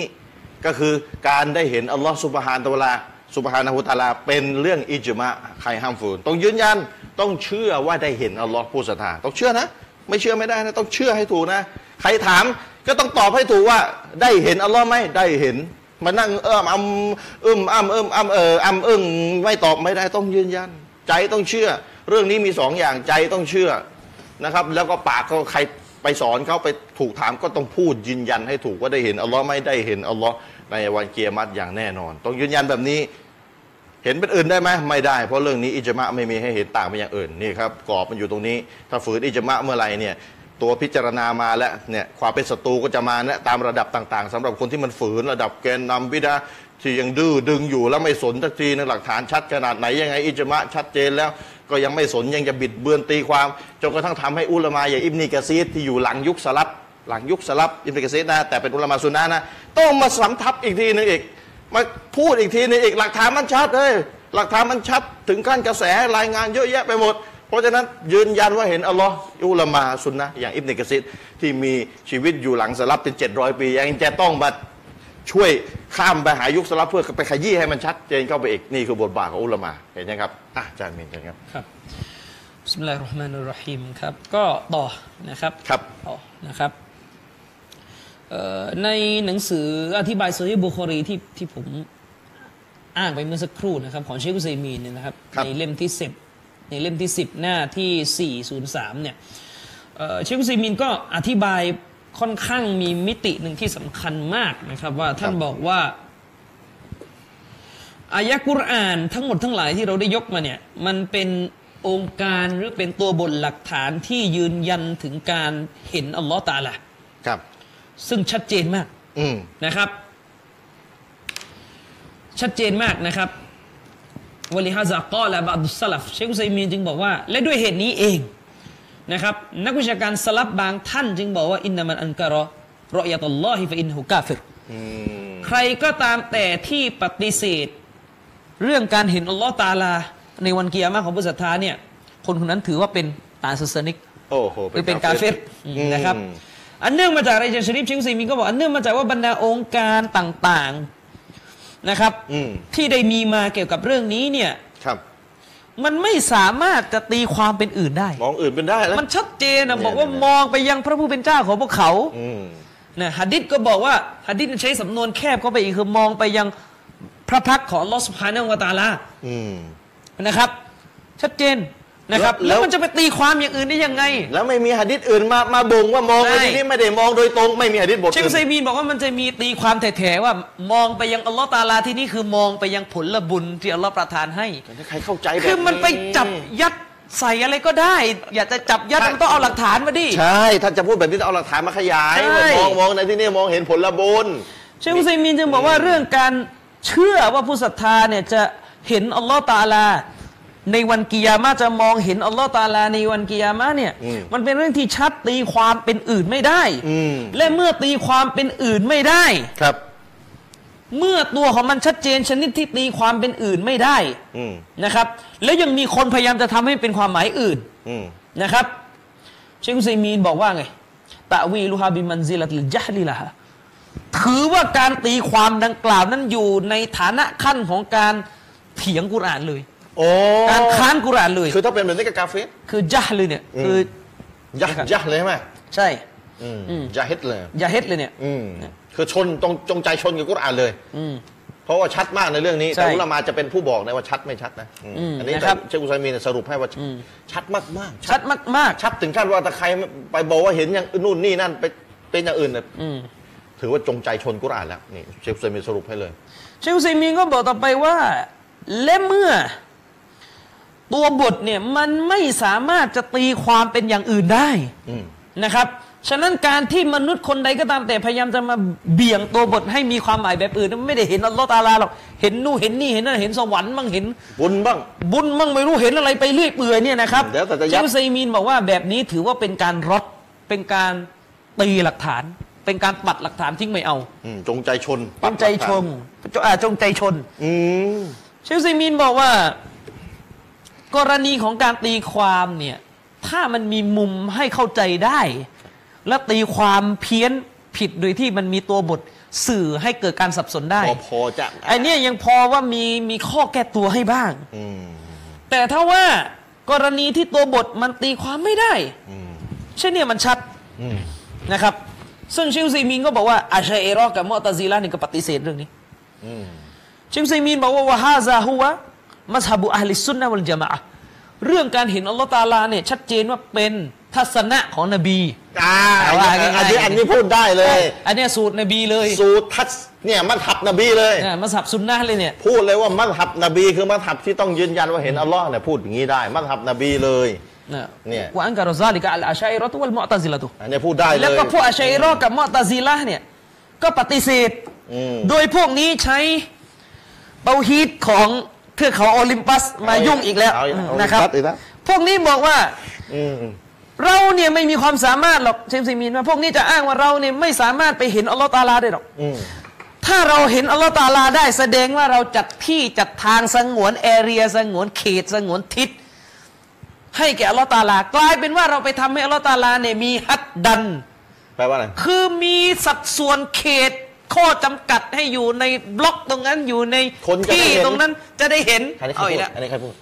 A: ก็คือการได้เห็นอัลลอฮ์สุบฮานตะวะลาสุบฮานะฮุตะอาลาเป็นเรื่องอิจมะใครห้ามฝืน ต้องยืนยันต้องเชื่อว่าได้เห็นอัลลอฮ์ผู้ศรัทธาต้องเชื่อนะ ไม่เชื่อไม่ได้นะต้องเชื่อให้ถูกนะ ใครถามก็ต้องตอบให้ถูกว่าได้เห็นอัลลอฮ์ไหมได้เห็น มานั่งเอิ่มอำอึมอำอึมอำเอออำอึ้งไม่ตอบไม่ได้ต้องยืนยัน ใจต้องเชื่อ เรื่องนี้มีสองอย่างใจต้องเชื่อนะครับ แล้วก็ปากก็ใครไปสอนเขาไปถูกถามก็ต้องพูดยืนยันให้ถูกว่าได้เห็นอัลลอฮ์ไม่ได้เห็นอัลลอฮ์ในวันเกียรมัดอย่างแน่นอน ต้องยืนยันแบบนี้ เห็นเป็นอื่นได้ไหมไม่ได้ เพราะเรื่องนี้อิจมะไม่มีให้เห็นต่างไปอย่างอื่นนี่ครับกรอบมันอยู่ตรงนี้ ถ้าฝืนอิจมะเมื่อไหร่เนี่ยตัวพิจารณามาแล้วเนี่ยความเป็นศัตรูก็จะมานะตามระดับต่างๆสำหรับคนที่มันฝืนระดับแกนนำบิดาที่ยังดื้อดึงอยู่แล้วไม่สนสักทีนะหลักฐานชัดขนาดไหนยังไงอิจมะชัดเจนแล้ว ก็ยังไม่สนยังจะบิดเบือนตีความจนกระทั่งทำให้อุลามาอย่างอิบนีกะซีดที่อยู่หลังยุคสลับหลังยุคสลับอิบนีกะซีดนะแต่เป็นอุลามาซุนนะห์นะต้องมาสำทับอีกทีนึงอีก มาพูดอีกทีนึงอีกหลักฐานมันชัดเลยหลักฐานมันชัดถึงขั้นกระแสรายงานเยอะแยะไปหมด เพราะฉะนั้นยืนยันว่าเห็นอัลลอฮ์อุลามาสุนนะห์อย่างอิบเนกะซิดที่มีชีวิตอยู่หลังสลับเป็น 700 ปียังจะต้องมาช่วยข้ามไปหายุคสลับเพื่อไปขยี้ให้มันชัดเจนเข้าไปอีก นี่คือบทบาทของอุลามาเห็นยังครับอ่ะอาจารย์มินเชิญครับ
B: ครับบิสมิลลาฮิรเราะห์มานิรเราะฮีมครับ ก็ต่อนะครับ
A: ครับ
B: ต่อนะครับเอ่อในหนังสืออธิบายโซฮีบุคอรีที่ที่ผมอ้างไปเมื่อสักครู่นะครับ ของเชคอุซัยมีนเนี่ยนะครับ
A: ครับ
B: ในเล่มที่สิบในเล่มที่สิบหน้าที่สี่ศูนย์สามเนี่ยเอ่อเชคอุซัยมีนก็อธิบายค่อนข้างมีมิติหนึ่งที่สำคัญมากนะครับ ว่าท่านบอกว่า อายะกุรอานทั้งหมดทั้งหลายที่เราได้ยกมาเนี่ย มันเป็นองค์การหรือเป็นตัวบทหลักฐานที่ยืนยันถึงการเห็นอัลลอฮ์ตะอาละ
A: ครับ
B: ซึ่งชัดเจนมาก
A: อืม
B: นะครับ ชัดเจนมากนะครับวะลิฮะซากอและบาดุสลัฟเชคอุซัยมีนจึงบอกว่า และด้วยเหตุนี้เองนะครับ นักวิชาการสลับบางท่านจึงบอกว่า อินนามันอันการะรอยะตัลลอฮิฟะอินฮุกาฟิร
A: อืม
B: ใครก็ตามแต่ที่ปฏิเสธ เรื่องการเห็นอัลลอฮ์ตะอาลา ในวันเกียรมาของผู้ศรัทธาเนี่ย คนคนนั้นถือว่าเป็นตาศาสนิก
A: โอ้โห
B: หรือเป็นกาเฟรนะครับ
A: อืม
B: อันเนื่องมาจากอะไรเจนชริฟเชิงซีมินก็บอกอันเนื่องมาจากว่าบรรดาองค์การต่างๆนะครับ
A: อืม
B: ที่ได้มีมาเกี่ยวกับเรื่องนี้เนี่ย
A: ครับ
B: มันไม่สามารถจะตีความเป็นอื่นได้
A: มองอื่นเป็นได้แล้ว
B: มันชัดเจนนะบอกว่า
A: เนี่ย
B: มองไปยังพระผู้เป็นเจ้าของพวกเขา
A: อืม
B: นะฮัดดิษก็บอกว่าฮัดดิษใช้สำนวนแคบเข้าไปอีกคือมองไปยังพระพักตร์ของอัลลอสพานะฮูวะตะอาลา
A: อืม
B: นะครับ ชัดเจนนะครับ
A: แล้ว
B: แล้วมันจะไปตีความอย่างอื่นได้ยังไง
A: แล้วไม่มีหะดิษอื่นมามาบ่งว่ามอง
B: ใช่
A: ในที่นี้ไม่ได้มองโดยตรงไม่มีหะดิษบท
B: เชค
A: อื่
B: ไซ
A: น
B: มีนบอกว่ามันจะมีตีความแถๆว่ามองไปยังอัลลอฮ์ตะอาลาที่นี่คือมองไปยังผลบุญที่อัลลอฮ์ประทานให้
A: ใครเข้าใจแบบ
B: คือมันไปจับยัดใส่อะไรก็ได้ อยากจะจับยัด
A: ใช่
B: มันต้องเอาหลักฐานมาดิ
A: ใช่ ถ้าจะพูดแบบนี้ต้องเอาหลักฐานมาขยาย
B: ใช่
A: ว่ามองมองในที่นี่มองเห็นผลบุญ
B: เชคอุซัยมินจึงบอกว่าเรื่องการเชื่อว่าผู้ศรัทธาเนี่ยจะเห็นอัลลอฮ์ตะอาลา ในวันกิยามะห์จะมองเห็นอัลลอฮ์ตะอาลาในวันกิยามะห์เนี่ย
A: อืม
B: มันเป็นเรื่องที่ชัดตีความเป็นอื่นไม่ได้
A: อืม
B: และเมื่อตีความเป็นอื่นไม่ได้
A: ครับ
B: เมื่อตัวของมันชัดเจนชนิดที่ตีความเป็นอื่นไม่ได้
A: อืม
B: นะครับ แล้วยังมีคนพยายามจะทำให้เป็นความหมายอื่น
A: อืม
B: นะครับเชคอุซัยมีนบอกว่าไงตะวีลูฮาบิมันซิลัตลจัฮลิละฮะถือว่าการตีความดังกล่าวนั้นอยู่ในฐานะขั้นของการเถียงกุรอานเลย
A: โอ้
B: การค้านกุรอานเลย
A: คือถ้าเป็นแบบนี้กับกาเฟร
B: คือจัฮเลยเนี่ยคือ
A: ยัดยัดเลยใช่ไหม
B: ใช่
A: อืมยัดเลย
B: ยาเฮดเลยเนี่ย
A: อืมคือชนตรงจงใจชนกับกุรอานเลย
B: อืม
A: เพราะว่าชัดมากในเรื่องนี้
B: ใช่
A: แต่อุลามาจะเป็นผู้บอกนะว่าชัดไม่ชัดนะอืม
B: อืม
A: อันนี้
B: นะครับ
A: แต่เชคอุซัยมีนเนยสรุปให้ว่าชัดชัดมากมากๆ
B: ชัดมาก
A: ชัดถึงขั้นว่าถ้าใครไปบอกว่าเห็นอย่างนู่นนี่นั่นไปเป็นอย่างอื่นเนี่ย
B: ๆอืม
A: ถือว่าจงใจชนกุรอานแล้วนี่เชคอุซัยมีนสรุปให้เลย
B: เชคอุซัยมีนก็บอกต่อไปว่า และเมื่อ ตัวบทเนี่ยมันไม่สามารถจะตีความเป็นอย่างอื่นได้
A: อืม
B: นะครับ ฉะนั้นการที่มนุษย์คนใดก็ตามแต่พยายามจะมาเบี่ยงตัวบทให้มีความหมายแบบอื่นไม่ได้เห็นอัลลอฮ์ตะอาลาหรอก เห็นนู่นเห็นนี่เห็นนั่นเห็นสวรรค์บ้างเห็น
A: บุญบ้าง
B: บุญบ้างไม่รู้เห็นอะไรไปเรื่อยเปื่อยเนี่ยนะครับ
A: แล้วแต่จะยั
B: เช
A: บ
B: คไซมีนบอกว่าแบบนี้ถือว่าเป็นการรดเป็นการตีหลักฐาน เป็นการปัดหลักฐานทิ้งไม่เอา
A: อืมจงใจชน
B: จงใจชงจงอ่าจงใจชน
A: อืม
B: เชลซีมีนบอกว่า กรณีของการตีความเนี่ย ถ้ามันมีมุมให้เข้าใจได้ และตีความเพี้ยนผิดโดยที่มันมีตัวบทสื่อให้เกิดการสับสนได้
A: พอพอจะ
B: ไอเนี้ยยังพอว่ามีมีข้อแก้ตัวให้บ้าง
A: อืม
B: แต่ถ้าว่ากรณีที่ตัวบทมันตีความไม่ได้
A: อืม
B: เช่นเนี่ยมันชัด
A: อืม
B: นะครับ ซึ่งเชลซีมีนก็บอกว่าอาชัยเอรอกับมอตาซีลานี่ก็ปฏิเสธเรื่องนี้
A: อืม
B: เชคอุซัยมีนบอกว่าวะฮาซาฮุวะมัสฮับุอัลลิสซุนนะวัลจามะอะห์เรื่องการเห็นอัลลอฮ์ตะอาลาเนี่ยชัดเจนว่าเป็นทัศนะของนบี
A: อ่า
B: แต่ว่าง่ายๆ
A: อันนี้อันนี้พูดได้เลย
B: อันเนี้ยสูตรนบีเลย
A: สูตรทัศน์เนี่ยมัทับนบีเลย
B: อ่ามัสฮับซุนนะห์เลยเนี่ย
A: พูดเลยว่ามัทับนบีคือมัทับที่ต้องยืนยันว่าเห็นอัลลอฮ์เนี่ยพูดอย่างนี้ได้ มัทับนบีเลย
B: นะ
A: เนี่ย
B: ว่าอันการอซาลิกะอัลอาชัยรอตุวัลมอตะซิละตุ
A: อันนี้พูดได้เลย
B: แล้วก็พวกอาชัยรอกับมอตะซิละห์เนี่ยก็ปฏิเสธ
A: อืม
B: โดยพวกนี้ใช้เตาฮีดของเทือกเขาโอลิมปัสมา
A: เอาอีก
B: ยุ่งอีกแล้ว
A: เอาอีก
B: อืม
A: เอาอีก
B: นะครับ
A: ครับอีกแล้ว
B: พวกนี้บอกว่า
A: อืม
B: เราเนี่ยไม่มีความสามารถหรอกเชมซีมีนว่าพวกนี้จะอ้างว่าเราเนี่ยไม่สามารถไปเห็นอัลลอฮ์ตะอาลาได้หรอก
A: อืม
B: ถ้าเราเห็นอัลลอฮ์ตะอาลาได้แสดงว่าเราจัดที่จัดทางสงวนแอเรียสงวนเขตสงวนทิศให้แก่อัลลอฮ์ตะอาลากลายเป็นว่าเราไปทำให้อัลลอฮ์ตะอาลาเนี่ยมีฮัดดัน
A: แปลว่าอะไร
B: คือมีสัดส่วนเขตข้อจำกัดให้อยู่ในบล็อกตรงนั้นอยู่ใน
A: คนจะได้
B: ที่
A: เห็น
B: ตรงนั้นจะได้เห็น
A: อันนี้ใครพู
B: เอาอี
A: ด
B: กแล้ว
A: อันนี้ใครพูด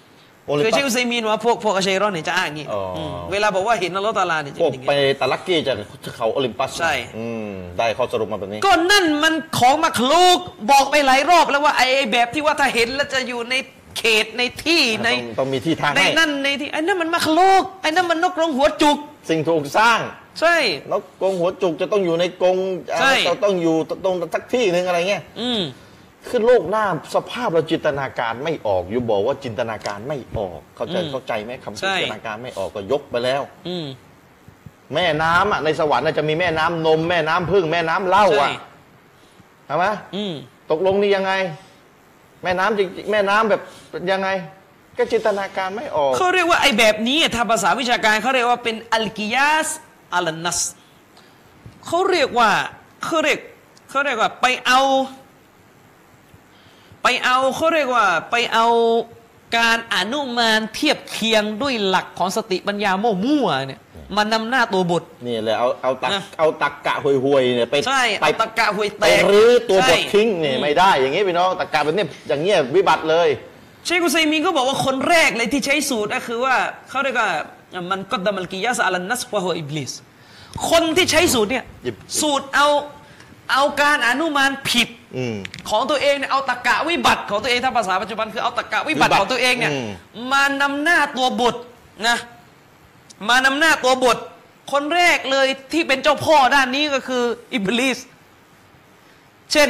A: โอลิ
B: คือ
A: ปั
B: เชคอุ
A: ส
B: ซัยมีนว่าพวกพวกอาเชยรอนเนี่ยจะอ้างอย่างนี้
A: อ๋ออื
B: มเวลาบอกว่าเห็นอัลลอฮ์ตะอาลาเนี่ยจะ
A: พว
B: เป็
A: ก
B: นอย่าง
A: ไป
B: นี้
A: ตะลักกี้จากเทือกเขาโอลิมปัส
B: ใช่
A: อืมได้ข้อสรุปมาแบบนี้
B: ก็นั่นมันของมักลูกบอกไปหลายรอบแล้วว่าไอ้ไอ้แบบที่ว่าถ้าเห็นแล้วจะอยู่ในเขตในที่ใน
A: ต้องต้องมีที่ทาง
B: ใน
A: ให้
B: นั่นในที่ไอ้นั่นมันมักลูกไอ้นั่นมันนกกรงหัวจุก
A: สิ่งถูกสร้าง
B: ใช่
A: แล้วกรงหัวจุกจะต้องอยู่ในกรงอ่า
B: ใช่
A: เราต้องอยู่ตรงสักที่หนึ่งอะไรเงี้ย
B: อืม
A: คือโลกหน้าสภาพเราจินตนาการไม่ออก อยู่บอกว่าจินตนาการไม่ออก เข้าใจเข้าใจไหมคำว่าจินตนาการไม่ออกก็ยกไปแล้ว
B: อืม
A: แม่น้ำอ่ะในสวรรค์น่ะจะมีแม่น้ำนม แม่น้ำพึ่งแม่น้ำเหล้าอ่ะ
B: ใช่
A: ใช่ไหม
B: อืม
A: ตกลงนี่ยังไง แม่น้ำจริงแม่น้ำแบบยังไง ก็จินตนาการไม่ออก
B: เขาเรียกว่าไอ้แบบนี้ถ้าภาษาวิชาการเขาเรียกว่าเป็นอัลกิยาสอัลนัสเขาเรียกว่าเขาเรียกเขาเรียกว่าไปเอา ไปเอาเขาเรียกว่าไปเอาการอนุมานเทียบเคียงด้วยหลักของสติปัญญามั่วๆเนี่ยมานำหน้าตัวบท
A: นี่แหละเอาเอาตัก
B: นะ
A: เอาตักกะห่วยๆเนี่ยไป
B: ใช่
A: ไป
B: เอาตะกะหวยแต
A: ไป
B: ก
A: รื้อตัวบท
B: ใช่
A: ทิ้งเนี่ยไม่ได้อย่างงี้พี่น้องตักกะแบบเนี้ยอย่างเงี้ยวิบัติเลย
B: เชคอุซัยมีนก็บอกว่าคนแรกเลยที่ใช้สูตรก็คือว่าเขาเรียกว่ามันกดดัมัลกิยาสอัลนัสวะฮวอิบลิสคนที่ใช้สูตรเนี่ย
A: อิบลิส
B: สูตรเอาเอาการอนุมานผิด
A: อืม
B: ของตัวเองเนี่ยเอาตะกะวิบัติของตัวเองถ้าภาษาปัจจุบันคือเอาตะกะวิบัติ
A: วิบัติ
B: ของตัวเองเนี่ย
A: อืม
B: มานำหน้าตัวบทนะมานำหน้าตัวบท คนแรกเลยที่เป็นเจ้าพ่อด้านนี้ก็คืออิบลิสเช่น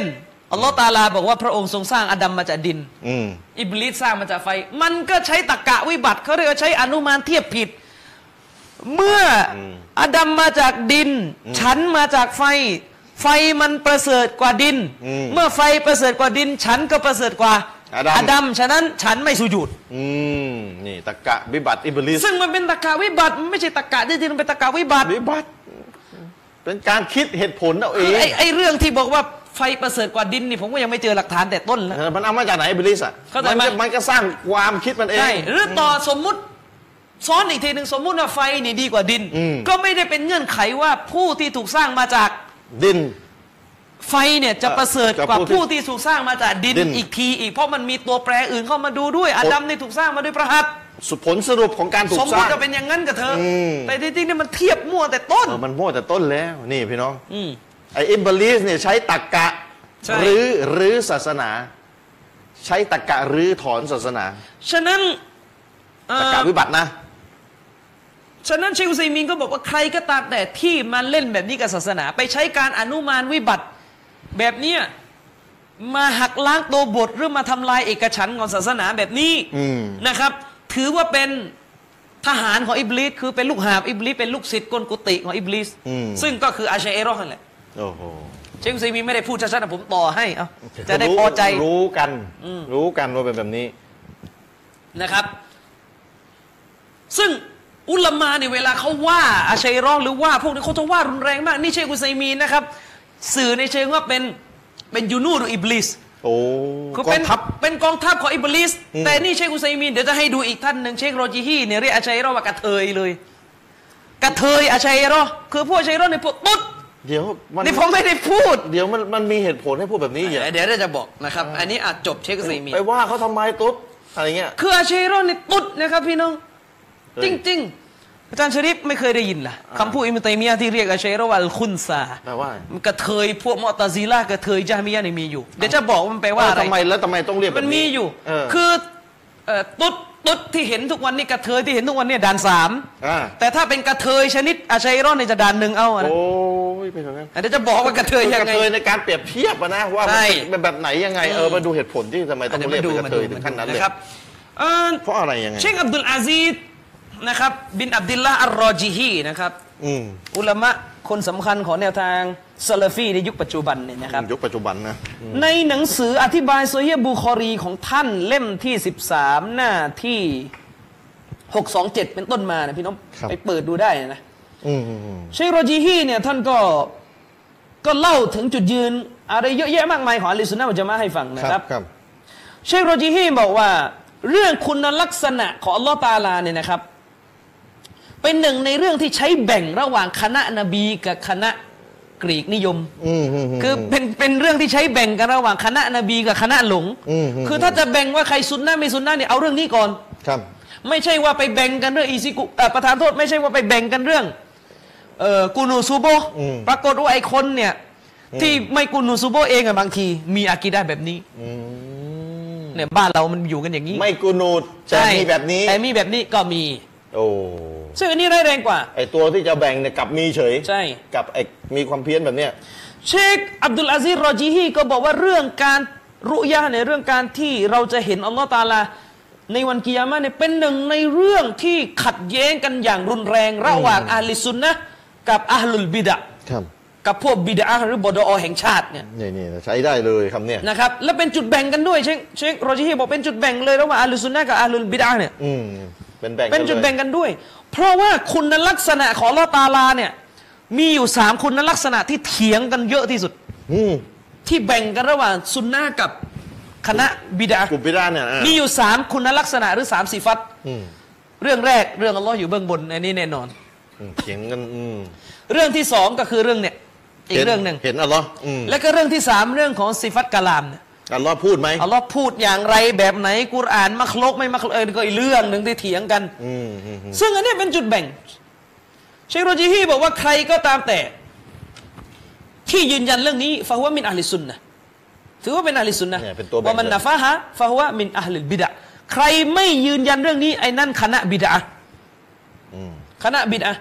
B: อัลลอฮ์ตะอาลาบอกว่าพระองค์ทรงสร้างอาดัมมาจากดิน
A: อืม
B: อิบลิสสร้างมาจากไฟ มันก็ใช้ตรกกะวิบัติเขาเรียกว่าใช้อนุมานเทียบผิด เมื่ออ
A: ม
B: อาดัมมาจากดิน ฉันมาจากไฟ ไฟมันประเสริฐกว่าดิน
A: อืม
B: เมื่อไฟประเสริฐกว่าดิน ฉันก็ประเสริฐกว่า
A: อาดัม
B: ดัม ฉะนั้นฉันไม่สุญูด
A: อืมนี่ตะกะวิบัติอิบลิส
B: ซึ่งมันเป็นตรกกะวิบัติมันไม่ใช่ตรกกะที่จริงมันเป็นตรกกะวิบัติ
A: ปฏิบัติเป็นการคิดเหตุผลเอาเอ
B: คือง ไอ้ไอ้เรื่องที่บอกว่า ไฟประเสริฐกว่าดินนี่ผมก็ยังไม่เจอหลักฐานแต่ต้นเลย
A: เออมันเอามาจากไหนอิบลิสอ่ะ
B: เข้าใจ
A: มั
B: ไหม
A: ก็มันก็สร้างความคิดมันเอง
B: ใช่หรือต่อสมมุติซ้อนอีกทีหนึ่งสมมุติว่าไฟนี่ดีกว่าดิน
A: อืม
B: ก็ไม่ได้เป็นเงื่อนไขว่าผู้ที่ถูกสร้างมาจาก
A: ดิน
B: ไฟเนี่ยจะประเสริฐ
A: กับ
B: กว่า
A: ผู้ที่
B: ผู้ที่ถูกสร้างมาจากดิน
A: ดิน
B: อีกทีอีกเพราะมันมีตัวแปรอื่นเข้ามาดูด้วยอาดัมนี่ถูกสร้างมาด้วยประหัต
A: สุผลสรุปของการถู
B: ส
A: ก
B: ม
A: ส
B: ม
A: ร้า
B: ติ
A: ง
B: จะเป็นอย่างนั้นกับเธออ
A: ม
B: แต่จริงๆเนี่ยมันเทียบมั่วแต่ต้น
A: เออมันมั่วแต่ต้นแล้วนี่พี่น้อง
B: อืม
A: ไอ้อิบลิสเนี่ยใช้ตรกกะ
B: ใช่
A: หรือหรือศาสนา ใช้ตรกกะหรือถอนศาสนา
B: ฉะนั้นเอ่
A: ตร
B: อก
A: กะวิบัตินะ
B: ฉะนั้นเชคอุซัยมินก็บอกว่าใครก็ตามแต่ที่มาเล่นแบบนี้กับศาสนา ไปใช้การอนุมานวิบัติแบบเนี้ยมาหักล้างตัวบทหรือมาทำลายเอกฉันท์ของศาสนาแบบนี้
A: อืม
B: นะครับ ถือว่าเป็นทหารของอิบลิสคือเป็นลูกหาบอิบลิสเป็นลูกศิษย์กลกุติของอิบลิสซึ่งก็คืออาชัยเอรอห์นั่นแหละ
A: โอ้โห
B: เชคอุซัยมินไม่ได้พูดชัดๆนะผมต่อให้เอาจะได้พอใจ
A: รู้รู้กัน รู้กันว่าเป็นแบบนี้
B: นะครับ ซึ่งอุลามาเนี่ยเวลาเขาว่าอาชัยรอห์หรือว่า พวกนี้เขาจะว่ารุนแรงมาก นี่เชคอุซัยมีนนะครับ สื่อในเชิงว่าเป็นเป็นยูนูหรืออิบลิส
A: โอ้
B: คือก
A: อ
B: เป็น
A: งทัพ
B: เป็นกองทัพของอิบลิส
A: อืม
B: แต่นี่เชคอุซัยมีนเดี๋ยวจะให้ดูอีกท่านหนึ่งเชคโรจิฮีเนี่ยเรียกอาชัยรอห์ว่ากระเทยเลยกระเทยอาชัยรอห์คือพวกอาชัยรอห์เนี่ยพวกตุ๊ด
A: เดี๋ยวมัน
B: นี่ผมไม่ได้พูด
A: เดี๋ยวมันมันมีเหตุผลให้พูดแบบนี้อย่าง
B: เดี๋ยวเราจะบอกนะครับ อันนี้อาจจบเชคอุซัยมีน
A: ไปว่าเขาทำไมตุ๊บอะไรเงี้ย
B: คืออาชัยรอห์เนี่ยตุ๊ดนะครับพี่น้อง จริง ๆ อาจารย์ชริปไม่เคยได้ยินล่ะคำพูดอิมตัยมียะห์ที่เรียกอาชัยรอห์ว่าอัลคุนซา
A: แปลว่า
B: มันกระเทยพวกมอตาซีล่ากระเทยจาฮ์มียะห์นี่มีอยู่ เดี๋ยวจะบอกว่ามันแปลว่า
A: เอ
B: อะ
A: อ
B: ไร
A: ทำไมแล้วทำไมต้องเรียกแบบ
B: มันมีอยู่
A: เออ
B: คือเอ่อตุ๊ดตุ๊ดที่เห็นทุกวันนี่กระเทยที่เห็นทุกวันเนี่ยด่านสาม
A: อ่า
B: แต่ถ้าเป็นกระเทยชนิดอาชัยรอห์เนี่ยจะด่านหนึ่งเอาอะนะ
A: โอ้ยเป็นแบบนั้น
B: เดี๋ยวจะบอกว่ากระเทยยัง
A: ก
B: ไง
A: ระเทยในการเปรียบเทียบอะนะว่า
B: ใช่
A: มันเป็นแบบไหนยังไงเออมาดูเหตุผลที่ทำไมต้อง
B: เดี๋ยว
A: เรีย
B: มากดู
A: เป็นกระเทยถึ
B: มาดู
A: งขั้นนั้นเลย
B: นะครับเอ่อ
A: เพราะอะไรยังไง
B: เชคอับดุลอาซีดนะครับบินอับดุลลาห์อัลรอจิฮีนะครับ
A: อืม
B: อุลามะคนสำคัญของแนวทางซาลาฟีในยุคปัจจุบันเนี่ยนะครับ
A: ยุคปัจจุบันนะ
B: ในหนังสืออธิบายโซเฮียบุคอรีของท่านเล่มที่ 13 หน้าที่ 627 เป็นต้นมานะพี่น้องไปเปิดดูได้นะ
A: อืมอืมอืม
B: เชคโรจีฮีเนี่ยท่านก็ก็เล่าถึงจุดยืนอะไรเยอะแยะมากมายของอาลีสุนนะมันจะมาให้ฟังนะ
A: ค
B: ค
A: รั
B: รั
A: บบ ครับ
B: เชคโรจิฮีบอกว่า เรื่องคุณลักษณะของอัลลอฮ์ตะอาลาเนี่ยนะครับ เป็นหนึ่งในเรื่องที่ใช้แบ่งระหว่างคณะนบีกับคณะกรีกนิยม
A: อืมอืมม
B: คือเป็นเป็นเรื่องที่ใช้แบ่งกันระหว่างคณะนบีกับคณะหลง
A: อืมอืม
B: คือถ้าจะแบ่งว่าใครซุนนะไม่ซุนนะเนี่ยเอาเรื่องนี้ก่อน
A: ครับ
B: ไม่ใช่ว่าไปแบ่งกันเรื่องอีซิกุเอ่อประธานโทษไม่ใช่ว่าไปแบ่งกันเรื่องเอ่อกูนูซูโบะ
A: อืม
B: ปรากฏว่าไอ้คนเนี่ยที่ไม่กูนูซูโบะเองอะบางที มีอากิดาแบบนี้
A: อืม
B: เนี่ยบ้านเรามันอยู่กันอย่างนี้
A: ไม่กูนูดจะมีแบบนี้
B: แต่มีแบบนี้ก็มี
A: โอ้
B: ซึ่งอันนี้ร้ายแรงกว่า
A: ไอตัวที่จะแบ่งเนี่ยกลับมีเฉย
B: ใช่
A: กับไอมีความเพี้ยนแบบเนี้ย
B: เชคอับดุลอาซิซรอจีฮีก็บอกว่าเรื่องการรุยาในยเรื่องการที่เราจะเห็นอัลลอฮ์ตะอาลา ในวันกิยามะห์เนี่ยเป็นหนึ่งในเรื่องที่ขัดแย้งกันอย่างรุนแรงระหว่างอาลิซุนนะห์กับอาลุลบิดะห์
A: ครับ
B: กับพวกบิดะห์หรือบอดอแห่งชาติเนี่ย
A: นี่นี่ใช้ได้เลยคำเนี้ย
B: นะครับและเป็นจุดแบ่งกันด้วยเชคเชคโรจีฮีบอกเป็นจุดแบ่งเลยระหว่างอาลิซุนนะห์กับอาลุลบิดะห์เนี่ย
A: อืมเป็นแบ่ง
B: เป็นจุด
A: กัลย
B: แบ่งกันด้วย เพราะว่าคุณลักษณะของอัลลอฮ์ตะอาลาเนี่ยมีอยู่สามคุณลักษณะที่เถียงกันเยอะที่สุด
A: อืม
B: ที่แบ่งกันระหว่างซุนนะห์กับคณะบิดาก
A: ลุ่มพิราเนี่ยอ่ะ
B: มีอยู่สามคุณลักษณะหรือสามสีฟัต
A: อืม
B: เรื่องแรกเรื่องอัลลอฮ์อยู่เบื้องบนอันนี้แน่นอน
A: อืมเถียงกันอืม
B: เรื่องที่สองก็คือเรื่องเนี่ยอีกเรื่องหนึ่ง
A: เห็นอัลลอฮ์อืม
B: และก็เรื่องที่สามเรื่องของสีฟัตกะลามเนี่ย
A: อัลลอฮ์พูดไหม
B: อัลลอฮ์พูดอย่างไรแบบไหนกุรอานมักลกไม่มักลกเออก็อีกเรื่องหนึ่งที่เถียงกัน
A: อืมอืมอืม
B: ซึ่งอันเนี้ยเป็นจุดแบ่ง เชคโรจิฮีบอกว่าใครก็ตามแต่ ที่ยืนยันเรื่องนี้ฟะฮุวะมินอะฮลิซุนนะห์ถือว่าเป็นอะฮลิซุนนะห์
A: เนี่ยเป็นตัวแบ่ง
B: ว่ามันนะฟะฮะฟะฮุวะมินอะฮลิลบิดะห์ใครไม่ยืนยันเรื่องนี้ไอ้นั่นคณะบิดะห์
A: อืม
B: คณะบิดะห์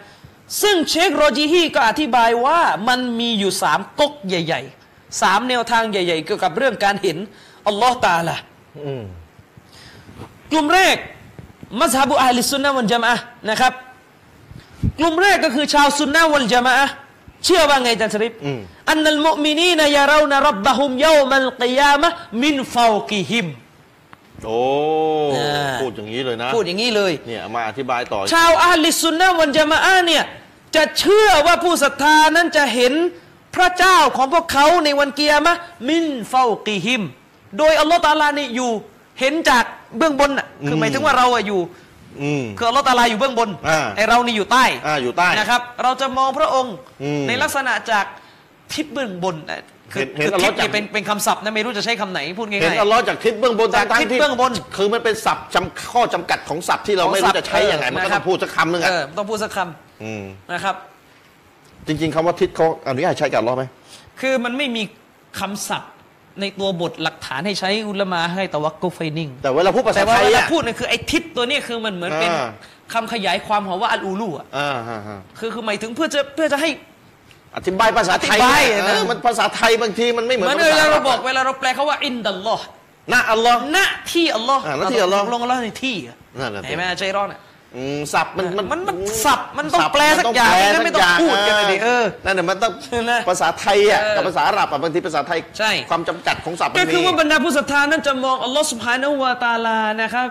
B: ซึ่งเชคโรจิฮีก็อธิบายว่ามันมีอยู่สามก๊กใหญ่ๆสามแนวทางใหญ่ ๆ เกี่ยวกับเรื่องการเห็นอัลลอฮ์ตะอาลา
A: อืม
B: กลุ่มแรก มัสฮับุอัลลิสุนนะฮ์วัลจามะฮ์นะครับ กลุ่มแรกก็คือชาวซุนนะฮ์วัลจามะฮ์เชื่อว่าไงอาจารย์ชริปอันนัลมุอ์มินีนยาเรานะรับบะฮุมเยามัลกิยามะฮ์มินฟาวกิฮิม
A: โอ้
B: อ่า
A: พูดอย่างนี้เลยนะ
B: พูดอย่างนี้เลย
A: เนี่ยมาอธิบายต่อ
B: ชาวอัลลิสุนนะฮ์วัลจามะฮ์เนี่ยจะเชื่อว่าผู้ศรัทธานั้นจะเห็น พระเจ้าของพวกเขาในวันเกียร์มะห์มินเฝ้ากีฮิม โดยอัลลอฮ์ตะอาลานี่อยู่เห็นจากเบื้องบนน่ะคือหมายถึงว่าเราอะอยู่
A: อืม
B: คืออัลลอฮ์ตะอาลาอยู่เบื้องบน
A: อ่า
B: ไอเรานี่อยู่ใต้
A: อ่าอยู่ใต้
B: นะครับ เราจะมองพระองค์
A: อืม
B: ในลักษณะจากทิศเบื้องบนนะคื
A: เห็
B: อน
A: เห็น
B: คือ
A: อัล
B: ทิ
A: เลาะห์
B: ศเนี่ย
A: จาก
B: เป็นเป็นคำศัพท์นะไม่รู้จะใช้คำไหนพูดง่ายๆ
A: เห็นอัลลอฮ์จากทิศเบื้องบน
B: จาก
A: ทั้
B: ทิศ
A: ๆที่
B: เบื้องบน
A: คือมันเป็นศัพท์จำข้อจำกัดของศัพท์ที่เราไม่
B: ของศั
A: รู้
B: พท์
A: จะใช้ยังไง
B: เออ
A: มันก็
B: นะครั
A: ต้อบ งพูดสักคำหนึง
B: เอ
A: อ่ะ
B: อต้องพูดสักค
A: ม
B: ำนะครับ
A: จริง ๆคำว่าทิศเขาอนุญาตใช้กับอัลลอฮ์ไหม
B: คือมันไม่มีคำศัพท์ในตัวบทหลักฐานให้ใช้อุลามาให้ตะวักกุไฟนิ่ง
A: แต่เวลาพูดภาษา
B: แต่ว่า
A: ไทย
B: เวลา
A: อ่ะ
B: พูดเนี่ยคือไอ้ทิศตัวเนี้คือมันเหมือนเป็น
A: อ่า
B: คำขยายความของว่าอัลอูลูอะ
A: อ่าฮะฮะ
B: คือคือหมายถึงเพื่อจะเพื่อจะให้
A: อธิบายภาษาไทย
B: อธิบาย
A: เนี่ย
B: นะ
A: เออมันภาษาไทยบางทีมันไม่เหมือ
B: เห
A: น
B: มื
A: ภ
B: อนเว
A: ษ
B: ลาเราบอก
A: ะ
B: เวลาเราแปลเขาว่าอินดัลลอฮ์
A: นะอัลลอฮ์
B: ณที่อัลลอฮ์
A: อ่าณที่อัลลอฮ์
B: ลงอัลลอฮ์ในที่อะ
A: นั่นแหละ
B: เห็นไหมใจร้อนอะ
A: อืมศัพท์มัน
B: มันมันศัพท์มันต้องแปลสักอย่าง
A: ศัพท์
B: ไม่งั้นไม่ต้องพูดกันเลยดิเออ
A: นั่นแหละมันต้อง
B: นะ
A: ภาษาไทยอ่ะ
B: เออ
A: กับภาษาอาหรับอ่ะบางทีภาษาไทย
B: ใช่
A: ความจำกัดของศัพท์มัน
B: ก็
A: มี
B: คือว่าบรรดาผู้ศรัทธานั้นจะมองอัลลอฮ์สุภาโนะฮูวาตาลานะครับ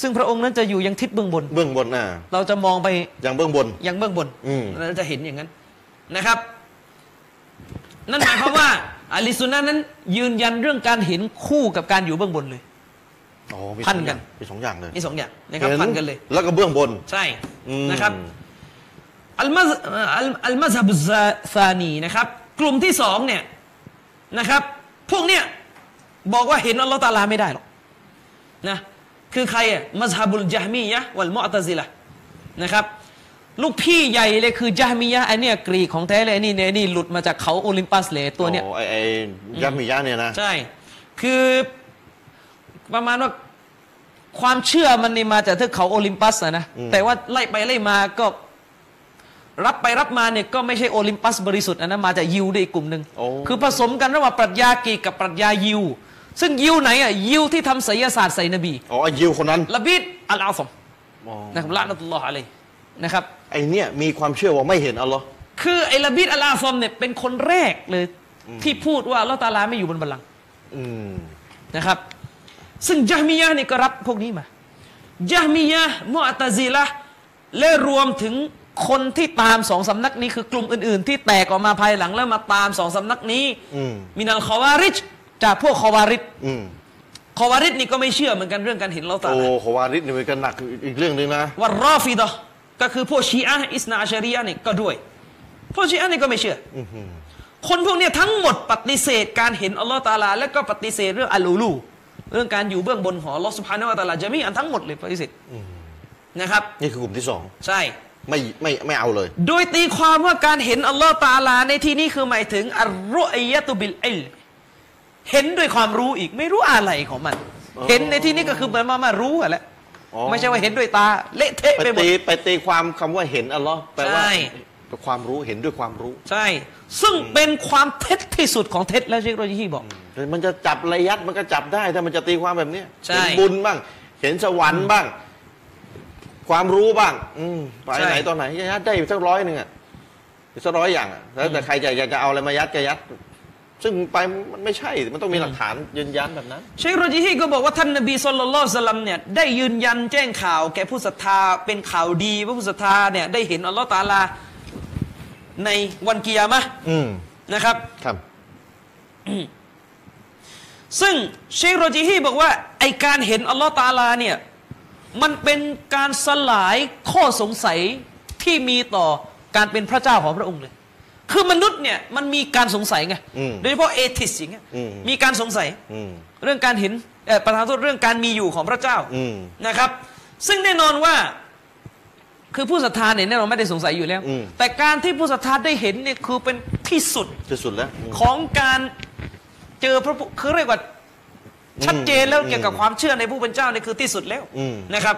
B: ซึ่งพระองค์นั้นจะอยู่ยังทิศเบื้องบน
A: เบื้องบนน่ะ
B: เราจะมองไป
A: อย่างเบื้องบน
B: ยังเบื้องบน
A: อืม
B: เราจะเห็นอย่างนั้นนะครับ นั่นหมายความว่าอาลิสุนนะห์นั้น ยืนยันเรื่องการเห็นคู่กับการอยู่เบื้องบนเลย
A: อ๋อมี
B: พัน
A: สองอ
B: กัน
A: ย่างมีสองอย่างเลย
B: นี่สองอย่างนะครับพันกันเลย
A: แล้วก็เบื้องบน
B: ใช่
A: อืม
B: นะครับอัลมาซเอ่ออัลอัลมาซฮับุซาซานีนะครับ กลุ่มที่สองเนี่ยนะครับ พวกเนี่ยบอกว่าเห็นอัลลอฮ์ตะอาลาไม่ได้หรอกนะคือใครอ่ะมัซฮับุลจาฮมียะห์วัลมอตะซิละห์นะครับ ลูกพี่ใหญ่เลยคือจาฮมียะห์อันเนี้ยกรีกของแท้เลยอันนี้เนี่ยอันนี่หลุดมาจากเขาโอลิมปัสเลยตัวเนี้ย
A: โอ้ไอไอ้ยามิยะเนี่ยนะ
B: ใช่ คือประมาณว่าความเชื่อมันนี่มาจากเทือกเขาโอลิมปัสอะนะ แต่ว่าไล่ไปไล่มาก็ รับไปรับมาเนี่ยก็ไม่ใช่โอลิมปัสบริสุทธิ์อันนั้นมาจากยิวด้วยอีกกลุ่มหนึ่งคือผสมกันระหว่างปรัชญากรีกกับปรัชญายิว ซึ่งยิวไหนอ่ะยิวที่ทำไสยศาสตร์ใส่นบี
A: อ๋อไอ้ยิวคนนั้น
B: ละบิดอัลอาซอม
A: อ๋อ
B: นะครับละนัตุลลอฮ์อะลัยนะครับ
A: ไอเนี่ยมีความเชื่อว่าไม่เห็นอัลลอฮ์
B: คือไอ้ละบิดอัลอาซอมเนี่ยเป็นคนแรกเลย ที่พูดว่าอัลลอฮ์ตะอาลาไม่อยู่บนบัลลังก์
A: อืม
B: นะครับ ซึ่งยะฮ์มียะห์เนี่ยก็รับพวกนี้มายะฮ์มียะห์มุอ์ตะซิละห์และรวมถึงคนที่ตามสองสำนักนี้คือกลุ่มอื่น ๆ ที่แตกออกมาภายหลังแล้วมาตามสองสำนักนี้
A: อืม
B: มินัลคอวาริจจากพวกคอวาริจ
A: อืม
B: คอวาริจนี่ก็ไม่เชื่อเหมือนกันเรื่องการเห็นเราตา
A: โอ้โหวาริดนี่มันก็หนักอีกเรื่องหนึงนะ
B: ว่ารอฟิดะห์ก็คือพวกชีอะห์อิสนาอาชารียะห์นี่ก็ด้วย พวกชีอะห์นี่ก็ไม่เชื่ออคนพวกเนี้ทั้งหมดปฏิเสธการเห็นอัลลอฮ์ตะอาลา และก็ปฏิเสธเรื่องอัลลูลู เรื่องการอยู่เบื้องบนของอัลลอฮ์สุภานะฮูวะตะอาลาจะมีอันทั้งหมดเลยปฏิเสธนะครับ
A: นี่คือกลุ่มที่สอง
B: ใช่
A: ไม่ไม่ไม่เอาเลย
B: โดยตีความว่าการเห็นอัลลอฮ์ตะอาลา ในที่นี้คือหมายถึงอัลรุอียะตุบิลอิลมเห็นด้วยความรู้อีกไม่รู้อะไรของมัน เห็นในที่นี้ก็คือเหมือนมามารู้อะแหละ
A: อ๋อ
B: ไม่ใช่ว่าเห็นด้วยตาเละเทะ
A: ไป
B: ไปหมด
A: ตีไปตีความคำว่าเห็นอัลลอฮ์แปลว่า
B: ใช่
A: ความรู้เห็นด้วยความรู้
B: ใช่ ซึ่งเป็นความเท็จที่สุดของเท็จแล้วเชคโรจิฮีบอก
A: มันจะจับระยัดมันก็จับได้ ถ้ามันจะตีความแบบเนี้ยเห็
B: ใช่
A: นบุญบ้าง เห็นสวรรค์บ้าง ความรู้บ้าง อืมไป
B: ใช่
A: ไหนตอนไหนยัดได้สักร้อยหนึ่งอ่ะสักร้อยอย่างอะแล้วแต่ใครจะอยากจะเอาอะไรมายัดก็ยัด ซึ่งไปมันไม่ใช่ มันต้องมีหลักฐานยืนยันแบบนั้น
B: เชคโรจิฮีก็บอกว่าท่านนบีสุลต่านละสลัมเนี่ยได้ยืนยันแจ้งข่าวแก่ผู้ศรัทธาเป็นข่าวดีว่าผู้ศรัทธาเนี่ยได้เห็นอัลลอฮ์ตะอาลาในวันกิยามะห์
A: อืม
B: นะครับ
A: ครับ
B: ซึ่งเชคโรจิฮีบอกว่าไอการเห็นอัลลอฮ์ตะอาลาเนี่ยมันเป็นการสลายข้อสงสัยที่มีต่อการเป็นพระเจ้าของพระองค์เลย คือมนุษย์เนี่ยมันมีการสงสัยไงโดยเฉพาะเอทิสอย่างเงี้ยมีการสงสัย
A: อืม
B: เรื่องการเห็นเอ่อประธานโทษเรื่องการมีอยู่ของพระเจ้า
A: อืม
B: นะครับ ซึ่งแน่นอนว่าคือผู้ศรัทธาเนี่ยแน่นอนไม่ได้สงสัยอยู่แล้ว
A: อืม
B: แต่การที่ผู้ศรัทธาได้เห็นเนี่ยคือเป็นที่สุด
A: ที่สุดแล้วอืม
B: ของการเจอพระผู้คือเรียกว่าชัดเจนแล้วเกี่ยวกับความเชื่อในผู้เป็นเจ้าเนี่ยคือที่สุดแล้ว
A: อืม
B: นะครับ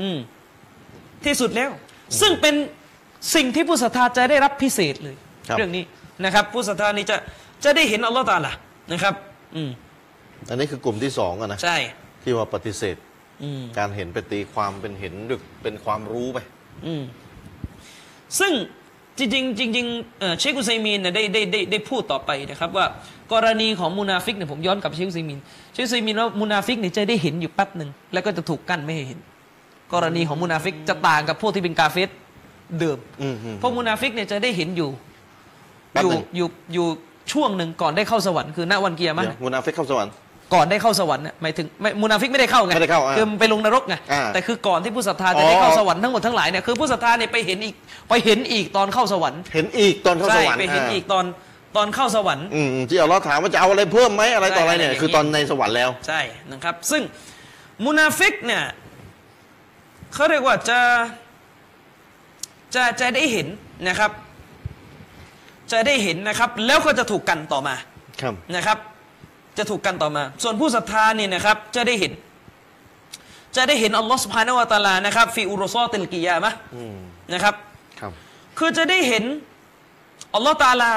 B: อืมที่สุดแล้ว ซึ่งเป็นสิ่งที่ผู้ศรัทธาจะได้รับพิเศษเลย
A: ครับ
B: เรื่องนี้นะครับ ผู้ศรัทธานี่จะจะได้เห็นอัลลอฮ์ตะอาละนะครับ อืม
A: อันนี้คือกลุ่มที่สองอะนะ
B: ใช่
A: ที่ว่าปฏิเสธ
B: อืม
A: การเห็นไปตีความเป็นเห็นด้วยเป็นความรู้ไป
B: อืมซึ่งจริงๆจริงๆเอ่อเชคอุซัยมีนเนี่ยได้ได้ได้ได้พูดต่อไปนะครับ ว่ากรณีของมูนาฟิกเนี่ยผมย้อนกลับไปเชคอุซัยมีนเชคอุซัยมีนว่ามูนาฟิกเนี่ยจะได้เห็นอยู่แป๊บหนึ่งแล้วก็จะถูกกั้นไม่ให้เห็น กรณีของมูนาฟิกจะต่างกับพวกที่เป็นกาเฟส เดิม
A: อืมอืม
B: เพราะมุนาฟิกเนี่ยจะได้เห็นอยู่
A: แป๊บ
B: อ
A: ห
B: ยู่
A: นึ่ง
B: อยู่อยู่ช่วงหนึ่งก่อนได้เข้าสวรรค์คือณวันเกียร์มั
A: เดี๋ยวมุนาฟิกเข้าสวรรค์
B: ก่อนได้เข้าสวรรค์เนี่ยหมายถึงไม่มุนาฟิกไม่ได้เข้าไง
A: ไม่ได้เข้าอ่า
B: คือไปลงนรกไง
A: อ่า
B: แต่คือก่อนที่ผู้ศรัทธาจะได้เข้า
A: อ๋อ
B: สวรรค์ทั้งหมดทั้งหลายเนี่ยคือผู้ศรัทธาเนี่ยไปเห็นอีกไปเห็นอีกตอนเข้าสวรรค์
A: เห็นอีกตอนเข้า
B: ใช่
A: สวรรค์
B: ไปเห็นอีกตอนตอนเข้าสวรรค์
A: อืมอืมที่อัลลอฮ์ถามว่าจะเอาอะไรเพิ่มไหมอะไรต่ออะไรเนี่ย
B: ใช่
A: คือตอนในสวรรค์แล้ว
B: ใช่นะครับ ซึ่งมุนาฟิกเนี่ยเขาเรียกว่าจะจะจะได้เห็นนะครับ จะได้เห็นนะครับ แล้วก็จะถูกกันต่อมา
A: ครับ
B: นะครับ จะถูกกันต่อมา ส่วนผู้ศรัทธาเนี่ยนะครับ จะได้เห็น จะได้เห็นอัลลอฮ์สุภาณวะตะอาลานะครับฟีอุรซอติลกิยามะห์
A: อืม
B: นะครับ
A: ครับ
B: คือจะได้เห็นอัลลอฮ์ตะอาลา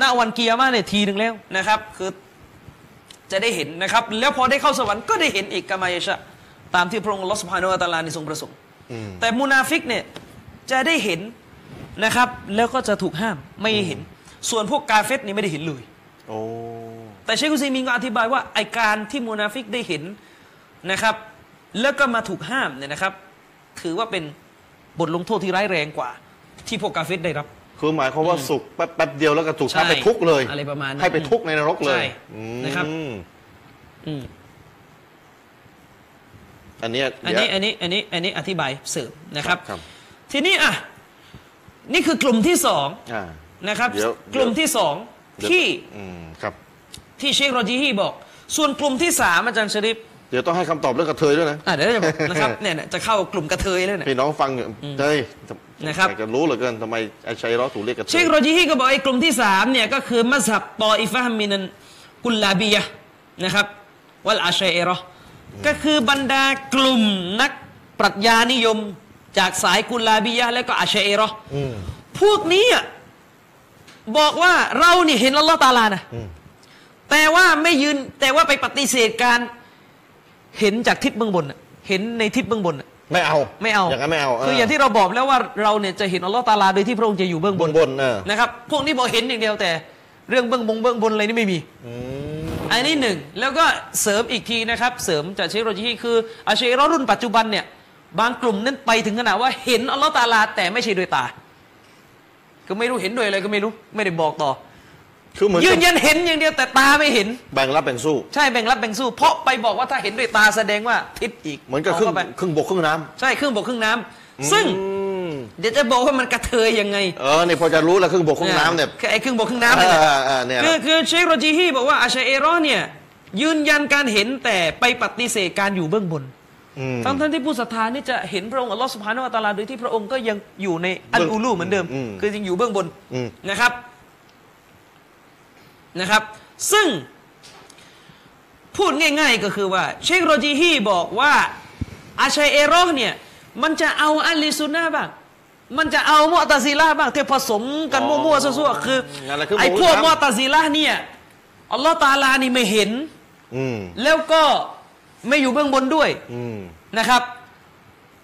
B: ณวันกิยามะห์เนี่ยทีหนึ่งแล้วนะครับ คือจะได้เห็นนะครับ แล้วพอได้เข้าสวรรค์ก็ได้เห็นอีกกามายะชะตามที่พระองค์อัลลอฮ์สุภาณวะตะอาลาในทรงประสงค์
A: อืม
B: แต่มุนาฟิกเนี่ยจะได้เห็นนะครับ แล้วก็จะถูกห้ามไม่ให้เห็น ส่วนพวกกาเฟตนี่ไม่ได้เห็นเลย
A: โอ้
B: แต่เชคอุซีมินก็อธิบายว่าไอการที่มูนาฟิกได้เห็นนะครับ แล้วก็มาถูกห้ามเนี่ยนะครับ ถือว่าเป็นบทลงโทษที่ร้ายแรงกว่า ที่พวกกาเฟตได้รับ
A: คือหมายความว่าสุขแป๊บแป๊บเดียวแล้วก็ถูก
B: ใช่
A: ทำไปทุกข์เลย
B: อะไรประมาณนั้น
A: ให้ไปทุกข์ในนรกเลย
B: ใช่
A: อืม
B: นะครับ อืม
A: อันเนี้ย
B: อัน
A: เดี๋ยว
B: นี้อันนี้อันนี้อันนี้อธิบายเสริมนะครับ
A: ครับ
B: ทีนี้อ่ะนี่คือกลุ่มที่สอง
A: อ่า
B: นะครับ
A: เดี๋ยว
B: กลุ่มที่สอง
A: เดี๋ยว
B: ที่
A: อืมครับ
B: ที่เชคโรจีฮีบอก ส่วนกลุ่มที่สามอาจารย์ชริป
A: เดี๋ยวต้องให้คำตอบเรื่องกระเทยด้วยนะ
B: อ่ะเดี๋ยวจะบอกนะครับเนี่ยเนี่ยจะเข้ากลุ่มกระเทยแล้วเนี่ย
A: พี่น้องฟังอยู่เฮ้ย
B: นะครับ
A: อยากจะรู้เหลือเกินทำไมไอ้ชัยร้อถูกเรียกกระเท
B: เช
A: ย
B: คโรจิฮีก็บอกไอ้กลุ่มที่สามเนี่ยก็คือมัสฮับตออิฟะฮ์มินันกุลลาบียะห์นะครับวัลอาชัยเราะห์ก็คือบรรดากลุ่มนักปรัชญานิยมจากสายกุลลาบียะห์และก็อาชัยเราะห์
A: อืม
B: พวกนี้อ่ะบอกว่าเรานี่เห็นอัลลอฮ์ตะอาลานะ
A: อืม
B: แต่ว่าไม่ยืนแต่ว่าไปปฏิเสธการเห็นจากทิศเบื้องบนน่ะเห็นในทิศเบื้องบนน่ะ
A: ไม่เอา
B: ไม่เอา
A: อย่างนั้นไม่เอา
B: คืออย่างที่เราบอกแล้วว่าเราเนี่ยจะเห็นอัลลอฮ์ตะอาลาโดยที่พระองค์จะอยู่เบื้อง
A: บบ น
B: น
A: บนๆเออ
B: นะครับ พวกนี้บอกเห็นอย่างเดียวแต่เรื่องเบื้องบงเบื้องบนอะไรนี่ไม่มี
A: อืม
B: อันนี้หนึ่ง แล้วก็เสริมอีกทีนะครับ เสริมจากเชคโรจิฮีคืออาเชรอรุ่นปัจจุบันเนี่ย บางกลุ่มนั้นไปถึงขนาดว่าเห็นอัลลอฮ์ตะอาลา แต่ไม่ใช่ด้วยตา ก็ไม่รู้เห็นด้วยอะไรก็ไม่รู้ ไม่ได้บอกต่อ
A: คือเหมือน
B: ยืนยันเห็นอย่างเดียวแต่ตาไม่เห็น
A: แบ่งรับแบ่งสู้
B: ใช่แบ่งรับแบ่งสู้ เพราะไปบอกว่าถ้าเห็นด้วยตาแสดงว่าทิศอีก
A: เหมือนกับครึ่ง
B: าข้าไป
A: ครึ่งบกครึ่งน้ำ
B: ใช่ครึ่งบกครึ่งน้ำซึ่ง
A: อืม
B: เดี๋ยวจะบอกว่ามันกระเทยยังไง
A: เออเนี่ยพอจะรู้แล้วครึ่งบกครึ่งน้ำเนี่ย
B: คือไอ้ครึ่งบกครึ่งน้ำเนี่ยแหละ
A: เออเออเนี่ย
B: คือคือเชคโรจีฮีบอกว่าอาชาเอรอเนี่ยยืนยันการเห็นแต่ไปปฏิเสธการอยู่เบื้องบน
A: ม
B: ทั้งท่านที่ผู้ศรัทธานี่จะเห็นพระองค์อัลลอฮ์สุภาโนะตะอาลาโดยที่พระองค์ก็ยังอยู่ในอันอูลูเหมือนเดิม
A: อืม
B: คือยังอยู่เบื้องบน
A: อืม
B: นะครับนะครับ ซึ่งพูดง่าย ๆก็คือว่า เชคโรจีฮีบอกว่าอาชัยเอรอเนี่ยมันจะเอาอัลลิซุนนาบ้างมันจะเอามอตาซิล่าบ้างที่ผสมกันมั่วๆซั่วๆคือ
A: นั่นแหละคือ
B: ไอ้พวก
A: หมู
B: ม
A: น้ำ
B: อตาซิล่าเนี่ยอัลลอฮ์ตะอาลานี่ไม่เห็น
A: อืม
B: แล้วก็ไม่อยู่เบื้องบนด้วย
A: อืม
B: นะครับ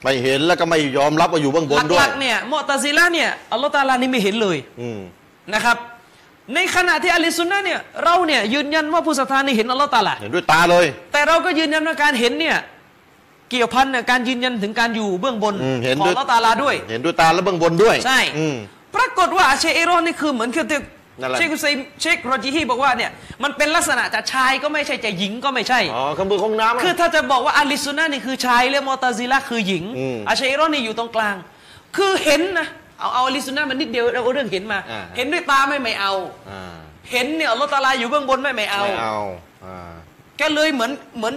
A: ไม่เห็นแล้วก็ไม่ยอมรับว่าอยู่เบื้องบนด้
B: ห
A: วย
B: ลักๆเนี่ยมอตาซิล่าเนี่ยอัลลอฮ์ตะอาลานี่ไม่เห็นเลย
A: อืม
B: นะครับ ในขณะที่อะลิซุนนะห์เนี่ยเราเนี่ยยืนยันว่าผู้ศรัทธานี่เห็นอัลลอฮ์ตะอาลา
A: เห็นด้วยตาเลย
B: แต่เราก็ยืนยันว่าการเห็นเนี่ยเกี่ยวพันเนี่ยการยืนยันถึงการอยู่เบื้องบน
A: อืมเห็น
B: ของ
A: ด้วย
B: อัลลอฮ์ตะอาลาด้วย
A: เห็นด้วยตาแล้วเบื้องบนด้วย
B: ใช่
A: อืม
B: ปรากฏว่าอาเชเอโรนี่คือเหมือนคือที่
A: นั่นแหละ
B: เชคอุซัยเชคโรจิฮีบอกว่าเนี่ยมันเป็นลักษณะจะชายก็ไม่ใช่จะหญิงก็ไม่ใช่
A: อ๋อคำบือของน้ำะ
B: คือถ้าจะบอกว่าอาลิซุนนะห์นี่คือชายและมอตาซิละคือหญิง
A: อืม
B: อาชัยรอนนี่อยู่ตรงกลาง คือเห็นนะเอาเอาอาลิซุนนะห์มันนิดเดียวเราเอาเรื่องเห็นมา
A: อ่า
B: เห็นด้วยตาไม่ไม่เอา
A: อ่า
B: เห็นเนี่ยอัลลอฮ์ตะอาลาอยู่เบื้องบนไม่ไม่เอา
A: ไม่เอาอ่า
B: แกเลยเหมือนเหมือน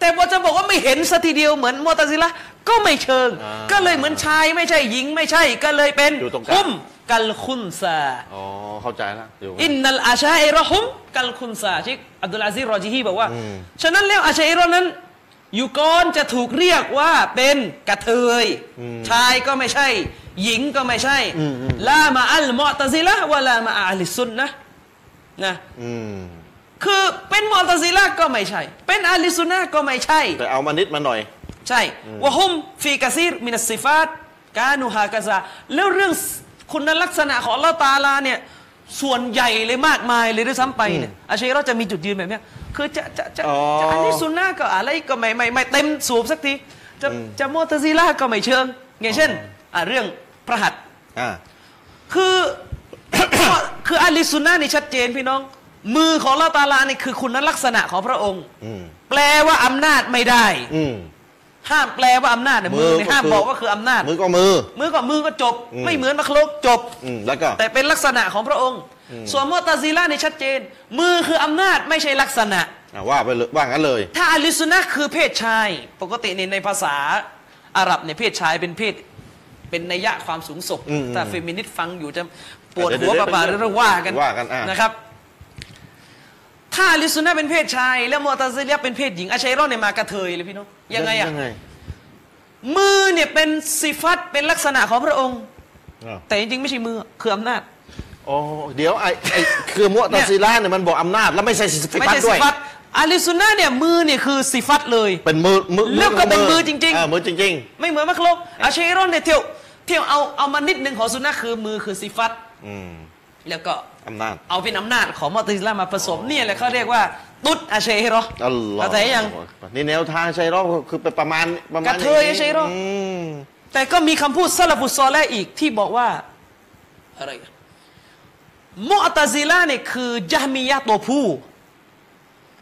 B: แต่พอจะบอกว่าไม่เห็นสัทีเดียวเหมือนมอตาซิละก็ไม่เชิง ก็เลยเหมือนชายไม่ใช่หญิงไม่ใช่ก็เลยเป็น
A: อยู่ตรงกลาง
B: คุมกัลคุนซา
A: อ๋อเข้าใจแล้วเดี๋ยว
B: อินนัลอาชาอิรอฮุมกัลคุนซาชิกอับดุลอาซิรรอจิฮีบอกว่า
A: อืม
B: ฉะนั้นแล้วอาชาอิรอนั้น อยู่ก่อนจะถูกเรียกว่าเป็นกระเทย ชายก็ไม่ใช่ หญิงก็ไม่ใช่ลามาอัลมอตะซิละฮ์วะลามาอาลิซุนนะห์นะ
A: อืม
B: คือเป็นมอตะซิละฮ์ก็ไม่ใช่ เป็นอาลิซุนนะห์ก็ไม่ใช่
A: แต่เอามานิดมาหน่อย
B: ใช่วะฮุมฟีกะซีรมินัสซิฟาตกานูฮากะซาแล้วเรื่องคุณลักษณะของอัลลอฮ์ตะอาลาเนี่ยส่วนใหญ่เลยมากมายเลยด้วยซ้ำไปเนี่ยอาชัยเราจะมีจุดยืนแบบเนี้ยคือจะจะจะ
A: อ๋อ
B: จะอันนี้ซุนนะห์ก็อะไรก็ไม่ไม่ไม่เต็มสูบสักที จะจะมอตะซิล่าก็ไม่เชิง อย่างเช่น อ่ะเรื่องพระหัตถ์
A: อ่า
B: คือ (coughs) คืออาลีซุนนะห์นี่ชัดเจนพี่น้อง มือของอัลลอฮ์ตะอาลานี่คือคุณลักษณะของพระองค์
A: อืม
B: แปลว่าอำนาจไม่ได้
A: อืม
B: ห้ามแปลว่าอำนาจเนี่ยมือ
A: มื
B: เนี่ย
A: อก็คือ
B: ห้ามบอกว่าคืออำนาจ
A: มือก็มือ
B: มือก็มือก็จบ
A: อืม
B: ไม่เหมือนมัคลกจบ
A: อืมแล้วก็
B: แต่เป็นลักษณะของพระองค์
A: อืม
B: ส่วนมอตาซิล่าเนี่ยชัดเจน มือคืออำนาจไม่ใช่ลักษณะ
A: อ่ะว่าไปเลยว่างั้นเลย
B: ถ้าอาลิสุนะห์คือเพศชาย ปกติในยในภาษาอาหรับเนี่ยเพศชายเป็นเพศเป็นนัยยะความสูงส่ง
A: อืม
B: ถ้า
A: อืม
B: เฟมินิสต์ฟังอยู่จะปวดหัว
A: เดี๋ยว
B: ปะปะ
A: เดี๋ยว
B: เรื่องว่ากัน
A: ว่ากันอ่ะ
B: นะครับ ถ้าอาลิสุนะห์เป็นเพศชาย แล้วมอตาซิล่าเป็นเพศหญิงอาชัยรอนเนี่ยมากระเทยเลยพี่น้องยังไงอะ
A: ยังไง
B: มือเนี่ยเป็นสิฟัตเป็นลักษณะของพระองค์
A: อ่ะ
B: แต่จริงๆไม่ใช่มือคืออำนาจ
A: อ๋อเดี๋ยวไอ้ไอ้คือมุตัซีล่าเนี่ยมันบอกอำนาจแล้วไม่ใช่สิทธิ
B: ไม่
A: พัต
B: ใช่
A: ด้
B: สิ
A: วย
B: ฟัตอาลิสุนนะห์เนี่ยมือเนี่ยคือสิฟัตเลย
A: เป็นมือมือ
B: แล้วก็เป็นมือจริงๆ
A: เออมือจริง
B: ไม่เหมือนมัคลกอาเชรอนเนี่ยเที่ยวเที่ยวเอาเอามานิดหนึ่งของสุนนะห์คือมือคือสิฟัต
A: ๆ อืม
B: แล้วก็
A: อำนาจ
B: เอาเป็นอำนาจของมอติสลามมาผสมเนี่ยแหละเขาเรียกว่า ตุดอาเชรอ
A: อัลลอฮ์
B: เข้าใจยัง
A: นี่แนวทางชัยรอบคือเป็นประมาณประมาณ
B: กระเทย
A: างนี้
B: ชัยรอบ
A: ม
B: แต่ก็มีคำพูดซาลาฟุซอแลอีกที่บอกว่าอะไรนะมุอตาซิล่าเนี่ยคือจามียะตัวผู้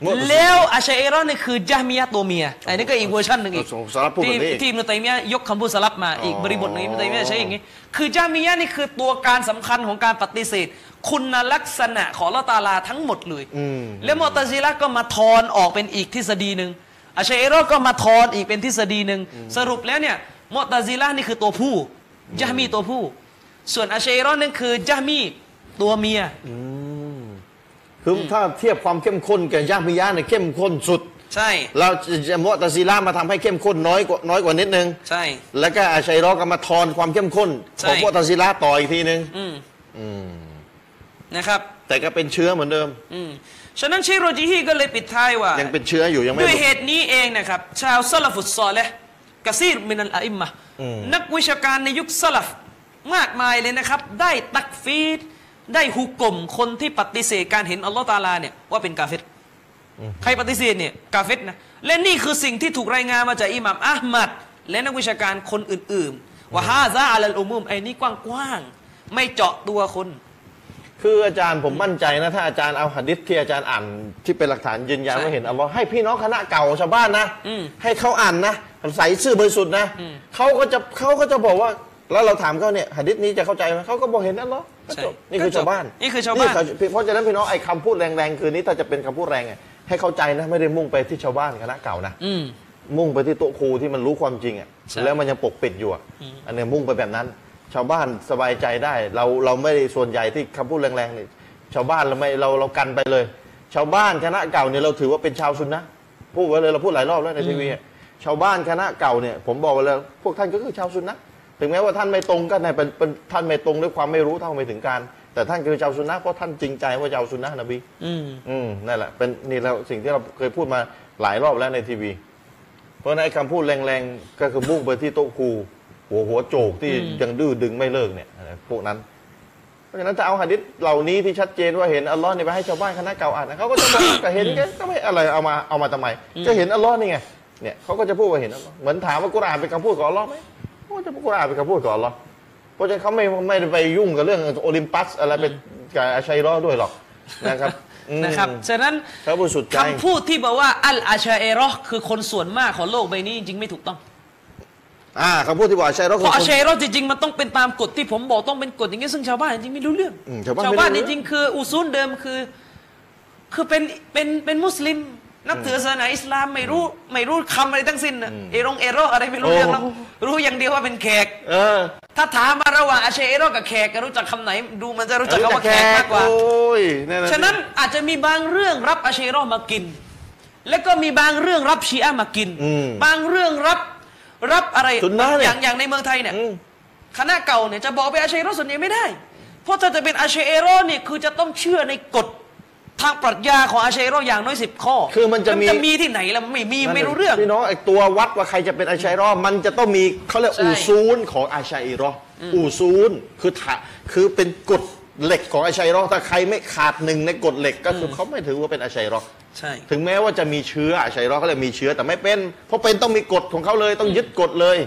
A: มุตัสซิ
B: แล้วอาชัยรอนนี่คือจามียะตัวเมียอันนี้ก็อีกเวอร์ชันหนึ่งอีก
A: สสลับพูด
B: ที่
A: แบบนี้อีก
B: ที่อิบนุตัยมียะห์ยกคำพูดสลับมาอีก
A: อ๋อ
B: บริบทหนึ่งอิบนุตัยมียะห์ใช้อย่างนี้ คือจามียะห์นี่คือตัวการสำคัญของการปฏิเสธ คุณลักษณะของอัลลอฮ์ตะอาลาทั้งหมดเลย
A: อืม
B: แล้วมอตาซิละก็มาทอนออกเป็นอีกทฤษฎีหนึ่งอาชัยรอก็มาทอนอีกเป็นทฤษฎีหนึ่งสรุปแล้วเนี่ยมอตาซิละนี่คือตัวผู้ยะมีตัวผู้ ส่วนอาชัยรอนั่นคือยะมีตัวเมีย
A: คือถ้าเทียบความเข้มข้นกับยาพิยะเนี่ยเข้มข้นสุด
B: ใช่
A: เราจะมุตัสซิล่ามาทำให้เข้มข้นน้อยกว่าน้อยกว่านิดนึง
B: ใช่
A: แล้วก็อาชัยรอกรรมาทอนความเข้มข้น
B: ใช่
A: ของมุตัสซิล่าต่ออีกทีนึง
B: อืมนะครับ
A: แต่ก็เป็นเชื้อเหมือนเดิม
B: อืมฉะนั้นเชคโรจิฮีก็เลยปิดท้ายว่า
A: ยังเป็นเชื้ออยู่ยังไม่
B: ด้
A: ห
B: วย
A: ลุด
B: เหตุนี้เองนะครับ ชาวซาลาฟุตซอลและกะซีรมินัลอาอิมมะห์
A: อืม
B: นักวิชาการในยุคซาลาฟมากมายเลยนะครับ ได้ตักฟีดได้หุกกลมคนที่ปฏิเสธการเห็นอัลลอฮ์ตะอาลาเนี่ยว่าเป็นกาเฟตใครปฏิเสธเนี่ยกาเฟตนะและนี่คือสิ่งที่ถูกรายงานมาจากอิหม่ามอัลมัดและนักวิชาการคนอื่นๆว่าฮาซาอัลลอุมุมไอ้นี่กว้างๆไม่เจาะตัวคน
A: คืออาจารย์ผมมั่นใจนะ ถ้าอาจารย์เอาหะดิษที่อาจารย์อ่านที่เป็นหลักฐานยืนยัน
B: ใช่
A: ว่าเห็นอัลลอฮ์ให้พี่น้องคณะเก่าชาวบ้านนะ
B: อืม
A: ให้เขาอ่านนะใส่ซื่อบริสุทธิ์นะ
B: อืม
A: เขาก็จะเขาก็จะบอกว่า แล้วเราถามเขาเนี่ยหะดิษนี้จะเข้าใจไหมเขาก็บอกเห็นอัลลอฮ์ก็จบ
B: ใช่
A: นี่คือ
B: ก็จบ
A: ชาวบ้าน
B: นี่คือชาวบ้าน
A: เขเพราะฉะนั้นพี่น้องไอ้คำพูดแรงๆ คืนนี้ถ้าจะเป็นคำพูดแรงอะให้เข้าใจนะไม่ได้มุ่งไปที่ชาวบ้านคณะเก่านะ
B: อืม
A: มุ่งไปที่โต๊ะครูที่มันรู้ความจริงอ่ะ
B: ใช่
A: แล้วมันยังปกปิดอยู่อะอันเนี้ยมุ่งไปแบบนั้น ชาวบ้านสบายใจได้ เราเราไม่ได้ส่วนใหญ่ที่คำพูดแรงๆนี่ชาวบ้านเราไม่เราเรากันไปเลย ชาวบ้านคณะเก่าเนี่ยเราถือว่าเป็นชาวซุนนะพูดไว้เลยเราพูดหลายรอบแล้วในทีวีอะชาวบ้านคณะเก่าเนี่ยผมบอกไว้แล้วพวกท่านก็คือชาวซุนนะถึงแม้ว่าท่านไม่ตรงก็ในเป็นเป็นท่านไม่ตรงด้วยความไม่รู้เท่าไม่ถึงการ แต่ท่านคือชาวซุนนะเพราะท่านจริงใจว่าชาวซุนนะนบี
B: อืม
A: อืมนั่นแหละเป็นนี่เราสิ่งที่เราเคยพูดมาหลายรอบแล้วในทีวี เพราะฉะนั้นไอ้คำพูดแรงๆ ก็คือมุ่งไปที่โต๊ะครูหัวหัวโจกที่ยังดื้อดึงไม่เลิกเนี่ยพวกนั้น เพราะฉะนั้นถ้าเอาหะดิษเหล่านี้ที่ชัดเจนว่าเห็นอัลลอฮ์เนี่ยไปให้ชาวบ้านคณะเก่าอ่านนะเขาก็จะบอก ก็เห็นก็ก็ไม่อะไรเอามาเอามาทำไม ก็เห็นอัลลอฮ์นี่ไงเนี่ยเขาก็จะพูดว่าเห็นอัลลอฮ์เหมือนถามว่ากุรอานเป็นคำพูดของอัลลอฮ์ไหมก็จะพูดกุรอานเป็นคำพูดของอัลลอฮ์เพราะฉะนั้นเขาไม่ไม่ได้ไปยุ่งกับเรื่องโอลิมปัสอะไรเป็นกับอาชัยรอด้วยหรอกนะครับอืม
B: นะครับ ฉะนั้น
A: เขาบริสุทธิ์ใจ
B: คำพูดที่บอกว่าอัลอาชาเอรอห์คือคนส่วนมากของโลกใบนี้จริงๆไม่ถูกต้อง
A: อ่าคำพูดที่บอกอาชัยรอ
B: เพ
A: คือ
B: ราะอา
A: คน
B: ชาเอรอห์จริงๆมันต้องเป็นตามกฎที่ผมบอกต้องเป็นกฎอย่างนี้ยซึ่งชาวบ้านจริงๆไม่รู้เรื่อง
A: อืมชาวบ้านไม่รู้
B: จริงๆคืออุซูลเดิมคือ คือเป็นเป็นเป็นมุสลิม นับถือศาสนาอิสลามไม่รู้ไม่รู้คำอะไรทั้งสิ้นน่ะเอรงเอรอห์อะไรไม่รู้เรื่องหรอกรู้อย่างเดียวว่าเป็นแขก
A: เออ
B: ถ้าถามมาระหว่างอาชาเอรอห์กับแขกก็รู้จักคำไหน ดูมันจะรู้จักคำว่าแขกมากกว่า
A: โอ้ยนั่นน่
B: ฉะนั้นอาจจะมีบางเรื่องรับอาเชโรอมากิน แล้วก็มีบางเรื่องรับชีอะห์มากิน บางเรื่องรับรับอะไร
A: สุนนะ
B: อ
A: เนี่ย
B: ย่างอย่างในเมืองไทยเนี่ย
A: อืม
B: คณะเก่าเนี่ยจะบอกไปนอาเชโรอส่วนใหญ่ไม่ได้ เพราะถ้าจะเป็นอาเชโรอเนี่ยคือจะต้องเชื่อในกฎทางปรัชญาของอาเชโรออย่างน้อยสิบข้อ
A: คือมันจะมี
B: จะมีที่ไหนล่ะไม่มีไม่รู้เรื่อง
A: พี่น้องไอ้ตัววัดว่าใครจะเป็นอาชัยรอห์มันจะต้องมีเขาเรียก
B: ใช่
A: อูซูนของอาชัยรอห์อูซูนคือถะคือเป็นกฎเหล็กของอาชัยรอห์ถ้าใครไม่ขาดหนึ่งในกฎเหล็กก็คืออเขาไม่ถือว่าเป็นอาชัยรอห์
B: ใช่
A: ถึงแม้ว่าจะมีเชื้ออาชัยรอห์เขาเรียกมีเชื้อแต่ไม่เป็น เพราะเป็นต้องมีกฎของเขาเลยต้องยึดกฎเลย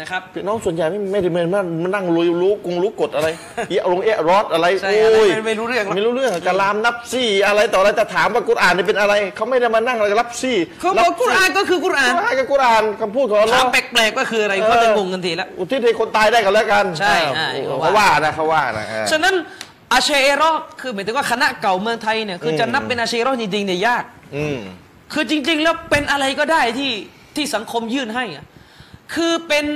B: นะครับ
A: พี่น้องส่วนใหญ่ไม่ไม่ได้เหมือนมันมันนั่งลุยรู้กรุงรู้กฎอะไรเอะลงเอะรอดอะไร
B: ใช่อะไร
A: โย
B: ไม่ไม่รู้เรื่องหรอก
A: ไม่รู้เรื่องกะลามนับซี่อะไรต่ออะไรแต่ถามว่ากุรอานนี่เป็นอะไรเขาไม่ได้มานั่งรับซี่
B: เขาบอกกุรอานก็คือกุรอาน
A: กุรอานก็กุรอานคำพูดของอัลลอ
B: ถา
A: ฮ์
B: มแปลกๆก็คืออะไร
A: เออ
B: เขาจะงงกันทีละ
A: อุทิศให้คนตายได้กันแล้วกัน
B: ใช่
A: เออ
B: ใช่
A: เขา
B: เขาว่า
A: ว่านะเขาว่านะเออ
B: ฉะนั้นอาเชเอรอคือหมายถึงว่าคณะเก่าเมืองไทยเนี่ยคืออ
A: ม
B: จะนับเป็นอาเชเอรอจริงๆเนี่ยยาก
A: อืม
B: คือจริง ๆ แล้วเป็นอะไรก็ได้ที่ที่สังคมยื่นให้อะคือเป็น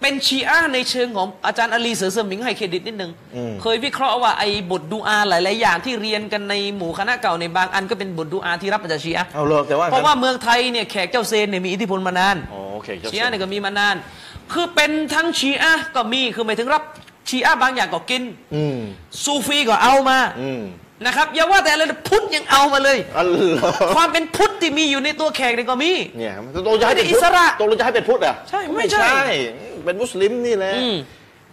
B: เป็นชีอะห์ในเชิงของอาจารย์อาลีเสือเสมิงให้เครดิตนิดนึง
A: อืม
B: เคยวิเคราะห์ว่าไอ้บทดูอาหลาย ๆ อย่างที่เรียนกันในหมู่คณะเก่าในยบางอันก็เป็นบทดูอาที่รับมาจากชีอะห์
A: เอาเลยแต่ว่า
B: เพราะว่าเมืองไทยเนี่ยแขกเจ้าเซนเนี่ยมีอิทธิพลมานาน
A: อ๋อโอเคเจ้า
B: ชีอะห์เนี่ยก็มีมานาน คือเป็นทั้งชีอะห์ก็มี คือหมายถึงรับชีอะห์บางอย่างก็กิน
A: อืม
B: ซูฟีก็เอามา
A: อืม
B: นะครับ อย่าว่าแต่อะไรเลยพุทธยังเอามาเลย
A: อัลลอฮ์
B: ความเป็นพุทธที่มีอยู่ในตัวแขกเนี่ยก็มี
A: เนี่ยตัวจะให้เป็น
B: ไม่ได้อิสระ
A: พุทธตัวจะให้เป็นพุทธเหรอ่ะ
B: ใช่ไม่ใช่
A: เป็นมุสลิมนี่แหละ
B: อืม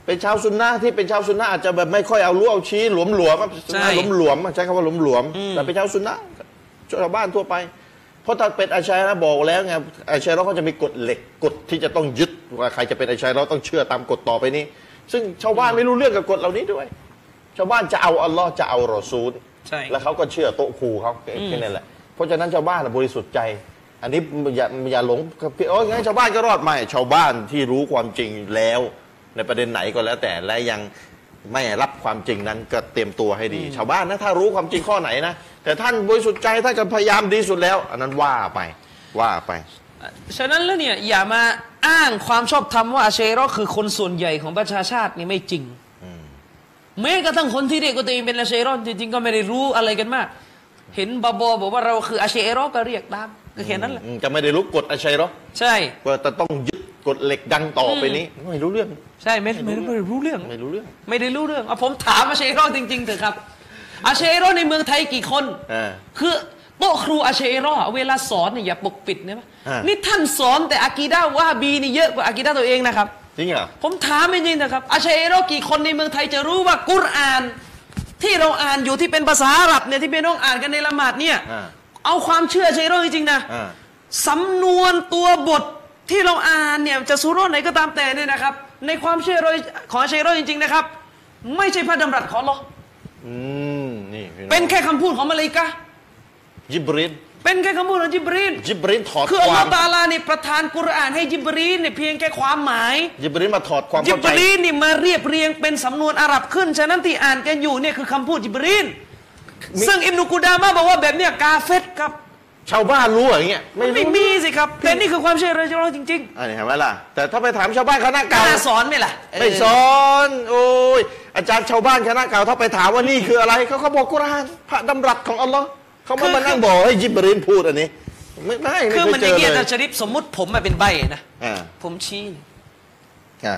A: เป็นชาวซุนนะห์ที่เป็นชาวซุนนะห์อาจจะแบบไม่ค่อยเอารู้เอาชี้หลวมหลวมๆอะซุนนะ
B: ใช่
A: หลวมหลวมๆอะใช้คำว่าหลวมหลวมๆแต่เป็นชาวซุนนะห์ชาวบ้านทั่วไป เพราะถ้าเป็นอาชัยนะห์บอกแล้วไงอาชัยเราเขาจะมีกฎเหล็กกฎที่จะต้องยึดว่าใครจะเป็นอาชัยเราต้องเชื่อตามกฎต่อไปนี้ ซึ่งชาวบ้านไม่รู้เรื่องกับกฎเหล่านี้ด้วย ชาวบ้านจะเอาอัลลอฮ์จะเอารอซูล
B: ใช่
A: แล้วเขาก็เชื่อโต๊ะครูเขาแค่นั้นแหละเพราะฉะนั้นชาวบ้านอะบริสุทธิ์ใจ อันนี้อย่าอย่าหลงกับพี่โอ้ยงั้นชาวบ้านก็รอดไม่ชาวบ้านที่รู้ความจริงแล้ว ในประเด็นไหนก็แล้วแต่และยังไม่รับความจริงนั้นก็เตรียมตัวให้ดี ชาวบ้านนะถ้ารู้ความจริงข้อไหนนะแต่ท่านบริสุทธิ์ใจท่านก็พยายามดีสุดแล้ว อันนั้นว่าไปว่าไป
B: ฉะนั้นแล้วเนี่ยอย่ามาอ้างความชอบธรรมว่าอาเชเรอคือคนส่วนใหญ่ของประชาชาตินี่ไม่จริงแม้กระทั่งคนที่เรียกว่าตัวเองเป็นอาเชเรอจริงๆก็ไม่ได้รู้อะไรกันมาก เห็นบาบอบอกว่าเราคืออาเชเรอก็เรียกตามก็แค่นั้นแหละ
A: จะไม่ได้รู้กฎอาชัยหรอ
B: ใช่
A: ว่าจะต้องยึดกฎเหล็กดังต่อไปนี้ไม่รู้เรื่อง
B: ใช่ไม่ไม่ไม่ได้รู้เรื่อง
A: ไม่รู้เรื่อง
B: ไม่ได้รู้เรื่องอ่ะผมถามอาเชเอโร่จริงๆเถอะครับ อาเชเอโร่ในเมืองไทยกี่คน
A: อ่า
B: คือโต๊ะครูอาเชเอโร่เวลาสอนเนี่ยอย่าปกปิดนะวะ
A: อ่านี่
B: นี่ท่านสอนแต่อากีดาวาฮาบีนี่เยอะกว่าอากีดาตัวเองนะครับ
A: จริงเหรอ
B: ผมถามจริงๆนะครับอาเชเอโร่กี่คนในเมืองไทยจะรู้ว่ากุรอาน ที่เราอ่านอยู่ที่เป็นภาษาอาหรับเนี่ยที่เป็นน้องอ่านกันในละหมาดเนี่ย
A: อ่า
B: เอาความเชื่ออาเชเอโร่จริงๆนะ
A: อ่า
B: สำนวนตัวบทที่เราอ่านเนี่ยจะซูโรไหนก็ตามแต่เนี่ยนะครับ ในความเชื่อเราของเชโรจริง ๆ นะครับ ไม่ใช่พระดำรัสของเรา
A: อืมนี่พี่อง
B: เป็นแค่คำพูดของมาเลกา
A: ยิบริน
B: เป็นแค่คำพูดของจิบรีน
A: ยิบรินถอด
B: คื
A: ค
B: ออัลลอ
A: วา
B: ฮ์
A: ม
B: ตะอาลาเนี่ยประทานกุรอานให้จิบรีนเนี่ยเพียงแค่ความหมาย
A: ยิบรินมาถอดความ
B: จิ
A: เข้า
B: บ
A: ใจ
B: รีนนี่มาเรียบเรียงเป็นสำนวนอาหรับขึ้น ฉะนั้นที่อ่านกันอยู่เนี่ยคือคำพูดจิบรีนซึ่งอิมนุกูดามาบอกว่าแบบเนี้ยกาเฟตครับ
A: ชาวบ้านรู้เหรออย่างเงี้ยไม่
B: ไม่
A: รู้
B: มีสิครับแต่นี่คือความเชื่อเราจริง
A: อันนี้เห็นไหมล่ะ แต่ถ้าไปถามชาวบ้านคณะ
B: ๆก
A: เก่า
B: ล้าสอนไหมล่ะ
A: ไม่สอนโอ้ยอาจารย์ชาวบ้านคณะเก่าถ้าไปถามว่านี่คืออะไรเขาก็บอกกุรอานพระดำรัสของอัลลอฮ์เขา
B: คื
A: ไม่
B: อ
A: มานั่งบอกให้ยิบรินพูดอันนี้ ไม่ได้ไม่
B: คือ
A: เค
B: มัน
A: ย
B: อ
A: เจ
B: ย่าง
A: อ
B: เงี้ยอา
A: เล
B: จา
A: ย
B: รย์ชริปสมมุติผมมาเป็นใบนะ
A: อ่า
B: ผมชี้นะ
A: อ่า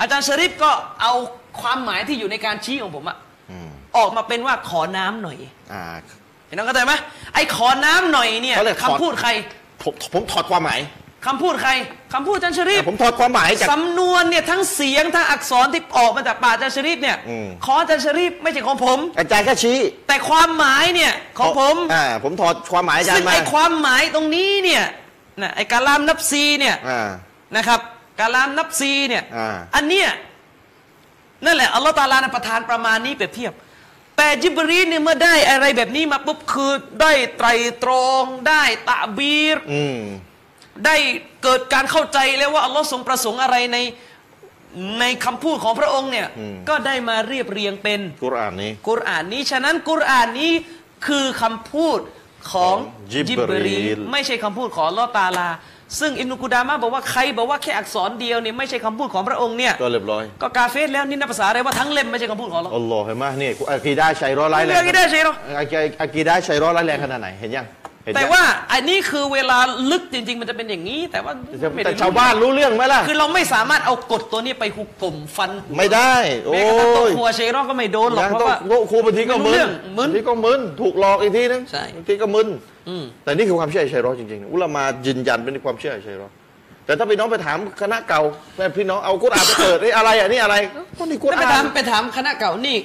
B: อาจารย์ชริปก็เอาความหมายที่อยู่ในการชี้ของผมอะ
A: อืม
B: ออกมาเป็นว่าขอน้ำหน่อย
A: อ่า
B: เห็นน้องเข้าใจไหมไอ้ขอน้ำหน่อยเนี่ย
A: เขาเรียกขอ
B: คำพูดใคร
A: ผมผมถอดความหมาย
B: คำพูดใครคำพูดอาจารย์ชริป
A: อ่ะผมถอดความหมายจาก
B: สำนวนเนี่ยทั้งเสียงทั้งอักษรที่ออกมาจากปากอาจารย์ชริปเนี่ย
A: อืม
B: ของอาจารย์ชริปไม่ใช่ของผม
A: อาจารย์แค่ชี้
B: แต่ความหมายเนี่ยของผม
A: อ่าผมถอดความหมายอาจาร
B: ซึ่ง
A: ย์มา
B: ไอ้ความหมายตรงนี้เนี่ยนะไอ้การลามนับซีเนี่ย
A: อ่า
B: นะครับกาลามนับซีเนี่ย
A: อ่า
B: นเนี้ยนั่นแหละอัลลอฮ์ตะอาลานะประทานประมาณนี้เปรียบเทียบ แต่จิบรีนเนี่ยเมื่อได้อะไรแบบนี้มาปุ๊บคือได้ไตรตรองได้ตะบีร
A: อืม
B: ได้เกิดการเข้าใจแล้วว่าอัลลอฮ์ทรงประสงค์อะไรในในคำพูดของพระองค์เนี่ย
A: อืม
B: ก็ได้มาเรียบเรียงเป็น
A: กุรอานนี้
B: กุรอานนี้ ฉะนั้นกุรอานนี้คือคำพูดขอ
A: ขอ
B: ง
A: งจิบรีน
B: นไม่ใช่คำพูดของอัลลอฮ์ตะอาลา ซึ่งอิมนุกุดามะบอกว่าใครบอกว่าแค่อักษรเดียวเนี่ยไม่ใช่คำพูดของพระองค์เนี่ย
A: ก็เรียบร้อย
B: ก็กาเฟสแล้วนี่นับภาษาอะไรว่าทั้งเล่มไม่ใช่คำพูดของเรา
A: อัลลอฮ์เห็นไหมนี่อากีดาชัยร้อร้ายแร
B: เรื่อง งนี้ได้ใช่หรอ
A: อากีอากีดาชัยร้อร้ายแรงขนาดไหนเห็นยังเห็นยัง
B: แต่ว่าอันนี้คือเวลาลึกจริง ๆ มันจะเป็นอย่างนี้ แต่ว่าไม่ได้
A: แต่ชาวบ้านรู้เรื่องไหมล่ะ
B: (laughs) คือเราไม่สามารถเอากฎตัวนี้ไปหุกกลมฟัน
A: ไม่ได้ โอ้
B: แม้กระทั่งตัวย ครัวเชรอก็ไม่โดนหรอก
A: นะ
B: เพราะ
A: ต้อง
B: ว่า
A: ครูบางทีก็
B: ไม่รู้
A: มึ
B: เรื่
A: น
B: องมึน
A: บางทีก็มึนถูกหลอกอีกทีนึง
B: ใช่
A: บางทีก็มึน
B: อืม
A: แต่นี่คือความเชื่อชัยร้อจริงๆนะอุลามายืนยันเป็นความเชื่อชัยร้อแต่ถ้าพี่น้องไปถามคณะเก่าแม่พี่น้องเอากุรอานไปเปิด เอ้ยอะไรอ่ะนี่อะไรก็นี่กุร
B: แล้วไป
A: อา
B: ถาน มไปถามคณะเก่านี่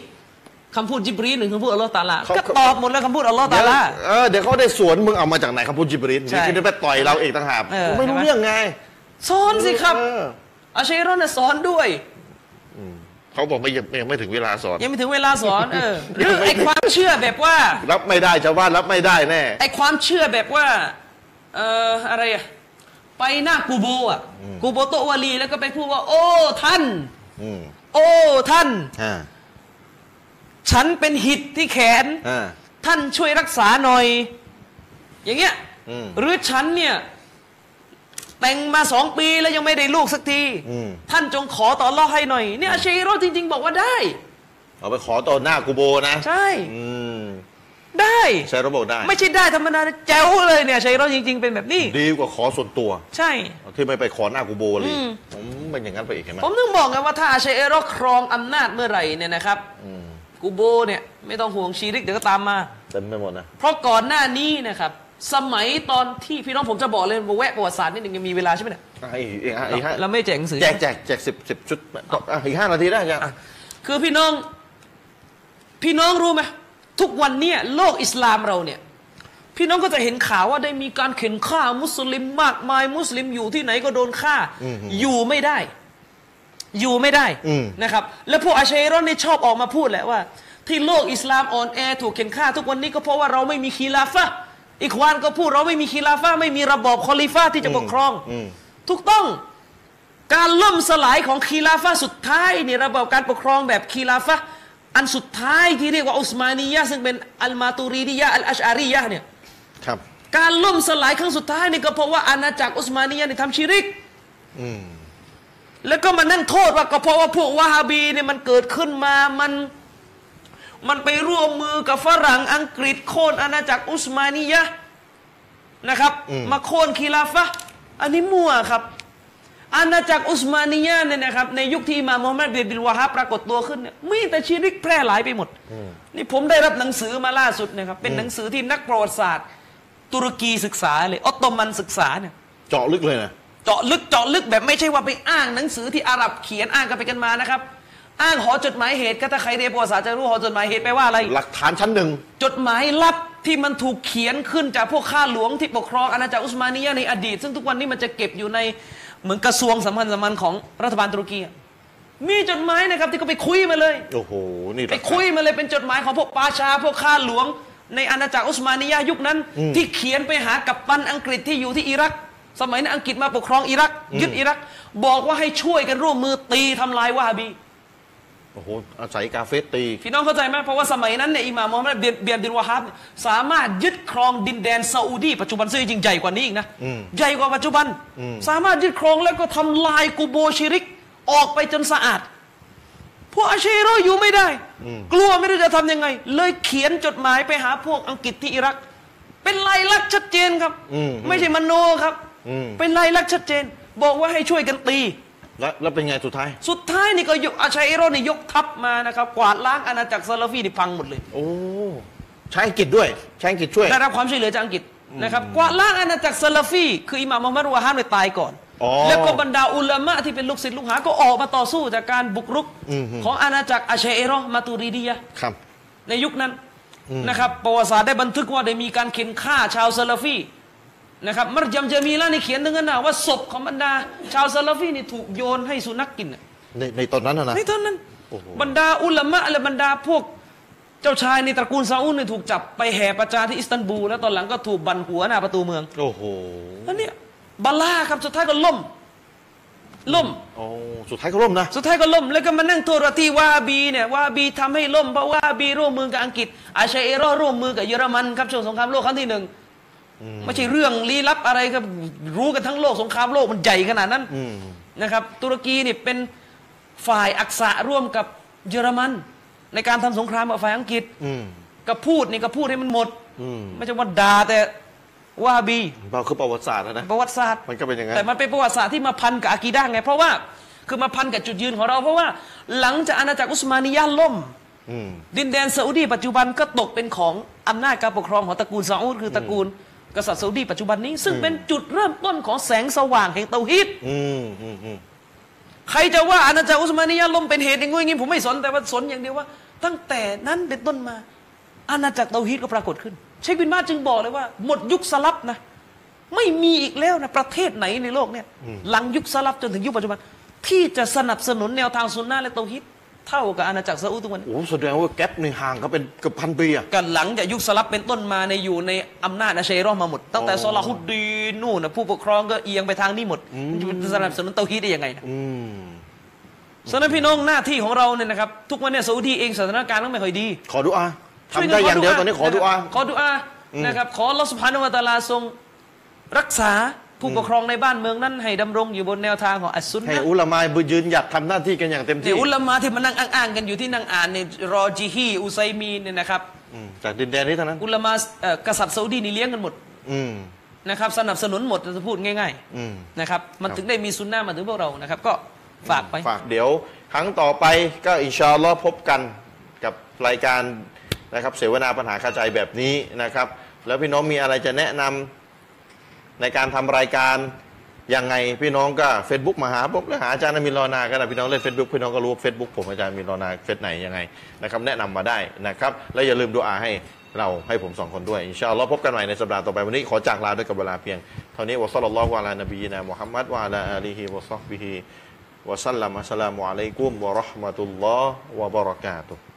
B: คำพูดจิบรีนหนึ่งคำพูดอัลลอฮ์ตะอาลา
A: เขา
B: ก็ตอบหมดแล้วคำพูดอัลลอฮ์
A: เดี๋
B: ตะ
A: ยว
B: อาลา
A: เออเดี๋ยวเขาได้สวนมึงเอามาจากไหนคำพูดจิบริน
B: ใช่
A: นี่คือไปต่อยเราเองต่างหาก
B: เออ
A: ไม่รู้
B: ใช่ไหม
A: เรื่องไง
B: ซ้อนสิครับ
A: เออ
B: อาชัยรอนะสอนด้วย
A: เขาบอกไม่ยังยังไม่ถึงเวลาสอน
B: ยังไม่ถึงเวลาสอนเออหรือ
A: ยังไม่
B: ไอความเชื่อแบบว่า
A: รับไม่ได้ชาวบ้านรับไม่ได้แน่
B: ไอความเชื่อแบบว่า เอ่ออะไรอะไปหน้ากูโบอ่ะ กูโบโตะวาลีแล้วก็ไปพูดว่า โอ้ท่าน
A: อืม
B: โอ้ท่าน
A: อ่า
B: ฉันเป็นหิดที่แขน
A: อ่า
B: ท่านช่วยรักษาหน่อย อย่างเงี้ย
A: อืม
B: หรือฉันเนี่ย แต่งมาสองปีแล้วยังไม่ได้ลูกสักที
A: อืม
B: ท่านจงขอต่อรอดให้หน่อย เนี่ยอาเชโรจริง ๆ บอกว่าได้
A: เอาไปขอต่อหน้ากูโบนะ
B: ใช่
A: อืม
B: ได้
A: ใช้ระบบได้
B: ไม่ใช่ได้ธรรมดานะแจ๋วเลยเนี่ยอาเชโรจริง ๆ เป็นแบบนี้
A: ดีกว่าขอส่วนตัว
B: ใช่
A: ที่ไม่ไปขอหน้ากูโบเลย
B: อืม
A: ผมเป็นอย่างนั้นไปอีกเห็นไหม
B: ผมถึงบอกไงว่าถ้าอาเชโรครองอำนาจเมื่อไหร่เนี่ยนะครับ
A: อืม
B: กูโบเนี่ยไม่ต้องห่วงชีริกเดี๋ยวก็ตามมา
A: เต็มไปหมดนะ
B: เพราะก่อนหน้านี้นะครับ สมัยตอนที่พี่น้องผมจะบอกเลยผมแวะประวัติศาสตร์นิดนึงยังมีเวลาใช่ไหมเนี่ย
A: อ่ะอีกอีกอ่ะอีกห้า
B: เราไม่แจกหนังสือ
A: แจกแจกแจกสิบสิบชุดก็อ่ะอีกห้านาทีได้ยัง
B: คือพี่น้อง พี่น้องรู้ไหมทุกวันเนี่ยโลกอิสลามเราเนี่ย พี่น้องก็จะเห็นข่าวว่าได้มีการเข็นฆ่ามุสลิมมากมาย มุสลิมอยู่ที่ไหนก็โดนฆ่า
A: อืม
B: อยู่ไม่ได้ อยู่ไม่ได้
A: อืม
B: นะครับ แล้วพวกอาชัยรอนเนี่ยชอบออกมาพูดแหละว่า ที่โลกอิสลามอ่อนแอถูกเข็นฆ่า ทุกวันนี้ก็เพราะว่าเราไม่มีคีลาฟะห์อีกวานก็พูดเราไม่มีคีลาฟะห์ไม่มีระบอบคอลิฟะห์ที่จะปกครอง
A: อืม
B: ถูกต้องการล่มสลายของคีลาฟะห์สุดท้ายเนี่ยระบอบการปกครองแบบคีลาฟะห์อันสุดท้ายที่เรียกว่าอุสมานียะห์ซึ่งเป็นอัลมาตูรีดียะห์อัลอัชอารียะห์เนี่ย
A: ครับ
B: การล่มสลายครั้งสุดท้ายเนี่ยก็เพราะว่าอาณาจักรอุสมานียะห์เนี่ยทำชิริก
A: อืม
B: แล้วก็มานั่งโทษว่าก็เพราะว่าพวกวาฮาบีเนี่ยมันเกิดขึ้นมามันมันไปร่วมมือกับฝรั่งอังกฤษโค่นอาณาจักรอุสมานียะห์นะครับ
A: อืม
B: มาโค่นคีลาฟะห์อันนี้มั่วครับ อาณาจักรอุสมานียะห์เนี่ยนะครับในยุคที่อิหมาโมฮัมหมัดเบียบินวาฮับปรากฏตัวขึ้นเนี่ยมีแต่ชีริกแพร่หลายไปหมด นี่ผมได้รับหนังสือมาล่าสุดนะครับเป็นหนังสือที่นักประวัติศาสตร์ ตุรกีศึกษาเลยออตโตมันศึกษาเนี่ย
A: เจาะลึกเลยนะ
B: เจาะลึกเจาะลึกแบบไม่ใช่ว่าไปอ้างหนังสือที่อาหรับเขียนอ้างกันไปกันมานะครับ อ้างหอจดหมายเหตุก็ถ้าใครเรียนประวัติศาสตร์จะรู้หอจดหมายเหตุแปลว่าอะไร
A: หลักฐานชั้นหนึ่ง
B: จดหมายลับที่มันถูกเขียนขึ้นจากพวกข้าหลวงที่ปกครองอาณาจักรอุสมานียะห์ในอดีต ซึ่งทุกวันนี้มันจะเก็บอยู่ในเหมือนกระทรวงสำคัญสำคัญของรัฐบาลตุรกีอะมีจดหมายนะครับที่เขาไปคุยมาเลย
A: โอ้โห นี่หลั
B: ไป
A: กฐาน
B: คุยมาเลยเป็นจดหมายของพวกปาชา พวกข้าหลวง ในอาณาจักรอุสมานียะห์ยุคนั้น
A: อืม
B: ที่เขียนไปหากัปตันอังกฤษที่อยู่ที่อิรัก สมัยนั้นอังกฤษมาปกครองอิรัก ยึดอิรัก บอกว่าให้ช่วยกันร่วมมือตีทำลายวาฮาบี
A: โอ้โห อาศัยกาเฟสตี
B: พี่น้องเข้าใจไหมเพราะว่าสมัยนั้นเนี่ยอิหม่ามมูฮัมหมัดเบียนเบียนดินวาฮับเนี่ยสามารถยึดครองดินแดนซาอุดีปัจจุบันซึ่งจริงๆใหญ่กว่านี้อีกนะ
A: อืม
B: ใหญ่กว่าปัจจุบัน
A: อืม
B: สามารถยึดครองแล้วก็ทำลายกูโบชิริก ออกไปจนสะอาด พวกอาเชโรอยู่ไม่ได้ กลัวไม่รู้จะทำยังไง เลยเขียนจดหมายไปหาพวกอังกฤษที่อิรัก เป็นลายลักษณ์ชัดเจนครับ
A: อืม
B: ไม่ใช่มโนครับ
A: อืม
B: เป็นลายลักษณ์ชัดเจน บอกว่าให้ช่วยกันตี
A: แล้วแล้วเป็นไงสุดท้าย
B: สุดท้ายนี่ก็ยกอาชัยโรนี่ยกทัพมานะครับ กวาดล้างอาณาจักรซาลาฟีนี่พังหมดเลย
A: โอ้ ใช้อังกฤษด้วย ใช้อังกฤษช่วย
B: ได้รับความช่วยเหลือจากอังกฤษนะครับกวาดล้างอาณาจักรซาลาฟี คืออิหม่ามมูฮัมหมัดวาฮามเนี่ยตายก่อน
A: อ๋อ
B: แล้วก็บรรดาอุลามะที่เป็นลูกศิษย์ลูกหา ก็ออกมาต่อสู้จากการบุกรุก
A: อืม
B: ของอาณาจักรอาชัยโรมาตูรีดียะห์
A: ครับ
B: ในยุคนั้นนะครับประวัติศาสตร์ได้บันทึกว่าได้มีการเข็นฆ่าชาวซาลาฟีนะครับมัรยมเจามีล่าในเขียนถึงขนาดว่าศพของบรรดา ชาวซาลาฟีนี่ถูกโยนให้สุนัขกินน่ะ
A: ในในตอนนั้นนะนะ
B: ในตอนนั้น
A: โอ้โห
B: บรรดาอุลามะและบรรดาพวกเจ้าชายในตระกูลซาอุดเนี่ยถูกจับไปแห่ประจานที่อิสตันบูลแล้วตอนหลังก็ถูกบันหัวหน้าประตูเมือง
A: โอ้โห
B: แล้วเนี่ยบาลาครับสุดท้ายก็ล่มล่ม
A: โอ้ สุดท้ายก็ร่มนะ
B: สุดท้ายก็ล่มแล้วก็มานั่งโทษว่าที่วาฮาบีเนี่ยวาฮาบีทำให้ล่มเพราะวาฮาบีร่วมมือกับอังกฤษ อาชัยเอรอร่วมมือกับเยอรมันครับช่วงสงครามโลกครั้งที่หนึ่งไม่ใช่เรื่องลี้ลับอะไรครับรู้กันทั้งโลกสงครามโลกมันใหญ่ขนาดนั้น
A: อืม
B: นะครับตุรกีนี่เป็นฝ่ายอักษะร่วมกับเยอรมัน ในการทำสงครามกับฝ่ายอังกฤษ
A: อืม
B: ก็พูดนี่ก็พูดให้มันหมด
A: อืม
B: ไม่ใช่ว่าด่าแต่วาฮาบี
A: เราคือประวัติศาสตร์นะนะ
B: ประวัติศาสตร์
A: มันก็เป็นอย่างนั้น
B: แต่มันเป็นประวัติศาสตร์ที่มาพันกับอากีด้าไง เพราะว่าคือมาพันกับจุดยืนของเรา เพราะว่าหลังจากอาณาจักรอุสมานียะห์ล่ม
A: อืม
B: ดินแดนซาอุดีปัจจุบันก็ตกเป็นของอำนาจการปกครองของตระกูลซาอุดคือตระกูลกษัตริย์ซาอุดีปัจจุบันนี้ ซึ่งเป็นจุดเริ่มต้นของแสงสว่างแห่งเตาฮีด
A: อืมอืมอืม
B: ใครจะว่าอาณาจักรอุสมานียะห์ล่มเป็นเหตุอย่างงู้อย่างงี้ผมไม่สนแต่ว่าสนอย่างเดียวว่า ตั้งแต่นั้นเป็นต้นมา อาณาจักรเตาฮีดก็ปรากฏขึ้น เชคบินบาสจึงบอกเลยว่า หมดยุคสลับนะ ไม่มีอีกแล้วนะประเทศไหนในโลกเนี่ย หลังยุคสลับจนถึงยุคปัจจุบัน ที่จะสนับสนุนแนวทางซุนนะและเตาฮิดเท่ากับอาณาจักรซาอุดทุกวันนี้
A: โอ้โหแสดงว่าแก๊ปหนึ่งห่างก็เป็นเกือบพันปีอะ
B: กันหลังจากยุคสลับเป็นต้นมาในยอยู่ในอำนาจอาเชยรอห์มาหมด ตั้งแต่
A: อ๋อ
B: ซอลาฮุดดีนนู่นนะผู้ปกครองก็เอียงไปทางนี้หมด
A: อืม
B: มันจะสนับสนุนเตาฮีดได้ยังไงนะ
A: อืม
B: ฉะนั้นพี่น้องหน้าที่ของเราเนี่ยนะครับ ทุกวันเนี่ยซาอุดีเองสถานการณ์ก็ไม่ค่อยดี
A: ขอดูอาทำ
B: กั
A: ได้อย่างเดียวตอนนี้ขอดูอา
B: นะครับขอดุอา
A: อืม
B: นะครับ ขอลอสุภานุวัตาลาทรงรักษาผู้ปกครองในบ้านเมืองนั้น ให้ดำรงอยู่บนแนวทางของอัสซุน
A: ให้
B: นะ
A: อุลามายบุญยืนหยัดทำหน้าที่กันอย่างเต็ม
B: เดี๋
A: ที่
B: ยวอุลามาที่มานั่งอ้างๆกันอยู่ที่นั่งอ่านเนี่ยรอจิฮีอุไซมีนเนี่ยนะครับ
A: อืมจากดินแดนนี้เท่านั้น
B: อุลามาเอ่อกษัตริย์ซาอุดีนี่เลี้ยงกันหมด
A: อืม
B: นะครับสนับสนุนหมดจะพูดง่าย
A: อืม
B: ๆนะครับมัน
A: ครับ
B: ถึงได้มีซุนนะห์มาถึงพวกเรานะครับ ก็ฝากไป
A: ฝากเดี๋ยวครั้งต่อไปก็อินชาอัลลอฮ์พบกันกับรายการนะครับเสวนาปัญหาคาใจแบบนี้นะครับ แล้วพี่น้องมีอะไรจะแนะนำในการทำรายการยังไงพี่น้องก็ Facebook มาหาผมหรือหาอาจารย์อามินรอนาก็ได้พี่น้องเล่น Facebook พี่น้องก็รู้ว่า Facebook ผมอาจารย์อามินรอนาเฟซไหนยังไงนะครับแนะนำมาได้นะครับแล้วอย่าลืมดูอาให้เราให้ผมสองคนด้วยอินชาอัลลอฮ์พบกันใหม่ในสัปดาห์ต่อไปวันนี้ขอจากลาด้วยกับเวลาเพียงเท่านี้วะซัลลัลลอฮุอะลานบีนะมุฮัมมัดวะอะลาอาลีฮิวะซอฮบิฮิ وسلم السلام عليكم ورحمة الله وبركاته